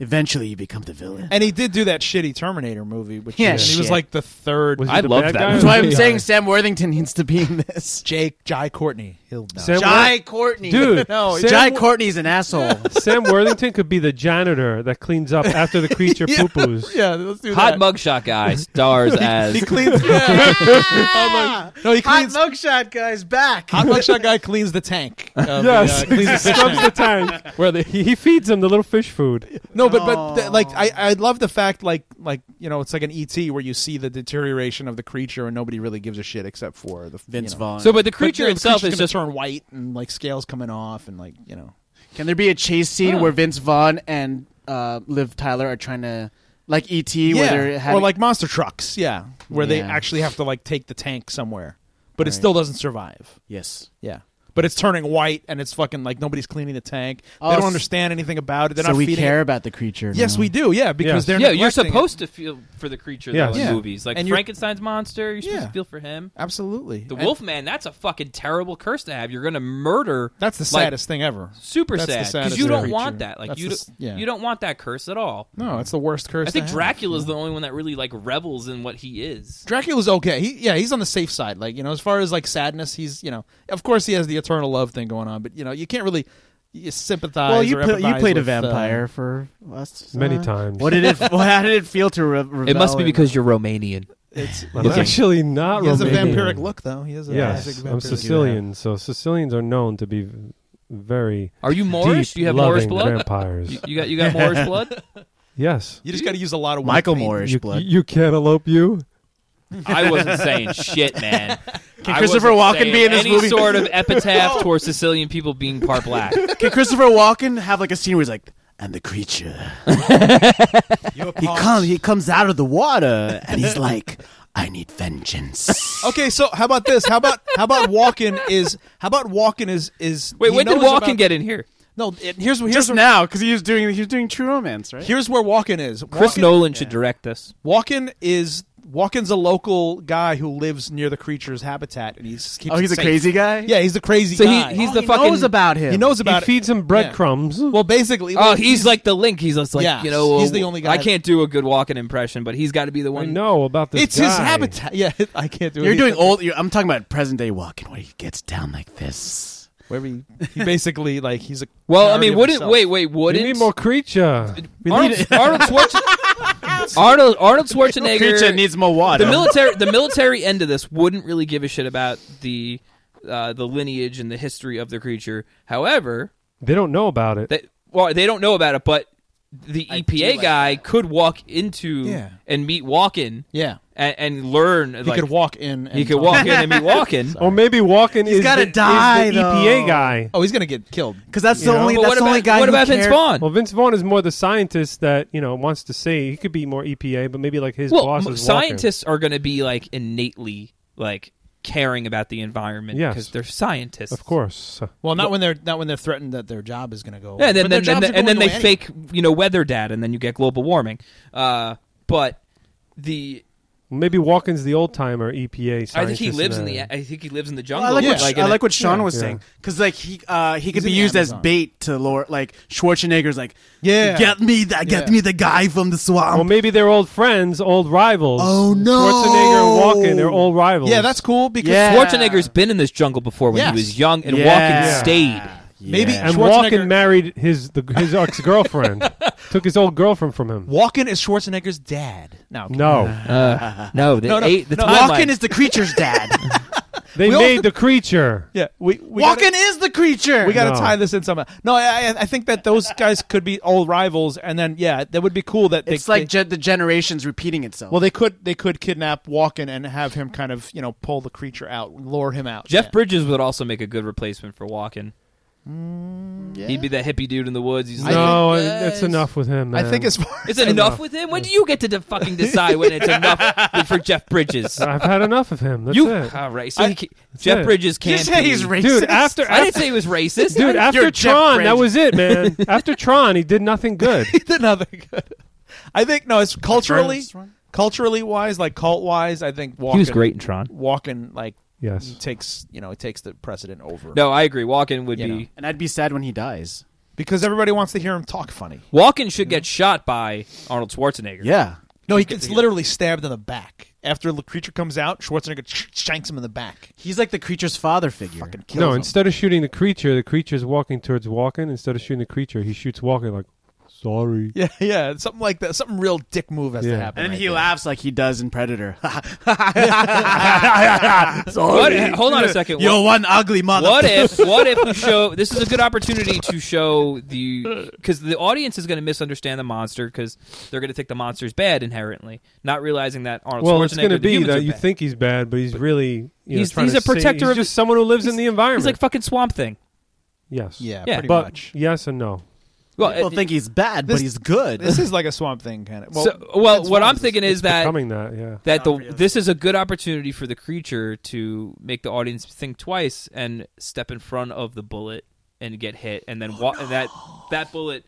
Speaker 1: Eventually, you become the villain.
Speaker 5: and he did do that shitty Terminator movie, which
Speaker 1: Yeah,
Speaker 5: was- he was
Speaker 1: shit.
Speaker 5: like the third.
Speaker 3: Was he
Speaker 4: I
Speaker 3: the
Speaker 4: love
Speaker 3: bad
Speaker 4: that.
Speaker 3: guy?
Speaker 1: That's why I'm
Speaker 5: Yeah.
Speaker 1: saying Sam Worthington needs to be in this.
Speaker 5: Jake Jai Courtney. He'll know.
Speaker 3: Sam, Wor-
Speaker 1: Jai Courtney,
Speaker 3: Dude,
Speaker 1: (laughs) no,
Speaker 3: Sam
Speaker 1: Jai
Speaker 3: Wor-
Speaker 1: Courtney's an
Speaker 5: (laughs)
Speaker 1: asshole.
Speaker 3: (laughs) Sam Worthington could be the janitor that cleans up after the creature poo poos.
Speaker 5: (laughs) yeah, let's do
Speaker 4: hot
Speaker 5: that.
Speaker 4: mugshot guy stars as (laughs)
Speaker 5: (laughs) He cleans. Yeah. Oh my- no, he
Speaker 1: Hot
Speaker 5: cleans.
Speaker 1: mugshot guys back.
Speaker 5: Hot mugshot guy cleans the tank. of the,
Speaker 3: Yes,
Speaker 5: uh,
Speaker 3: (laughs)
Speaker 5: cleans the fish
Speaker 3: scrubs
Speaker 5: tank.
Speaker 3: the tank.
Speaker 5: Where they,
Speaker 3: He, he feeds him the little fish food.
Speaker 5: No, but but th-
Speaker 1: Oh.
Speaker 5: like I I love the fact like like you know it's like an ET where you see the deterioration of the creature and nobody really gives a shit except for the
Speaker 1: Vince
Speaker 5: you know.
Speaker 1: Vaughn.
Speaker 4: so. But the
Speaker 5: But, you know,
Speaker 4: creature
Speaker 5: the
Speaker 4: itself
Speaker 5: creature's
Speaker 4: is
Speaker 5: gonna
Speaker 4: just
Speaker 5: turn white and like scales coming off and like you know
Speaker 1: Can there be a chase scene
Speaker 4: Oh.
Speaker 1: where Vince Vaughn and uh, Liv Tyler are trying to, like ET, where they're
Speaker 5: yeah
Speaker 1: having,
Speaker 5: or like monster trucks yeah where they
Speaker 1: Yeah.
Speaker 5: actually have to like take the tank somewhere but it
Speaker 1: Right.
Speaker 5: still doesn't survive
Speaker 1: yes,
Speaker 5: yeah. But it's turning white, and it's fucking like nobody's cleaning the tank.
Speaker 1: Oh,
Speaker 5: they
Speaker 1: s-
Speaker 5: don't understand anything about it. They're
Speaker 1: so
Speaker 5: not
Speaker 1: we
Speaker 5: feeding
Speaker 1: care
Speaker 5: It.
Speaker 1: about the creature.
Speaker 5: Yes,
Speaker 1: now.
Speaker 5: we do. Yeah, because
Speaker 3: Yeah.
Speaker 5: they're
Speaker 4: yeah. You're
Speaker 5: neglecting it.
Speaker 4: supposed to feel for the creature
Speaker 3: Yes.
Speaker 4: though in
Speaker 5: Yeah.
Speaker 4: movies like
Speaker 5: And you're-
Speaker 4: Frankenstein's monster. You're supposed
Speaker 5: Yeah.
Speaker 4: to feel for him.
Speaker 5: absolutely
Speaker 4: The
Speaker 5: And
Speaker 4: Wolfman. That's a fucking terrible curse to have. You're gonna murder.
Speaker 5: That's the
Speaker 4: like,
Speaker 5: saddest thing ever.
Speaker 4: super
Speaker 5: That's the
Speaker 4: sad because
Speaker 5: saddest
Speaker 4: you don't
Speaker 5: creature.
Speaker 4: want that. Like
Speaker 5: That's
Speaker 4: you,
Speaker 5: the
Speaker 4: do,
Speaker 5: s- yeah.
Speaker 4: you don't want that curse at all.
Speaker 5: No, it's the worst curse.
Speaker 4: I
Speaker 5: to
Speaker 4: think
Speaker 5: have.
Speaker 4: Dracula's the only one that really like revels in what he is.
Speaker 5: Dracula's okay. He yeah, he's on the safe side. Like, you know, as far as like sadness, he's you know of course he has the eternal love thing going on, but you know, you can't really you sympathize.
Speaker 1: Well, you
Speaker 5: or
Speaker 1: pl- you
Speaker 5: empathize
Speaker 1: played a
Speaker 5: with, uh,
Speaker 1: vampire for us
Speaker 3: Many
Speaker 5: Uh-huh.
Speaker 1: uh,
Speaker 3: times.
Speaker 1: What did it? (laughs) well, how did it feel to? Re- rebel and-
Speaker 4: you're Romanian.
Speaker 5: it's,
Speaker 3: I'm actually not
Speaker 5: he has a
Speaker 3: Romanian.
Speaker 5: vampiric look though. He has a
Speaker 3: Yes,
Speaker 5: classic
Speaker 3: I'm
Speaker 5: vampiric-
Speaker 3: Sicilian, so Sicilians are known to be v- very
Speaker 4: Are you Moorish?
Speaker 3: deep,
Speaker 4: Do you have
Speaker 3: loving
Speaker 4: Moorish blood?
Speaker 3: vampires.
Speaker 4: (laughs) You got you got Moorish blood.
Speaker 3: yes,
Speaker 5: You just got to use a lot of
Speaker 1: (laughs)
Speaker 5: white
Speaker 1: Michael
Speaker 5: paint.
Speaker 1: Moorish
Speaker 3: you,
Speaker 1: blood.
Speaker 3: you cantaloupe you.
Speaker 4: I wasn't saying shit, man.
Speaker 1: Can
Speaker 4: I
Speaker 1: Christopher
Speaker 4: wasn't
Speaker 1: Walken be
Speaker 4: saying
Speaker 1: in this
Speaker 4: any
Speaker 1: movie?
Speaker 4: sort of epitaph towards Sicilian people being part black?
Speaker 1: Can Christopher Walken have like a scene where he's like, "And the creature,
Speaker 5: You're
Speaker 1: he
Speaker 5: part-
Speaker 1: comes, he comes out of the water, and he's like, I need
Speaker 5: (laughs)
Speaker 1: vengeance."
Speaker 5: Okay, so how about this? How about how about Walken is how about Walken is is
Speaker 4: Wait,
Speaker 5: he
Speaker 4: when did
Speaker 5: knows
Speaker 4: Walken
Speaker 5: about-
Speaker 4: get in here?
Speaker 5: No, it, here's here's
Speaker 1: Just
Speaker 5: where,
Speaker 1: now, because he was doing he was doing True Romance, right?
Speaker 5: here's where Walken is.
Speaker 4: Chris
Speaker 5: Walken-
Speaker 4: Nolan should direct this.
Speaker 5: Walken is Walken's a local guy who lives near the creature's habitat, and he's keeps
Speaker 1: oh, he's
Speaker 5: it
Speaker 1: a
Speaker 5: safe.
Speaker 1: crazy guy.
Speaker 5: Yeah, he's the crazy
Speaker 4: So he-
Speaker 5: guy.
Speaker 4: he's
Speaker 1: Oh,
Speaker 4: the
Speaker 1: he
Speaker 4: fucking-
Speaker 1: knows about him.
Speaker 5: he knows
Speaker 3: He
Speaker 5: about it.
Speaker 3: feeds him breadcrumbs.
Speaker 5: Well, basically,
Speaker 4: Oh,
Speaker 5: well,
Speaker 4: he's like the link. He's just like
Speaker 5: Yes,
Speaker 4: you know.
Speaker 5: he's the only guy
Speaker 4: I
Speaker 5: that-
Speaker 4: can't do a good Walken impression, but he's got to be the
Speaker 3: I
Speaker 4: one.
Speaker 3: know about this.
Speaker 5: it's his
Speaker 3: guy.
Speaker 5: habitat. (laughs) Yeah, I can't do.
Speaker 1: You're
Speaker 5: it.
Speaker 1: doing old. You're, I'm talking about present day Walken, where he gets down like this.
Speaker 5: where he, he basically like he's a.
Speaker 4: Well, I
Speaker 5: parody
Speaker 4: mean,
Speaker 5: of
Speaker 4: wouldn't
Speaker 5: himself.
Speaker 4: wait? Wait,
Speaker 3: We
Speaker 4: wouldn't
Speaker 3: need more creature. (laughs)
Speaker 4: Arnold, Arnold Schwarzenegger. Arnold, Arnold
Speaker 1: Creature
Speaker 4: Schwarzenegger.
Speaker 1: needs more water.
Speaker 4: The military, the military end of this wouldn't really give a shit about the uh, the lineage and the history of the creature. However,
Speaker 3: They don't know about it.
Speaker 4: that well, they don't know about it, but the
Speaker 1: I
Speaker 4: EPA
Speaker 1: do like
Speaker 4: guy could walk into
Speaker 5: Yeah.
Speaker 4: and meet Walken
Speaker 5: Yeah,
Speaker 4: and, and learn.
Speaker 5: he could walk in. And
Speaker 4: He could
Speaker 5: talk.
Speaker 4: walk in
Speaker 5: (laughs)
Speaker 4: and meet Walken.
Speaker 3: or maybe Walken is,
Speaker 1: gotta
Speaker 3: the, is the
Speaker 1: die, though.
Speaker 3: EPA guy.
Speaker 5: Oh, he's gonna get killed.
Speaker 1: because that's the
Speaker 3: You know?
Speaker 1: only
Speaker 4: But
Speaker 1: that's
Speaker 4: what
Speaker 1: the only
Speaker 4: about
Speaker 1: guy.
Speaker 4: what
Speaker 1: who
Speaker 4: about Vince
Speaker 1: cared-
Speaker 4: Vaughn?
Speaker 3: Well, Vince Vaughn is more the scientist that you know wants to say he could be more EPA, but maybe like his
Speaker 4: well,
Speaker 3: boss
Speaker 4: m-
Speaker 3: is Walken.
Speaker 4: scientists are going to be like innately like caring about the environment
Speaker 3: Yes.
Speaker 4: because they're scientists.
Speaker 3: Of course,
Speaker 5: Well, not when they're not when they're threatened that their job is gonna go.
Speaker 4: Yeah, and then,
Speaker 5: But their
Speaker 4: then, and
Speaker 5: jobs
Speaker 4: then,
Speaker 5: are
Speaker 4: and then
Speaker 5: going
Speaker 4: they
Speaker 5: away
Speaker 4: fake you know weather data, and then you get global warming. Uh, but the
Speaker 3: maybe Walken's the old timer EPA. Scientist
Speaker 4: I think he lives in the
Speaker 3: that.
Speaker 4: I think he lives in the
Speaker 1: Well,
Speaker 4: jungle.
Speaker 1: I like, what,
Speaker 4: like
Speaker 1: I
Speaker 4: in a-
Speaker 1: like what Sean was
Speaker 3: Yeah.
Speaker 1: saying because like he uh, he could
Speaker 5: He's
Speaker 1: be
Speaker 5: in the
Speaker 1: used as
Speaker 5: Amazon.
Speaker 1: bait to lure like Schwarzenegger's like
Speaker 5: Yeah.
Speaker 1: get me that get
Speaker 5: Yeah.
Speaker 1: me the guy from the swamp
Speaker 3: Well, maybe they're old friends, old rivals.
Speaker 1: Oh, no.
Speaker 3: Schwarzenegger and Walken, they're old rivals.
Speaker 5: anyway. Yeah, that's cool because
Speaker 1: Yeah.
Speaker 4: Schwarzenegger's been in this jungle before when
Speaker 5: Yes.
Speaker 4: he was young, and
Speaker 1: Yeah.
Speaker 4: Walken stayed.
Speaker 5: Maybe-
Speaker 1: Yeah.
Speaker 3: and
Speaker 5: Schwarzenegger-
Speaker 3: Walken married his the, his ex
Speaker 5: (laughs)
Speaker 3: girlfriend, took his old girlfriend from him.
Speaker 5: Walken is Schwarzenegger's dad. No, okay.
Speaker 3: No,
Speaker 4: Uh, no, the,
Speaker 5: No, no,
Speaker 4: eight, the
Speaker 5: no.
Speaker 4: timeline-
Speaker 1: Walken is the creature's dad.
Speaker 3: they
Speaker 5: We also-
Speaker 3: made the creature.
Speaker 5: Yeah, we, (laughs) we
Speaker 1: Walken
Speaker 5: gotta-
Speaker 1: is the creature.
Speaker 5: We got to
Speaker 3: No.
Speaker 5: tie this in somehow. No, I, I- I think that those guys could be old rivals, and then yeah, that would be cool. That they,
Speaker 1: it's like
Speaker 5: they-
Speaker 1: ge- the generations repeating itself.
Speaker 5: well, they could they could kidnap Walken and have him kind of you know pull the creature out, lure him out.
Speaker 4: Jeff
Speaker 5: Yeah.
Speaker 4: Bridges would also make a good replacement for Walken.
Speaker 1: yeah.
Speaker 4: He'd be that hippie dude in the woods. He's like,
Speaker 3: No,
Speaker 4: "Yes."
Speaker 3: I- that's enough with him.
Speaker 5: I
Speaker 3: man.
Speaker 5: think as far
Speaker 4: It's enough, with him. When do you get to de- fucking decide when it's enough for Jeff
Speaker 3: (laughs)
Speaker 4: Bridges?
Speaker 3: I've had enough of him. That's
Speaker 4: you
Speaker 3: it.
Speaker 4: all right? (laughs) So
Speaker 5: I-
Speaker 4: he ca- Jeff
Speaker 3: it.
Speaker 4: Bridges
Speaker 1: Did you
Speaker 4: can't.
Speaker 1: say
Speaker 4: (laughs)
Speaker 1: he's
Speaker 4: be-
Speaker 1: racist.
Speaker 3: Dude,
Speaker 5: (laughs)
Speaker 3: after,
Speaker 4: I didn't
Speaker 3: after
Speaker 4: say he was racist.
Speaker 3: dude,
Speaker 1: You're
Speaker 3: after
Speaker 1: Jeff
Speaker 3: Tron, that
Speaker 1: Bridges.
Speaker 3: was it, (laughs) man.
Speaker 5: (laughs)
Speaker 3: after Tron, he did nothing good.
Speaker 5: another good. I think no, it's culturally
Speaker 1: Ernest one?
Speaker 5: culturally wise, like cult wise, I think Walken,
Speaker 2: He was great in Tron.
Speaker 5: Walken like
Speaker 3: Yes.
Speaker 5: takes you know it takes the precedent over.
Speaker 4: No, I agree. Walken would
Speaker 5: You
Speaker 4: be.
Speaker 5: know.
Speaker 1: And I'd be sad when he dies.
Speaker 5: because everybody wants to hear him talk funny.
Speaker 4: Walken should get shot by Arnold Schwarzenegger.
Speaker 1: Yeah.
Speaker 5: No, he gets literally stabbed in the back after the creature comes out. Schwarzenegger sh- shanks him in the back.
Speaker 1: He's like the creature's father figure.
Speaker 5: Fucking kills
Speaker 3: No,
Speaker 5: him.
Speaker 3: instead of shooting the creature, the creature's walking towards Walken. Instead of shooting the creature, he shoots Walken like, sorry.
Speaker 5: (laughs) yeah, yeah, something like that. Something real dick move has to
Speaker 3: Yeah.
Speaker 5: happen.
Speaker 1: and then
Speaker 5: right
Speaker 1: he
Speaker 5: there.
Speaker 1: laughs like he does in Predator. (laughs)
Speaker 4: What, (laughs) hold on a second.
Speaker 1: You're one ugly
Speaker 4: What,
Speaker 1: mother.
Speaker 4: what if? What if we show? This is a good opportunity to show the because the audience is going to misunderstand the monster because they're going to think the monster's bad inherently, not realizing that Arnold
Speaker 3: Well,
Speaker 4: Schwarzenegger.
Speaker 3: it's going to
Speaker 4: the
Speaker 3: be
Speaker 4: humans
Speaker 3: that
Speaker 4: are
Speaker 3: you
Speaker 4: bad.
Speaker 3: think he's bad, but he's really you know,
Speaker 4: He's-
Speaker 3: trying
Speaker 4: he's
Speaker 3: to
Speaker 4: a protector
Speaker 3: save- he's
Speaker 4: of-
Speaker 3: just someone who lives in the environment.
Speaker 4: he's like fucking Swamp Thing.
Speaker 3: yes,
Speaker 5: Yeah,
Speaker 4: Yeah.
Speaker 5: pretty
Speaker 3: but
Speaker 5: much.
Speaker 3: yes and no.
Speaker 4: Well,
Speaker 1: People
Speaker 4: it-
Speaker 1: think he's bad,
Speaker 5: This-
Speaker 1: but he's good.
Speaker 5: This is like a swamp thing kind of. Well,
Speaker 4: so, well
Speaker 5: it's
Speaker 4: what
Speaker 5: one
Speaker 4: I'm
Speaker 5: of
Speaker 4: thinking is that
Speaker 3: Becoming that, yeah.
Speaker 4: that
Speaker 1: Not
Speaker 4: the
Speaker 1: real.
Speaker 4: this is a good opportunity for the creature to make the audience think twice and step in front of the bullet and get hit, and then wa- and that that bullet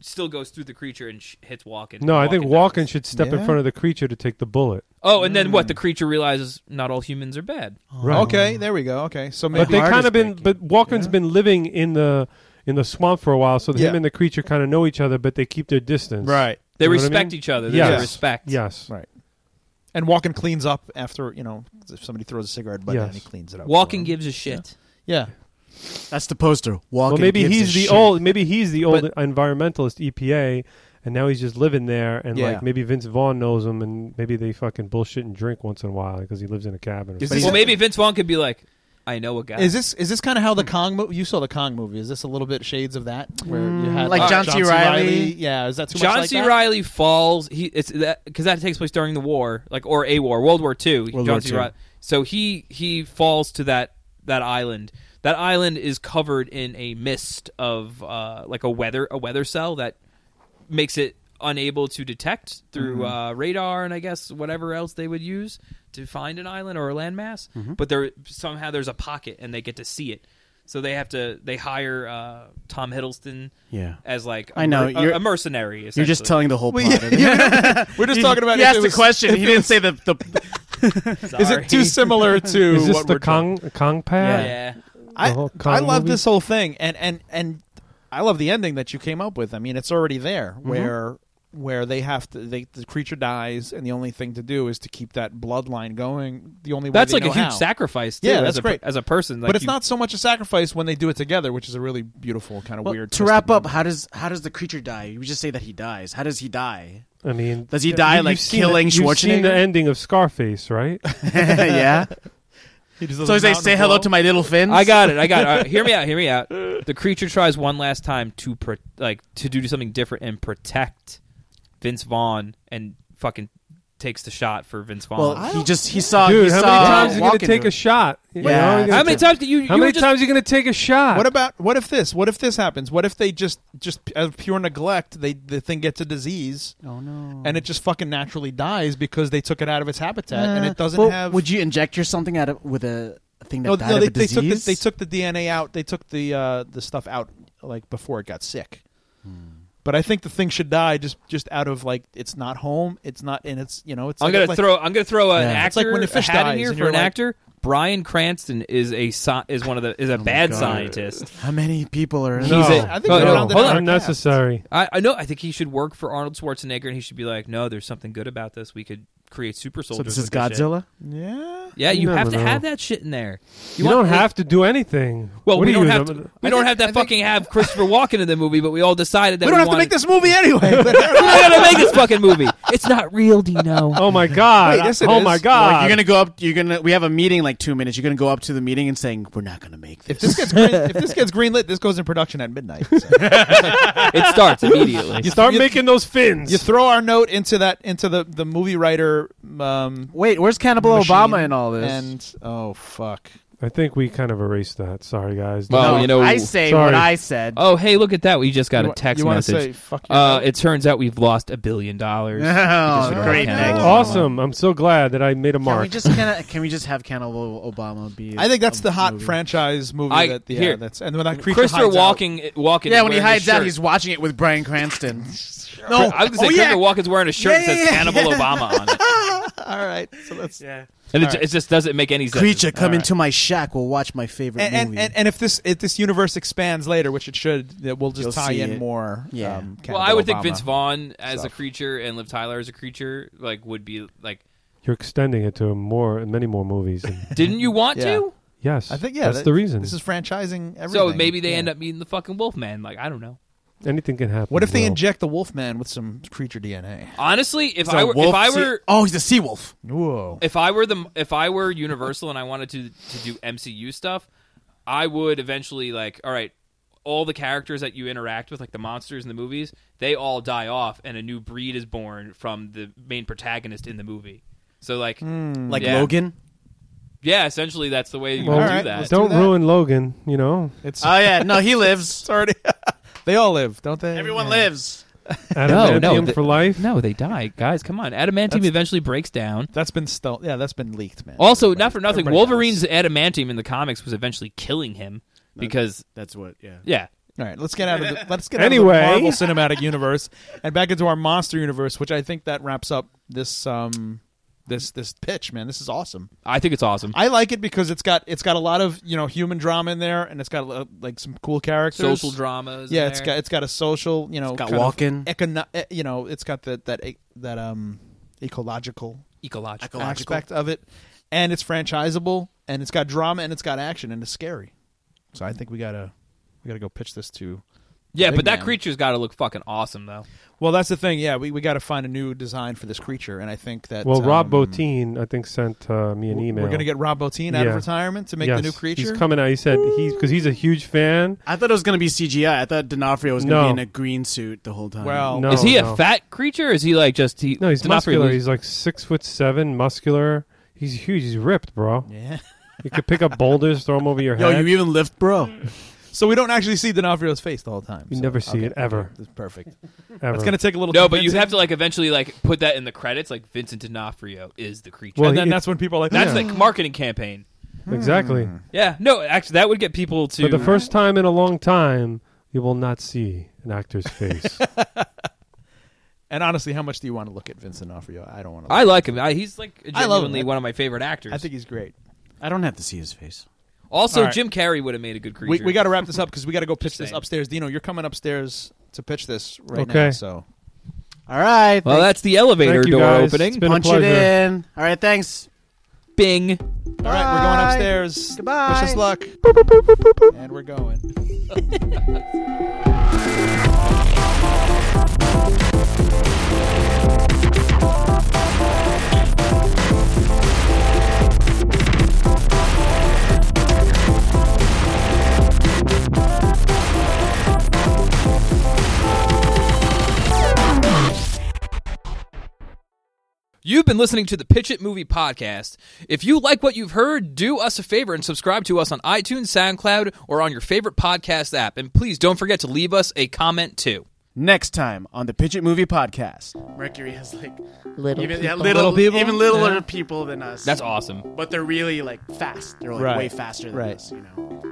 Speaker 4: still goes through the creature and sh- hits Walken.
Speaker 3: No, I think
Speaker 4: dies.
Speaker 3: Walken should step
Speaker 5: Yeah.
Speaker 3: in front of the creature to take the bullet.
Speaker 4: Oh, and then
Speaker 3: Mm.
Speaker 4: what? The creature realizes not all humans are bad.
Speaker 3: Right.
Speaker 5: Oh, Okay, there we go. Okay, so maybe
Speaker 3: But they
Speaker 5: Art
Speaker 3: kind
Speaker 5: is
Speaker 3: of been,
Speaker 5: thinking.
Speaker 3: but Walken's
Speaker 5: Yeah.
Speaker 3: been living in the in the swamp for a while, so
Speaker 5: Yeah.
Speaker 3: him and the creature kind of know each other, but they keep their distance.
Speaker 5: right,
Speaker 4: They
Speaker 3: You know what I
Speaker 4: respect
Speaker 3: mean?
Speaker 4: each other. There's
Speaker 3: Yes.
Speaker 4: a respect.
Speaker 3: Yes.
Speaker 5: right. And Walken cleans up after you know if somebody throws a cigarette butt
Speaker 3: Yes.
Speaker 5: and he cleans it up. for
Speaker 4: Walken
Speaker 5: him.
Speaker 4: gives a shit.
Speaker 5: yeah.
Speaker 1: (laughs) That's the poster. Walking.
Speaker 3: well, maybe
Speaker 1: gives
Speaker 3: he's
Speaker 1: a
Speaker 3: the
Speaker 1: shit.
Speaker 3: old. Maybe he's the old
Speaker 4: But-
Speaker 3: environmentalist EPA, and now he's just living there. And
Speaker 5: Yeah.
Speaker 3: like maybe Vince Vaughn knows him, and maybe they fucking bullshit and drink once in a while because he lives in a cabin. Or
Speaker 5: Is
Speaker 3: something.
Speaker 4: Well, maybe Vince Vaughn could be like, I know a guy.
Speaker 5: Is this is this kind of how the Kong movie? You saw the Kong movie. Is this a little bit shades of that where you
Speaker 1: Mm,
Speaker 5: had
Speaker 1: like John C. Reilly?
Speaker 5: Yeah, is that too much
Speaker 4: John
Speaker 5: like
Speaker 4: C.
Speaker 5: that?
Speaker 4: Riley falls. He it's that because that takes place during the war, like or a war, World War II. John
Speaker 1: War
Speaker 4: C.
Speaker 1: II.
Speaker 4: Reilly. So he he falls to that that island. That island is covered in a mist of uh, like a weather a weather cell that makes it unable to detect through
Speaker 1: Mm-hmm.
Speaker 4: uh, radar and I guess whatever else they would use to find an island or a landmass.
Speaker 1: Mm-hmm.
Speaker 4: But there somehow there's a pocket and they get to see it. So they have to they hire uh, Tom Hiddleston
Speaker 1: Yeah.
Speaker 4: as like uh, a
Speaker 1: I know,
Speaker 4: mer- a,
Speaker 1: you're-
Speaker 4: a mercenary.
Speaker 1: You're just
Speaker 4: essentially.
Speaker 1: telling the whole plot. (laughs) of it.
Speaker 5: We're just talking about.
Speaker 1: He
Speaker 5: if
Speaker 1: asked
Speaker 5: it
Speaker 1: the
Speaker 5: was-
Speaker 1: question. He didn't say the. the
Speaker 5: Is
Speaker 4: (laughs)
Speaker 5: it too similar to
Speaker 3: Is this
Speaker 5: what
Speaker 3: the
Speaker 5: we're doing?
Speaker 3: Kong Kong pad?
Speaker 4: Yeah.
Speaker 5: I,
Speaker 3: The whole Kong
Speaker 5: I love
Speaker 3: movie?
Speaker 5: this whole thing, and and and I love the ending that you came up with. I mean, it's already there
Speaker 1: Mm-hmm.
Speaker 5: where where they have to they, the creature dies, and the only thing to do is to keep that bloodline going. The only way
Speaker 4: That's
Speaker 5: they
Speaker 4: like a
Speaker 5: know
Speaker 4: huge
Speaker 5: how.
Speaker 4: sacrifice. Too,
Speaker 5: Yeah,
Speaker 4: as
Speaker 5: that's
Speaker 4: a,
Speaker 5: great.
Speaker 4: as a person. like
Speaker 5: but it's
Speaker 4: you-
Speaker 5: not so much a sacrifice when they do it together, which is a really beautiful kind
Speaker 1: (laughs)
Speaker 5: of
Speaker 1: Well,
Speaker 5: weird.
Speaker 1: to
Speaker 5: twisted
Speaker 1: wrap up,
Speaker 5: moment.
Speaker 1: how does how does the creature die? You just say that he dies. How does he die?
Speaker 3: I mean,
Speaker 1: Does he die,
Speaker 3: you've
Speaker 1: like,
Speaker 3: seen
Speaker 1: killing
Speaker 3: the, You've seen the
Speaker 1: Schwarzenegger?
Speaker 3: ending of Scarface, right?
Speaker 1: (laughs) yeah.
Speaker 5: He just
Speaker 1: So
Speaker 5: does
Speaker 1: he
Speaker 5: a
Speaker 1: say,
Speaker 5: mountain
Speaker 1: "Say hello
Speaker 5: blow.
Speaker 1: to my little fins."
Speaker 4: I got it. I
Speaker 5: (laughs)
Speaker 4: got it. All right, hear me out. Hear me out. The creature tries one last time to pro- like to do something different and protect Vince Vaughn and fucking takes the shot for Vince Vaughn.
Speaker 1: Well, he just he saw.
Speaker 3: Dude,
Speaker 1: he
Speaker 3: how
Speaker 1: Oh, saw
Speaker 3: many times are you gonna
Speaker 1: Walken
Speaker 3: take
Speaker 1: do
Speaker 3: a
Speaker 1: it.
Speaker 3: shot? You
Speaker 1: Yeah.
Speaker 3: know, you're gonna
Speaker 4: how many
Speaker 3: take-
Speaker 4: times did you?
Speaker 3: How
Speaker 4: you
Speaker 3: many
Speaker 4: just,
Speaker 3: times are you gonna take a shot?
Speaker 5: What about what if this? What if this happens? What if they just just out of pure neglect, they the thing gets a disease
Speaker 1: Oh no!
Speaker 5: and it just fucking naturally dies because they took it out of its habitat and it doesn't
Speaker 1: well,
Speaker 5: have.
Speaker 1: Would you inject your something out of with a thing that
Speaker 5: no,
Speaker 1: died
Speaker 5: no,
Speaker 1: of
Speaker 5: they,
Speaker 1: a
Speaker 5: they took the,
Speaker 1: disease?
Speaker 5: they took the DNA out. They took the uh, the stuff out like before it got sick. But I think the thing should die just just out of like it's not home. It's not and it's you know it's.
Speaker 4: I'm
Speaker 5: like,
Speaker 4: gonna
Speaker 5: like-
Speaker 4: throw. I'm gonna throw an
Speaker 1: Yeah.
Speaker 4: actor.
Speaker 5: It's like when the fish
Speaker 4: a hat
Speaker 5: dies
Speaker 4: in here
Speaker 5: and
Speaker 4: for
Speaker 5: you're
Speaker 4: an
Speaker 5: like-
Speaker 4: actor. Brian Cranston is a sci- is one of the
Speaker 5: Oh
Speaker 4: is a
Speaker 1: Oh
Speaker 4: bad scientist.
Speaker 1: How many people are? In
Speaker 4: He's
Speaker 3: No.
Speaker 4: a-
Speaker 5: I think
Speaker 4: oh,
Speaker 5: we're
Speaker 4: no, hold
Speaker 5: rounding out
Speaker 4: on.
Speaker 5: our cast.
Speaker 3: Unnecessary.
Speaker 4: I, I know. I think he should work for Arnold Schwarzenegger, and he should be like, "No, there's something good about this. We could create super
Speaker 1: so
Speaker 4: soldiers."
Speaker 1: this is
Speaker 4: with shit."
Speaker 1: Godzilla.
Speaker 5: Yeah.
Speaker 4: Yeah, you
Speaker 3: You
Speaker 4: have
Speaker 3: never
Speaker 4: to
Speaker 3: know.
Speaker 4: have that shit in there.
Speaker 3: You,
Speaker 4: want-
Speaker 3: don't have to do anything.
Speaker 4: Well,
Speaker 3: What
Speaker 4: we
Speaker 3: are
Speaker 4: don't
Speaker 3: you,
Speaker 4: have
Speaker 3: the-
Speaker 4: to. We don't have to fucking have Christopher Walken in the movie, but we all decided that
Speaker 5: We don't have
Speaker 4: (laughs)
Speaker 5: to make this movie anyway. But
Speaker 4: We're not gonna make this fucking movie. It's not real, Dino.
Speaker 3: Oh my god!
Speaker 5: Wait, yes, it
Speaker 3: oh
Speaker 5: is.
Speaker 3: my
Speaker 5: Like,
Speaker 3: god!
Speaker 1: Like, you're gonna go up. You're gonna. We have a meeting in, like two minutes. You're gonna go up to the meeting and saying, "We're not gonna make
Speaker 5: if
Speaker 1: this."
Speaker 5: this gets green, if this gets greenlit, this goes in production at midnight. so.
Speaker 4: (laughs) It starts immediately.
Speaker 3: You start
Speaker 5: you-
Speaker 3: making those fins.
Speaker 5: You throw our note into that into the the movie writer um,
Speaker 1: Wait, where's Cannibal
Speaker 5: machine
Speaker 1: Obama in all this?
Speaker 5: and oh fuck,
Speaker 3: I think we kind of erased that. Sorry, guys.
Speaker 4: Well,
Speaker 1: No,
Speaker 4: you know-
Speaker 1: I say
Speaker 3: Sorry.
Speaker 1: what I said. (laughs)
Speaker 4: Oh, hey, look at that. We just got a text
Speaker 5: you wanna
Speaker 4: message.
Speaker 5: Say, fuck your
Speaker 4: uh,
Speaker 5: mother?
Speaker 4: it turns out we've lost a billion
Speaker 1: (laughs)
Speaker 4: dollars.
Speaker 1: Oh,
Speaker 4: Because we
Speaker 1: great.
Speaker 4: don't
Speaker 1: Nick.
Speaker 4: have Obama.
Speaker 3: awesome. I'm so glad that I made a
Speaker 1: Can we
Speaker 3: mark.
Speaker 1: just kinda, can we just have Cannibal Obama be?
Speaker 5: I think that's
Speaker 1: a
Speaker 5: the hot
Speaker 1: movie?
Speaker 5: franchise movie
Speaker 4: I-
Speaker 5: that the
Speaker 4: here.
Speaker 5: yeah, that's and when that creature
Speaker 4: Christopher
Speaker 5: hides out-
Speaker 4: walking, walking.
Speaker 1: Yeah, when he hides out, he's watching it with Brian Cranston. no,
Speaker 4: I
Speaker 1: oh,
Speaker 4: was gonna say
Speaker 1: yeah.
Speaker 4: Christopher Walken's wearing a shirt
Speaker 1: Yeah,
Speaker 4: that says
Speaker 1: yeah, yeah.
Speaker 4: "Cannibal Obama" on it,
Speaker 5: All right, so that's
Speaker 3: yeah.
Speaker 4: and it,
Speaker 5: All right.
Speaker 4: it just doesn't make any sense.
Speaker 1: creature come
Speaker 5: All right.
Speaker 1: into my shack will watch my favorite
Speaker 5: and, and,
Speaker 1: movie.
Speaker 5: and, and if this if this universe expands later, which it should, that we'll just
Speaker 1: You'll
Speaker 5: tie
Speaker 1: see
Speaker 5: in
Speaker 1: it.
Speaker 5: more.
Speaker 1: Yeah.
Speaker 4: Well,
Speaker 5: um, Cannibal
Speaker 4: I would think
Speaker 5: Obama.
Speaker 4: Vince Vaughn as a
Speaker 5: stuff.
Speaker 4: creature and Liv Tyler as a creature, like, would be like.
Speaker 3: You're extending it to more, many more movies.
Speaker 5: (laughs)
Speaker 3: And
Speaker 4: Didn't you want
Speaker 5: Yeah.
Speaker 4: to?
Speaker 3: yes,
Speaker 5: I think yeah,
Speaker 3: that's
Speaker 5: that-
Speaker 3: the reason.
Speaker 5: This is franchising. Everything.
Speaker 4: So maybe they
Speaker 5: Yeah.
Speaker 4: end up meeting the fucking Wolfman. Like, I don't know.
Speaker 3: Anything can happen.
Speaker 5: What if they
Speaker 3: Well,
Speaker 5: inject the Wolfman with some creature DNA?
Speaker 4: Honestly, if
Speaker 1: He's a
Speaker 4: I were, if
Speaker 1: wolf
Speaker 4: I
Speaker 1: sea-
Speaker 4: were,
Speaker 1: oh, he's a sea wolf.
Speaker 5: Mm. Whoa!
Speaker 4: if I were the, if I were Universal and I wanted to to do MCU stuff, I would eventually like, all right, all the characters that you interact with, like the monsters in the movies, they all die off, and a new breed is born from the main protagonist in the movie. So like,
Speaker 5: Hmm.
Speaker 1: Like
Speaker 4: Yeah.
Speaker 1: Logan.
Speaker 4: yeah, essentially that's the way you
Speaker 3: Well,
Speaker 4: do
Speaker 5: All right,
Speaker 4: that.
Speaker 5: let's
Speaker 3: Don't
Speaker 5: do that.
Speaker 3: ruin Logan. You
Speaker 5: (laughs)
Speaker 3: know,
Speaker 5: It's
Speaker 1: Oh yeah, no, he lives.
Speaker 5: it's already. (laughs) they all live, don't they?
Speaker 1: Everyone
Speaker 5: Yeah.
Speaker 1: lives.
Speaker 3: adamantium
Speaker 4: th-
Speaker 3: for life.
Speaker 4: No, they die, guys. Come on, adamantium
Speaker 5: That's-
Speaker 4: eventually breaks down.
Speaker 5: That's been stealth. Yeah, that's been leaked, man.
Speaker 4: Also, not for nothing,
Speaker 5: everybody
Speaker 4: Wolverine's
Speaker 5: knows.
Speaker 4: adamantium in the comics was eventually killing him because
Speaker 1: That's what. Yeah.
Speaker 4: yeah,
Speaker 5: All right, let's get out of the let's get
Speaker 3: Anyway.
Speaker 5: out of the Marvel Cinematic Universe and back into our monster universe, which I think that wraps up this um this this pitch, man. This is awesome.
Speaker 4: I think it's awesome.
Speaker 5: I like it because it's got it's got a lot of you know human drama in there, and it's got uh, like some cool characters,
Speaker 4: Social dramas.
Speaker 5: Yeah,
Speaker 4: in
Speaker 5: it's
Speaker 4: there.
Speaker 5: got it's got a social, you know,
Speaker 1: got
Speaker 5: kind of
Speaker 1: walking.
Speaker 5: econo- eh, you know, it's got that that e- that um ecological
Speaker 4: ecological.
Speaker 1: Ecological.
Speaker 5: aspect of it, and it's franchisable, and it's got drama, and it's got action, and it's scary. So I think we gotta we gotta go pitch this to.
Speaker 4: Yeah,
Speaker 5: Big
Speaker 4: but that
Speaker 5: man.
Speaker 4: creature's got to look fucking awesome though.
Speaker 5: Well, that's the thing. Yeah, we, we got to find a new design for this creature, and I think that
Speaker 3: Well, Rob
Speaker 5: um,
Speaker 3: Bottin, I think, sent uh, me an
Speaker 5: w-
Speaker 3: email.
Speaker 5: We're gonna get Rob Botine out of
Speaker 3: Yeah.
Speaker 5: retirement to make
Speaker 3: yes,
Speaker 5: the new creature.
Speaker 3: He's coming out. He said he's because he's a huge fan.
Speaker 1: I thought it was gonna be CGI. I thought D'Onofrio was gonna
Speaker 3: No.
Speaker 1: be in a green suit the whole time.
Speaker 5: Well,
Speaker 3: No,
Speaker 4: is he
Speaker 3: Oh, no.
Speaker 4: a fat creature? Or is he like just he?
Speaker 3: No, he's
Speaker 4: D'Onofrio
Speaker 3: muscular.
Speaker 4: was-
Speaker 3: He's like six foot seven, muscular. He's huge. He's
Speaker 1: (laughs)
Speaker 3: ripped, bro.
Speaker 5: yeah.
Speaker 3: You could pick up boulders, throw them over your
Speaker 1: yo,
Speaker 3: head.
Speaker 1: you even lift, bro.
Speaker 5: So we don't actually see D'Onofrio's face the whole time.
Speaker 3: You
Speaker 5: so-
Speaker 3: never see
Speaker 5: okay,
Speaker 3: it, ever.
Speaker 5: okay, That's perfect.
Speaker 3: ever.
Speaker 5: It's gonna take a little.
Speaker 4: No, but you
Speaker 5: convincing,
Speaker 4: have to like eventually like put that in the credits. Like Vincent D'Onofrio is the creature.
Speaker 3: Well,
Speaker 5: and
Speaker 3: he-
Speaker 5: then that's when people are like,
Speaker 4: That's
Speaker 5: "Yeah."
Speaker 4: like marketing campaign.
Speaker 3: exactly.
Speaker 4: Yeah, no, actually, that would get people to.
Speaker 3: For the first time in a long time, you will not see an actor's
Speaker 4: (laughs)
Speaker 3: face.
Speaker 5: And honestly, how much do you want to look at Vincent D'Onofrio? I don't want to.
Speaker 4: I like him. I, he's like
Speaker 5: I love him.
Speaker 4: genuinely one of my favorite actors.
Speaker 5: I think he's great.
Speaker 1: I don't have to see his face.
Speaker 4: also,
Speaker 5: All right.
Speaker 4: Jim Carrey would have made a good
Speaker 5: We,
Speaker 4: creature.
Speaker 5: we got to wrap this up because we got to go pitch
Speaker 4: Just
Speaker 5: this
Speaker 4: saying.
Speaker 5: upstairs. Dino, you're coming upstairs to pitch this right now.
Speaker 3: Okay.
Speaker 5: So
Speaker 1: All right.
Speaker 4: Well,
Speaker 1: thank-
Speaker 4: that's the elevator
Speaker 3: Thank you,
Speaker 4: door
Speaker 3: guys. It's
Speaker 4: opening.
Speaker 3: been
Speaker 1: punch
Speaker 3: a
Speaker 1: it
Speaker 3: pleasure.
Speaker 1: in. All right. Thanks.
Speaker 4: Bing.
Speaker 5: all right, we're going
Speaker 1: Bye.
Speaker 5: upstairs.
Speaker 1: Goodbye.
Speaker 5: Wish us luck. And we're going.
Speaker 4: You've been listening to the Pitch It Movie Podcast. If you like what you've heard, do us a favor and subscribe to us on iTunes, SoundCloud, or on your favorite podcast app. And please don't forget to leave us a comment too.
Speaker 1: Next time on the Pitch It Movie Podcast, Mercury has like
Speaker 6: Little
Speaker 1: even yeah,
Speaker 6: people.
Speaker 1: little,
Speaker 4: Little people?
Speaker 1: even littler people than us.
Speaker 4: That's awesome.
Speaker 1: But they're really like fast. They're like
Speaker 5: Right.
Speaker 1: way faster than
Speaker 5: Right.
Speaker 1: us. You know.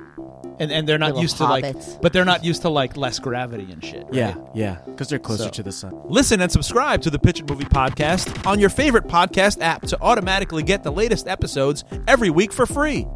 Speaker 5: And and they're not
Speaker 6: Little
Speaker 5: used to
Speaker 6: hobbits.
Speaker 5: like, but they're not used to like less gravity and shit. right?
Speaker 1: Yeah. Because they're closer
Speaker 5: So-
Speaker 1: to the sun.
Speaker 5: Listen and subscribe to the Pitch It Movie Podcast on your favorite podcast app to automatically get the latest episodes every week for free.